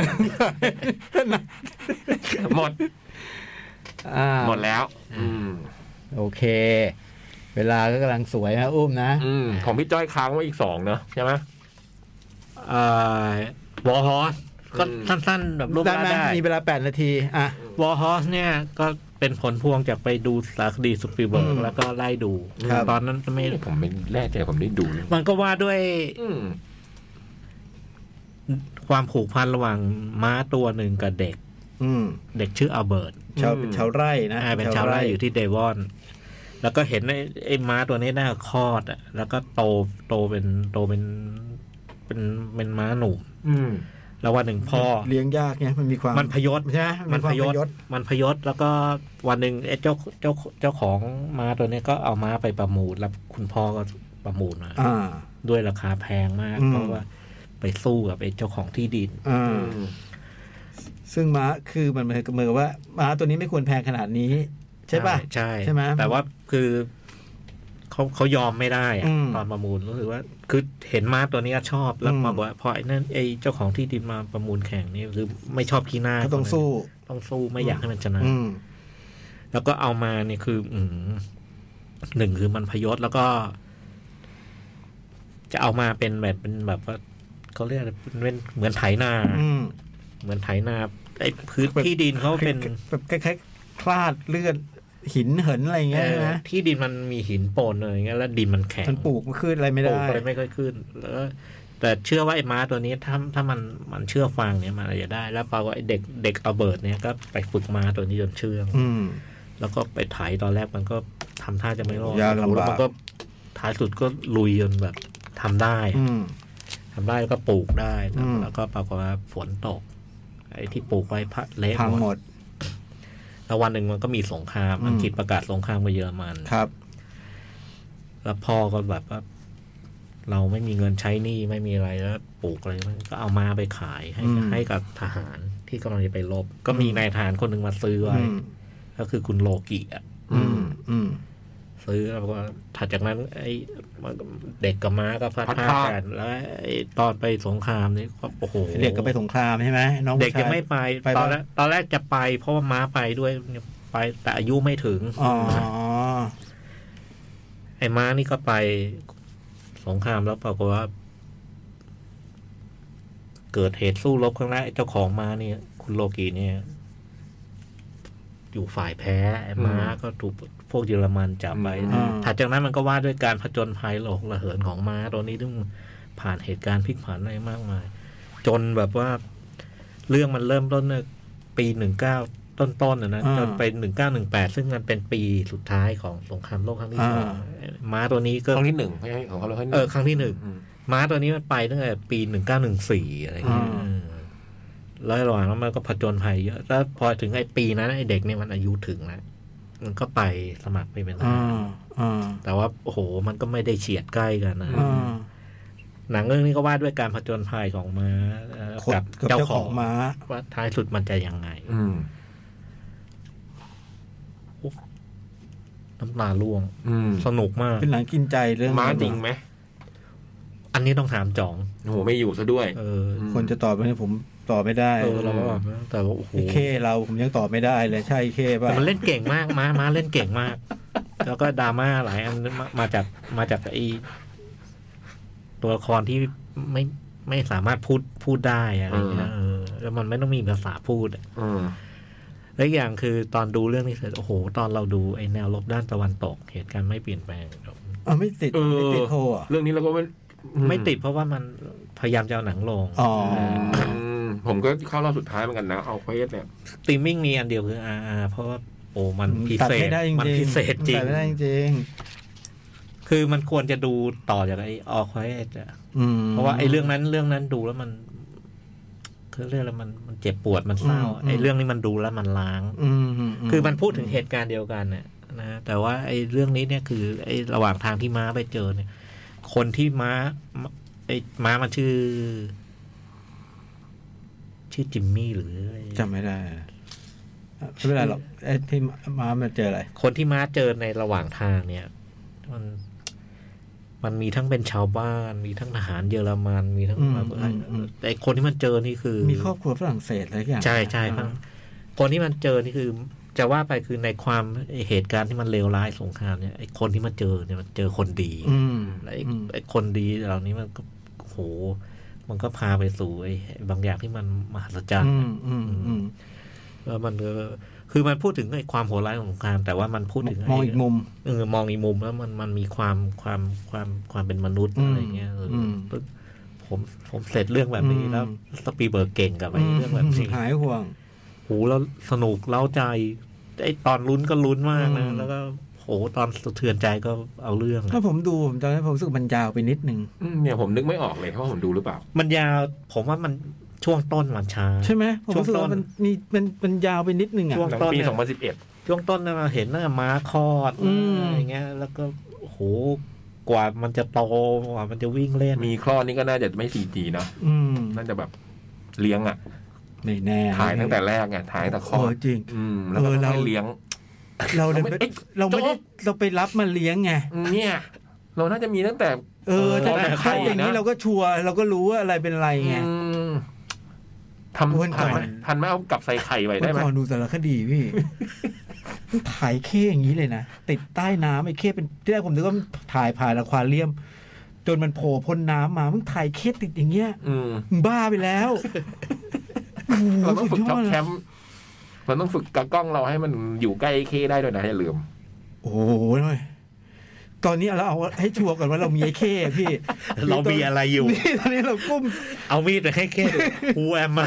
C: หมด
B: อ่า
C: หมดแล้ว อืม
B: โอเค เวลาก็กำลังสวยนะอุ้มนะ
C: อืม ของพี่จ้อยค้างไว้อีกสองเนอะใช่ไหม
D: วอลฮอสก็
C: อืม
D: สั้นๆ แบบรูป
B: ได้
D: ร่าง
B: ไหม
D: ได้
B: มีเวลาแปดนาที อ่ะ
D: วอลฮอสเนี่ยก็เป็นผลพวงจากไปดูสารคดีสปีลเบิร์
B: อื
D: ก
B: ม
D: แล้วก็ไล่ดู
B: ครับ
D: ตอนนั้นไม่
C: ผมไม่แน่ใจผมได้ดูเลย
D: มันก็ว่าด้วย
C: อืม
D: ความผูกพันระหว่างม้าตัวหนึ่งกับเด็ก
B: อืม
D: เด็กชื่ออัลเบิร์ต
B: ชาว
C: อืม
B: ชาวไร่นะ
D: อ่าเป็นชาวไร่อยู่ที่เดวอน แล้วก็เห็นไอ้ไอ้ม้าตัวนี้น่าคลอดอ่ะแล้วก็โตโตเป็นโตเป็นเป็นเป็นม้าหนุ่ม
C: อืม
D: แล้ววันหนึ่งพ่อ
B: เลี้ยงยากไงมันมีความ
D: มันพยศ
B: ใช่ไหม
D: มัน
B: ควา
D: พยศ มันพยศ แล้วก็วันหนึ่งไอ้เจ้าเจ้าเจ้าของม้าตัวนี้ก็เอาม้าไปประมูล แล้วคุณพ่อก็ประมูลมา
B: อ่า
D: ด้วยราคาแพงมาก
B: อืม
D: เพราะว่าไปสู้กับไอ้เจ้าของที่ดิน
B: อ่า
C: อืม
B: ซึ่งม้าคือมันเหมือนกับเหมือนกับว่าม้าตัวนี้ไม่ควรแพงขนาดนี้ ใช่ป่ะ
D: ใช่
B: ใช่ไหม
D: แต่ว่าคือเขาเขายอมไม่ได้อะ
B: อืม
D: ตอนประมูลรู้สึกว่า คือเห็นม้าตัวนี้ชอบแล้ว
B: อืม
D: มาบอกว่าพอไอ้นั่นไอ้เจ้าของที่ดินมาประมูลแข่งนี่คือไม่ชอบขี้หน้า
B: ก็ต้องสู้
D: ต้องสู้ไม่อยากให้มันชนะ
B: อืม
D: แล้วก็เอามาเนี่ยคือ อืมหนึ่งคือมันพยศแล้วก็ จะเอามาเป็นแบบเป็นแบบว่าเขาเรียกอะไรเป็นเหมือนไถนา
B: อืม
D: เหมือนไถนาไอ้พื้นที่ดินเขาเป็น
B: แบบคล้ายๆคลาดเลือดหินเหินอะไรอย่างเงี้ยใช่ไหม
D: เออที่ดินมันมีหินปนอะไรอย่างเงี้ยแล้วดินมันแข็ง
B: มันปลูกมันขึ้นอะไรไม่
D: ปลู
B: ได้
D: กอะไรไม่ค่อยขึ้น แล้วก็แต่เชื่อว่าไอ้ม้าตัวนี้ถ้าถ้ามันมันเชื่อฟังเนี่ยมันอาจจะได้ แล้วปรากฏว่าไอ้เด็กเด็กเอาเบิร์ดเนี่ยก็ไปฝึกม้าตัวนี้จนเชื่อง
B: อืม
D: แล้วก็ไปไถ่ายตอนแรกมันก็ทำท่าจะไม่รอด
B: ยากลำบาก
D: แล้วมันก็ท้ายสุดก็ลุยจนแบบทำได้
B: อืม
D: ทำได้แล้วก็ปลูกได้แล้ว
B: อืม
D: แล้วก็ปรากฏว่าฝนตก ไอ้ที่ปลูกไว้พะเละ
B: พัง
D: ห
B: ห
D: ม
B: ม
D: ด
B: ด
D: แล้ววันหนึ่งมันก็มีสงคราม
B: อืม
D: อังกฤษประกาศสงครามกับเยอรมัน
B: ครับ
D: แล้วพ่อก็แบบว่าเราไม่มีเงินใช้หนี้ไม่มีอะไรแล้วปลูกอะไรมันก็เอามาไปขายให้
B: อืม
D: ให้กับทหารที่กำลังจะไปรบ ก็มีนายทหารคนหนึ่งมาซื้อไว้
B: อืม
D: ก็คือคุณโลกิอะ
B: อืมอืม
D: ซื้อแล้วก็ถัดจากนั้น ไอ้มันก็เด็กกับม้าก็พัด
C: พัด
D: พา
C: พราก
D: กันแล้วไอ้ตอนไปสงครามนี่ก็โอ้โห
B: เด็กก็ไปสงครามใช่ไหมน้องผู้
D: เด็กยัง
B: ชา
D: ไม่ไป
B: ไป
D: ต
B: ปะ
D: อนแรกตอนแรกจะไป เพราะว่าม้าไปด้วยไปแต่อายุไม่ถึง
B: อ๋อ
D: ไอ้ม้านี่ก็ไป สงครามแล้วปรากฏว่า เกิดเหตุสู้รบข้างหน้าไอ้เจ้าของม้าเนี่ย คุณโลกีเนี่ย อยู่ฝ่ายแพ้ไอ้ม้า
C: อืม
D: ก็ถูกพวกเยอรมันจับไป
C: อืม
B: อ่า
D: ถัดจากนั้นมันก็ว่าด้วยการผจญภัยหลงระเหินของม้าตอนนี้ต้องผ่านเหตุการณ์พลิกผันอะไรมากมาย จนแบบว่า เรื่องมันเริ่มต้นเนี่ยปีหนึ่งเก้าต้นๆนะนะ
B: อ่า
D: จนไปหนึ่งเก้าหนึ่งแปดซึ่งมันเป็นปีสุดท้ายของสงครามโลกครั้งที่สอง
B: อ่า
D: ม้าตัวนี้ก็
C: ครั้งที่หนึ่งไม่ใช่ของเขาแล้วครั้งที่ห
D: เอ
C: นึ่
D: อ
C: ง
D: ครั้งที่หนึ่ง
C: อืม
D: ม้าตัวนี้มันไปตั้งแต่ปีหนึ่งเก้าหนึ่งสี่อะไรอย่างเงี้ย
B: อ่า
D: เออแล้วระหว่างนั้นมันก็ผจญภัยเยอะ แล้วพอถึงไอ้ปีนั้นไอ้เด็กเนี่ยมันอายุถึงแล้วมันก็ไปสมัครไปเป็นท
B: อ่า
D: หาร
B: อ่า
D: แต่ว่าโอ้โห มันก็ไม่ได้เฉียดใกล้กันนะ
C: อืม
B: อ่า
D: หนังเรื่องนี้ก็ว่าด้วยการผจญภัยของม้าเอ่อ
B: คน
D: กับ
B: กับ
D: เจ้า
B: เจ้า
D: ข
B: ข
D: อ
B: อง งม้า
D: ว่าท้ายสุดมันจะยังไง
C: อืม
D: น้ำตาล่วง
C: อืม
D: สนุกมาก
B: เป็นหนังกินใจเรื่อง
C: ม้าจริงไหม
D: อันนี้ต้องถามจ่อง
C: โอ้โหไม่อยู่ซะด้วย
D: เออ
C: อืม
B: คนจะตอบไหมเนี่ยผมตอบไม่ได้
D: เออเราก็แบบแต่ว่าโอ้โห
B: ไอ้เคเราผมยังตอบไม่ได้เลยใช่เคป่ะ
D: แต่มันเล่นเก่งมากม้าม้าเล่นเก่งมาก แล้วก็ดราม่าหลายอันมามาจากมาจากไอตัวละครที่ไม่ไม่สามารถพูดพูดได้อะไรเงี้ย
C: เออ
D: เออแล้วมันไม่ต้องมีภาษาพูดอะ
C: เออ
D: และอีกอย่างคือตอนดูเรื่องนี้เสร็จโอ้โห ตอนเราดูไอแนวลบด้านตะวันตก เหตุการณ์ไม่เปลี่ยนแปลงครับ
B: อ่ะไม่ติด
C: เออ
B: ไม่ติดโทรอ่ะ
C: เรื่องนี้เราก็ไม่
D: ไม่ติดเพราะว่ามันพยายามจะเอาหนังลง
B: อ๋อ
C: อืมผมก็เข้ารอบสุดท้ายเหมือนกันนะเอาเควสเนี่ย
D: สตรีมมิ่งมีอันเดียวคืออาเพราะว่าโอ้มันพิ
B: ตัด
D: เศษ
B: ไม่ได้จริง
D: มันพิเศษจริง
B: ตัดไม่ได้จริง
D: คือมันควรจะดูต่อจากไอออควายอะ
B: อืม
D: เพราะว่าไอ้เรื่องนั้นเรื่องนั้นดูแล้วมันคือเรื่องแล้วมันมันเจ็บปวดมันเศร้า
B: อืมอืม
D: ไอ้เรื่องนี้มันดูแล้วมันล้าง
B: อืมม
D: คือมันพูดถึงเหตุการณ์เดียวกันเนี่ยนะแต่ว่าไอ้เรื่องนี้เนี่ยคือ ไอ้ระหว่างทางที่ม้าไปเจอเนี่ย คนที่ม้าม้าไอ้ม้ามันชื่อ ชื่อจิมมี่หรืออะไร
B: จำไม่ได้อะไม่เป็นไรหรอกไอ้ที่มามันเจออะไร
D: คนที่ม้าเจอในระหว่างทางเนี่ย มัน มันมีทั้งเป็นชาวบ้าน มีทั้งทหารเยอรมันมีทั้ง
B: อืม
D: แบบ
B: อืมอืม
D: แต่คนที่มันเจอนี่คือ
B: มีครอบครัวฝรั่งเศสอะไรอย่าง
D: ใช่ใช่ครับคนที่มันเจอนี่คือ จะว่าไปคือในความเหตุการณ์ที่มันเลวร้ายสงครามเนี่ยไอ้คนที่มันเจอเนี่ยมันเจอคนดี
B: อืม
D: และไอ้
B: อืม
D: ไอ้คนดีเหล่านี้มันก็โห มันก็พาไปสู่ไอ้บางอย่างที่มันมหัศจรรย์
B: อืมอืมอืม
D: แล้วมันก็คือมันพูดถึงไอ้ความโหดร้ายของสงคราม แต่ว่ามันพูดถึง
B: มองอีกมุม
D: เออมองอีกมุมแล้วมันมันมีความความความความเป็นมนุษย์
B: อืม
D: อะไรเงี้ยเอออ
B: ม
D: ผมผมเสร็จเรื่องแบบนี้แล้วสปีลเบิร์กเก่งกับไอ้เรื่องแบบนี้
B: หายห่วง
D: โหแล้วสนุกเล้าใจไอตอนลุ้นก็ลุ้นมาก
B: อื
D: นะ
B: ม
D: แล้วก็โหตอนสะเทือนใจก็เอาเรื่อง
B: ถ้า
D: อะ
B: ผมดูผมตอนนั้นผมรู้สึกมันยาวไปนิดนึง
C: อืมเนี่ยผมนึกไม่ออกเลยว่าผมดูหรือเปล่า
D: มันยาวผมว่ามันช่วงต้นมันช้า
B: ใช่ไหมผมรู้สึก
D: ช่วงต้
B: ว่าน มันมีมันมันยาวไปนิดนึงอ่ะ
D: ช่ว
C: หนังปี
D: ต้น
C: 2011
D: ช่วงต้นนะเราเห็นหน้าม้าคลอด
B: อืม
D: อะไรเงี้ย แล้วก็โหกว่ามันจะโตกว่ามันจะวิ่งเล่น
C: มีคลอดนี่ก็น่าจะไม่ 4G เนอะ
B: อืม
C: น่าจะแบบเลี้ยงอ่ะ
B: ไม่แน่
C: ถ่ายตั้งแต่แรกไงถ่ายตั้งแต่คลอ
B: เอ
C: ด
B: อจริง
C: อืมแล้วก็
B: เออเรา
C: ให้เลี้ยง
B: เราเลย
D: (laughs)
B: ไปเราไม่ได้
C: โจ๊ก
B: เราไปรับมาเลี้ยงไง
C: อืมเนี่ย เราน่าจะมีตั้งแต่
B: เออ
C: เออ
B: แต่ถ้า
C: ใช่นะ
B: อย่างนี้เราก็ชัวร์เราก็รู้ว่าอะไรเป็นอะไรไง
C: อืมท
B: วัน
C: ำทั
B: ก่อน
C: นไหมทันไหมเอากลับใส่ไข่ไว้
B: เมื่
C: ได้
B: อ
C: ไหม
B: ก่อนดูสารคดี
C: (laughs)
B: พี่ มันถ่ายเข้อย่างนี้เลยนะ ติดใต้น้ำไอ้เข้เป็นที่แรกผมนึกว่ามันถ่ายผ่านอะควาเรียม จนมันโผล่พ้นน้ำมามึงถ่ายเข้ติดอย่างเงี้ย
C: อืม
B: มึงบ้าไปแล้วโอ้
C: (laughs)
B: โห
C: เราต้องฝึก
B: สุดย
C: จ็อ
B: อบ ด
C: แคมป์เราต้องฝึกกับกล้องเราให้มันอยู่ใกล้เคได้ด้วยนะอย่าลืม
B: โอ้โหหน่อยตอนนี้เราเอาให้ชัวร์ก่อนว่าเรามีไอ้เข้พี่ (laughs)
D: เรามีอะไรอยู่
B: นี่ตอนนี้เรากุ้ม
D: เอามีดไปให้แค่ฮูแอมมา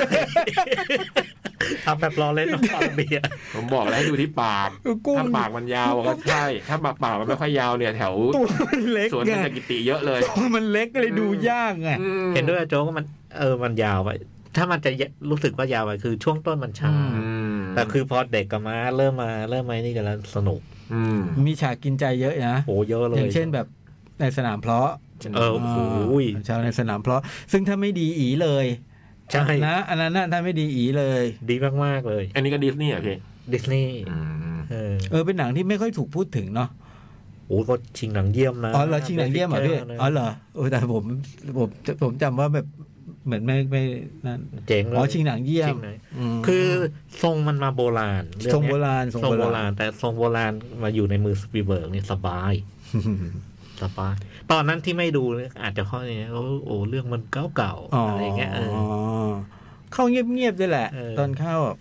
D: (laughs) ทำแบบรอเล่นน้องฟังเบียร์
C: ผมบอกแล้วให้ดูที่ปาก
B: เออกุ้ง
C: ถ้าปากมันยาวก็ใช่ถ้าปากปากมันไม่ค่อยยาวเนี่ยแถว
B: ตัวมันเล็ก
C: สวน
B: ไง
C: เป็นสกิติเยอะเลย
B: ตัวมันเล็กก็เลยดูยากไง
C: อืม
D: เห็นด้วยกับโจ๊กว่ามันเออมันยาวไป ถ้ามันจะรู้สึกว่ายาวไปคือช่วงต้นมันช้า
C: อืม
D: แต่คือพอเด็กกับม้าเริ่มมาเริ่มมานี่กันแล้วสนุก
C: อืม
B: มีฉากกินใจเยอะนะ
D: โหเยอะเล
B: อ
D: ยอย่าง
B: เช่นแบบในสนามเพาะ
D: เออโอ้โห
B: ชาวในสนามเพาะ ซึ่งถ้าไม่ดีอีเลย
D: ใช่
B: นะอันนั้นน่ะถ้าไม่ดีอีเลย
D: ดีมากมากๆเลย
C: อันนี้ก็ดิสนีย์อ่ะพี่
D: ดิสนีย์
C: อืม
D: เออ
B: เออเป็นหนังที่ไม่ค่อยถูกพูดถึงเนาะ
D: โอ้โหก็ชิงหนังเยี่ยมนะ
B: อ๋อเหรอชิงหนังเยี่ยมเหรอพี่
D: นะ
B: อ๋อเหรอโอ้แต่ผมผมผมจำว่าแบบเหมือนไม่ไม่นั่น
D: เจ๋งเลย
B: อ๋อชิงหนังเยี่ย
D: ชิ
B: ม
D: งหนัง
B: ม
D: คือทรงมันมาโบราณเอ
B: ทรง
D: เนี้ย
B: โบราณ (laughs)
D: ทรงโบราณ แต่ทรงโบราณมาอยู่ในมือสปีลเบิร์กนี่สบาย สปาร์คตอนนั้นที่ไม่ดูเนี่ยอาจจะข้อนี้เขาโอ้เรื่องมันเก่า
B: อ๋ออ
D: ๆอะไรเงี้ยเออ
B: เข้าเงียบๆด้วยแหละ
D: เออ
B: ตอนเข้าแบบ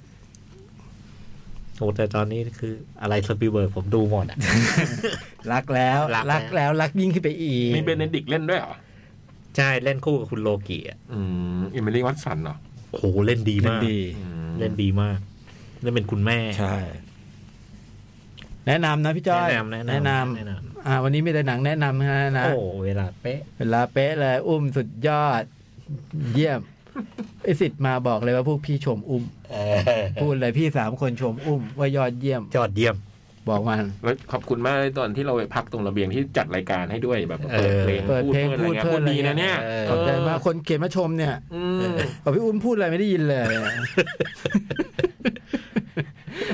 D: โอ้แต่ตอนนี้คืออะไรสปีลเบิร์กผมดูหมดอะ
B: (laughs) รักแล้ว
D: รัก
B: รักแล้ว รักยิ่งขึ้นไปอีก
C: มีเบนเนดิกเล่นด้วยเหรอ
D: ใช่เล่นคู่กับคุณโลกิอ่ะ
C: อืมอิมิลี่วัตสันเหรอ
D: โอ้โหเล่นดี
B: เล่น
D: มาก
B: ดี
C: อืม
D: เล่นดีมากเล่นเป็นคุณแม่
B: ใช่ แนะนำนะพี่จ้อย
D: แนะนำแนะนำ
B: แนะน
D: แนะน
B: ำอ่า วันนี้มีแต่หนังแนะนำนะ
D: ำ
B: นะ
D: โอ้เวลาเป๊ะ
B: เวลาเป๊ะเลยอุ้มสุดยอด เยี่ยมไอสิทธิ์มาบอกเลยว่าพวกพี่ชมอุ้ม พูดเลยพี่สามคนชมอุ้มว่ายอดเยี่ยม
D: จอดเยี่ยม
B: บอกมัน
C: แล้วขอบคุณมากเลยตอนที่เราไปพักตรงระเบียงที่จัดรายการให้ด้วยแบบ
D: เอ
C: เปิด
D: อ
C: เพลง
B: เปิดเพลงพูด
C: พูด
B: เพลิน
C: ดี
B: อะไรเงี้ย
C: นะเนี่ย
B: ขอบใจมากคนเขียนมาชมเนี่ย
C: อืม
B: บอกพี่อุ้มพูดอะไรไม่ได้ยิน
D: (laughs)
B: เลย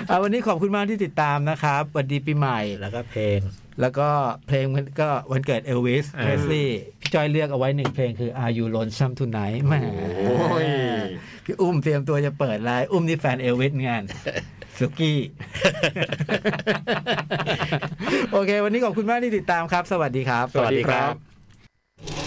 B: เอาวันนี้ขอบคุณมากที่ติดตามนะครับสวัสดีปีใหม่
D: แล้วก็เพลง
B: แล้วก็เพลงมันก็วันเกิดเอลวิส
D: อ่า
B: เพรสลีย์พี่จอยเลือกเอาไว้หนึ่งเพลงคือ Are You Lonesome Tonight แหม
C: โอ้ย
B: พี่อุ้มเตรียมตัวจะเปิดไลน์อุ้มนี่แฟนเอลวิสงานสุ
C: (laughs)
B: กี้ โอเค วันนี้ขอบคุณมากที่ติดตามครับ สวัสดีครับ
C: สวัสดีครับ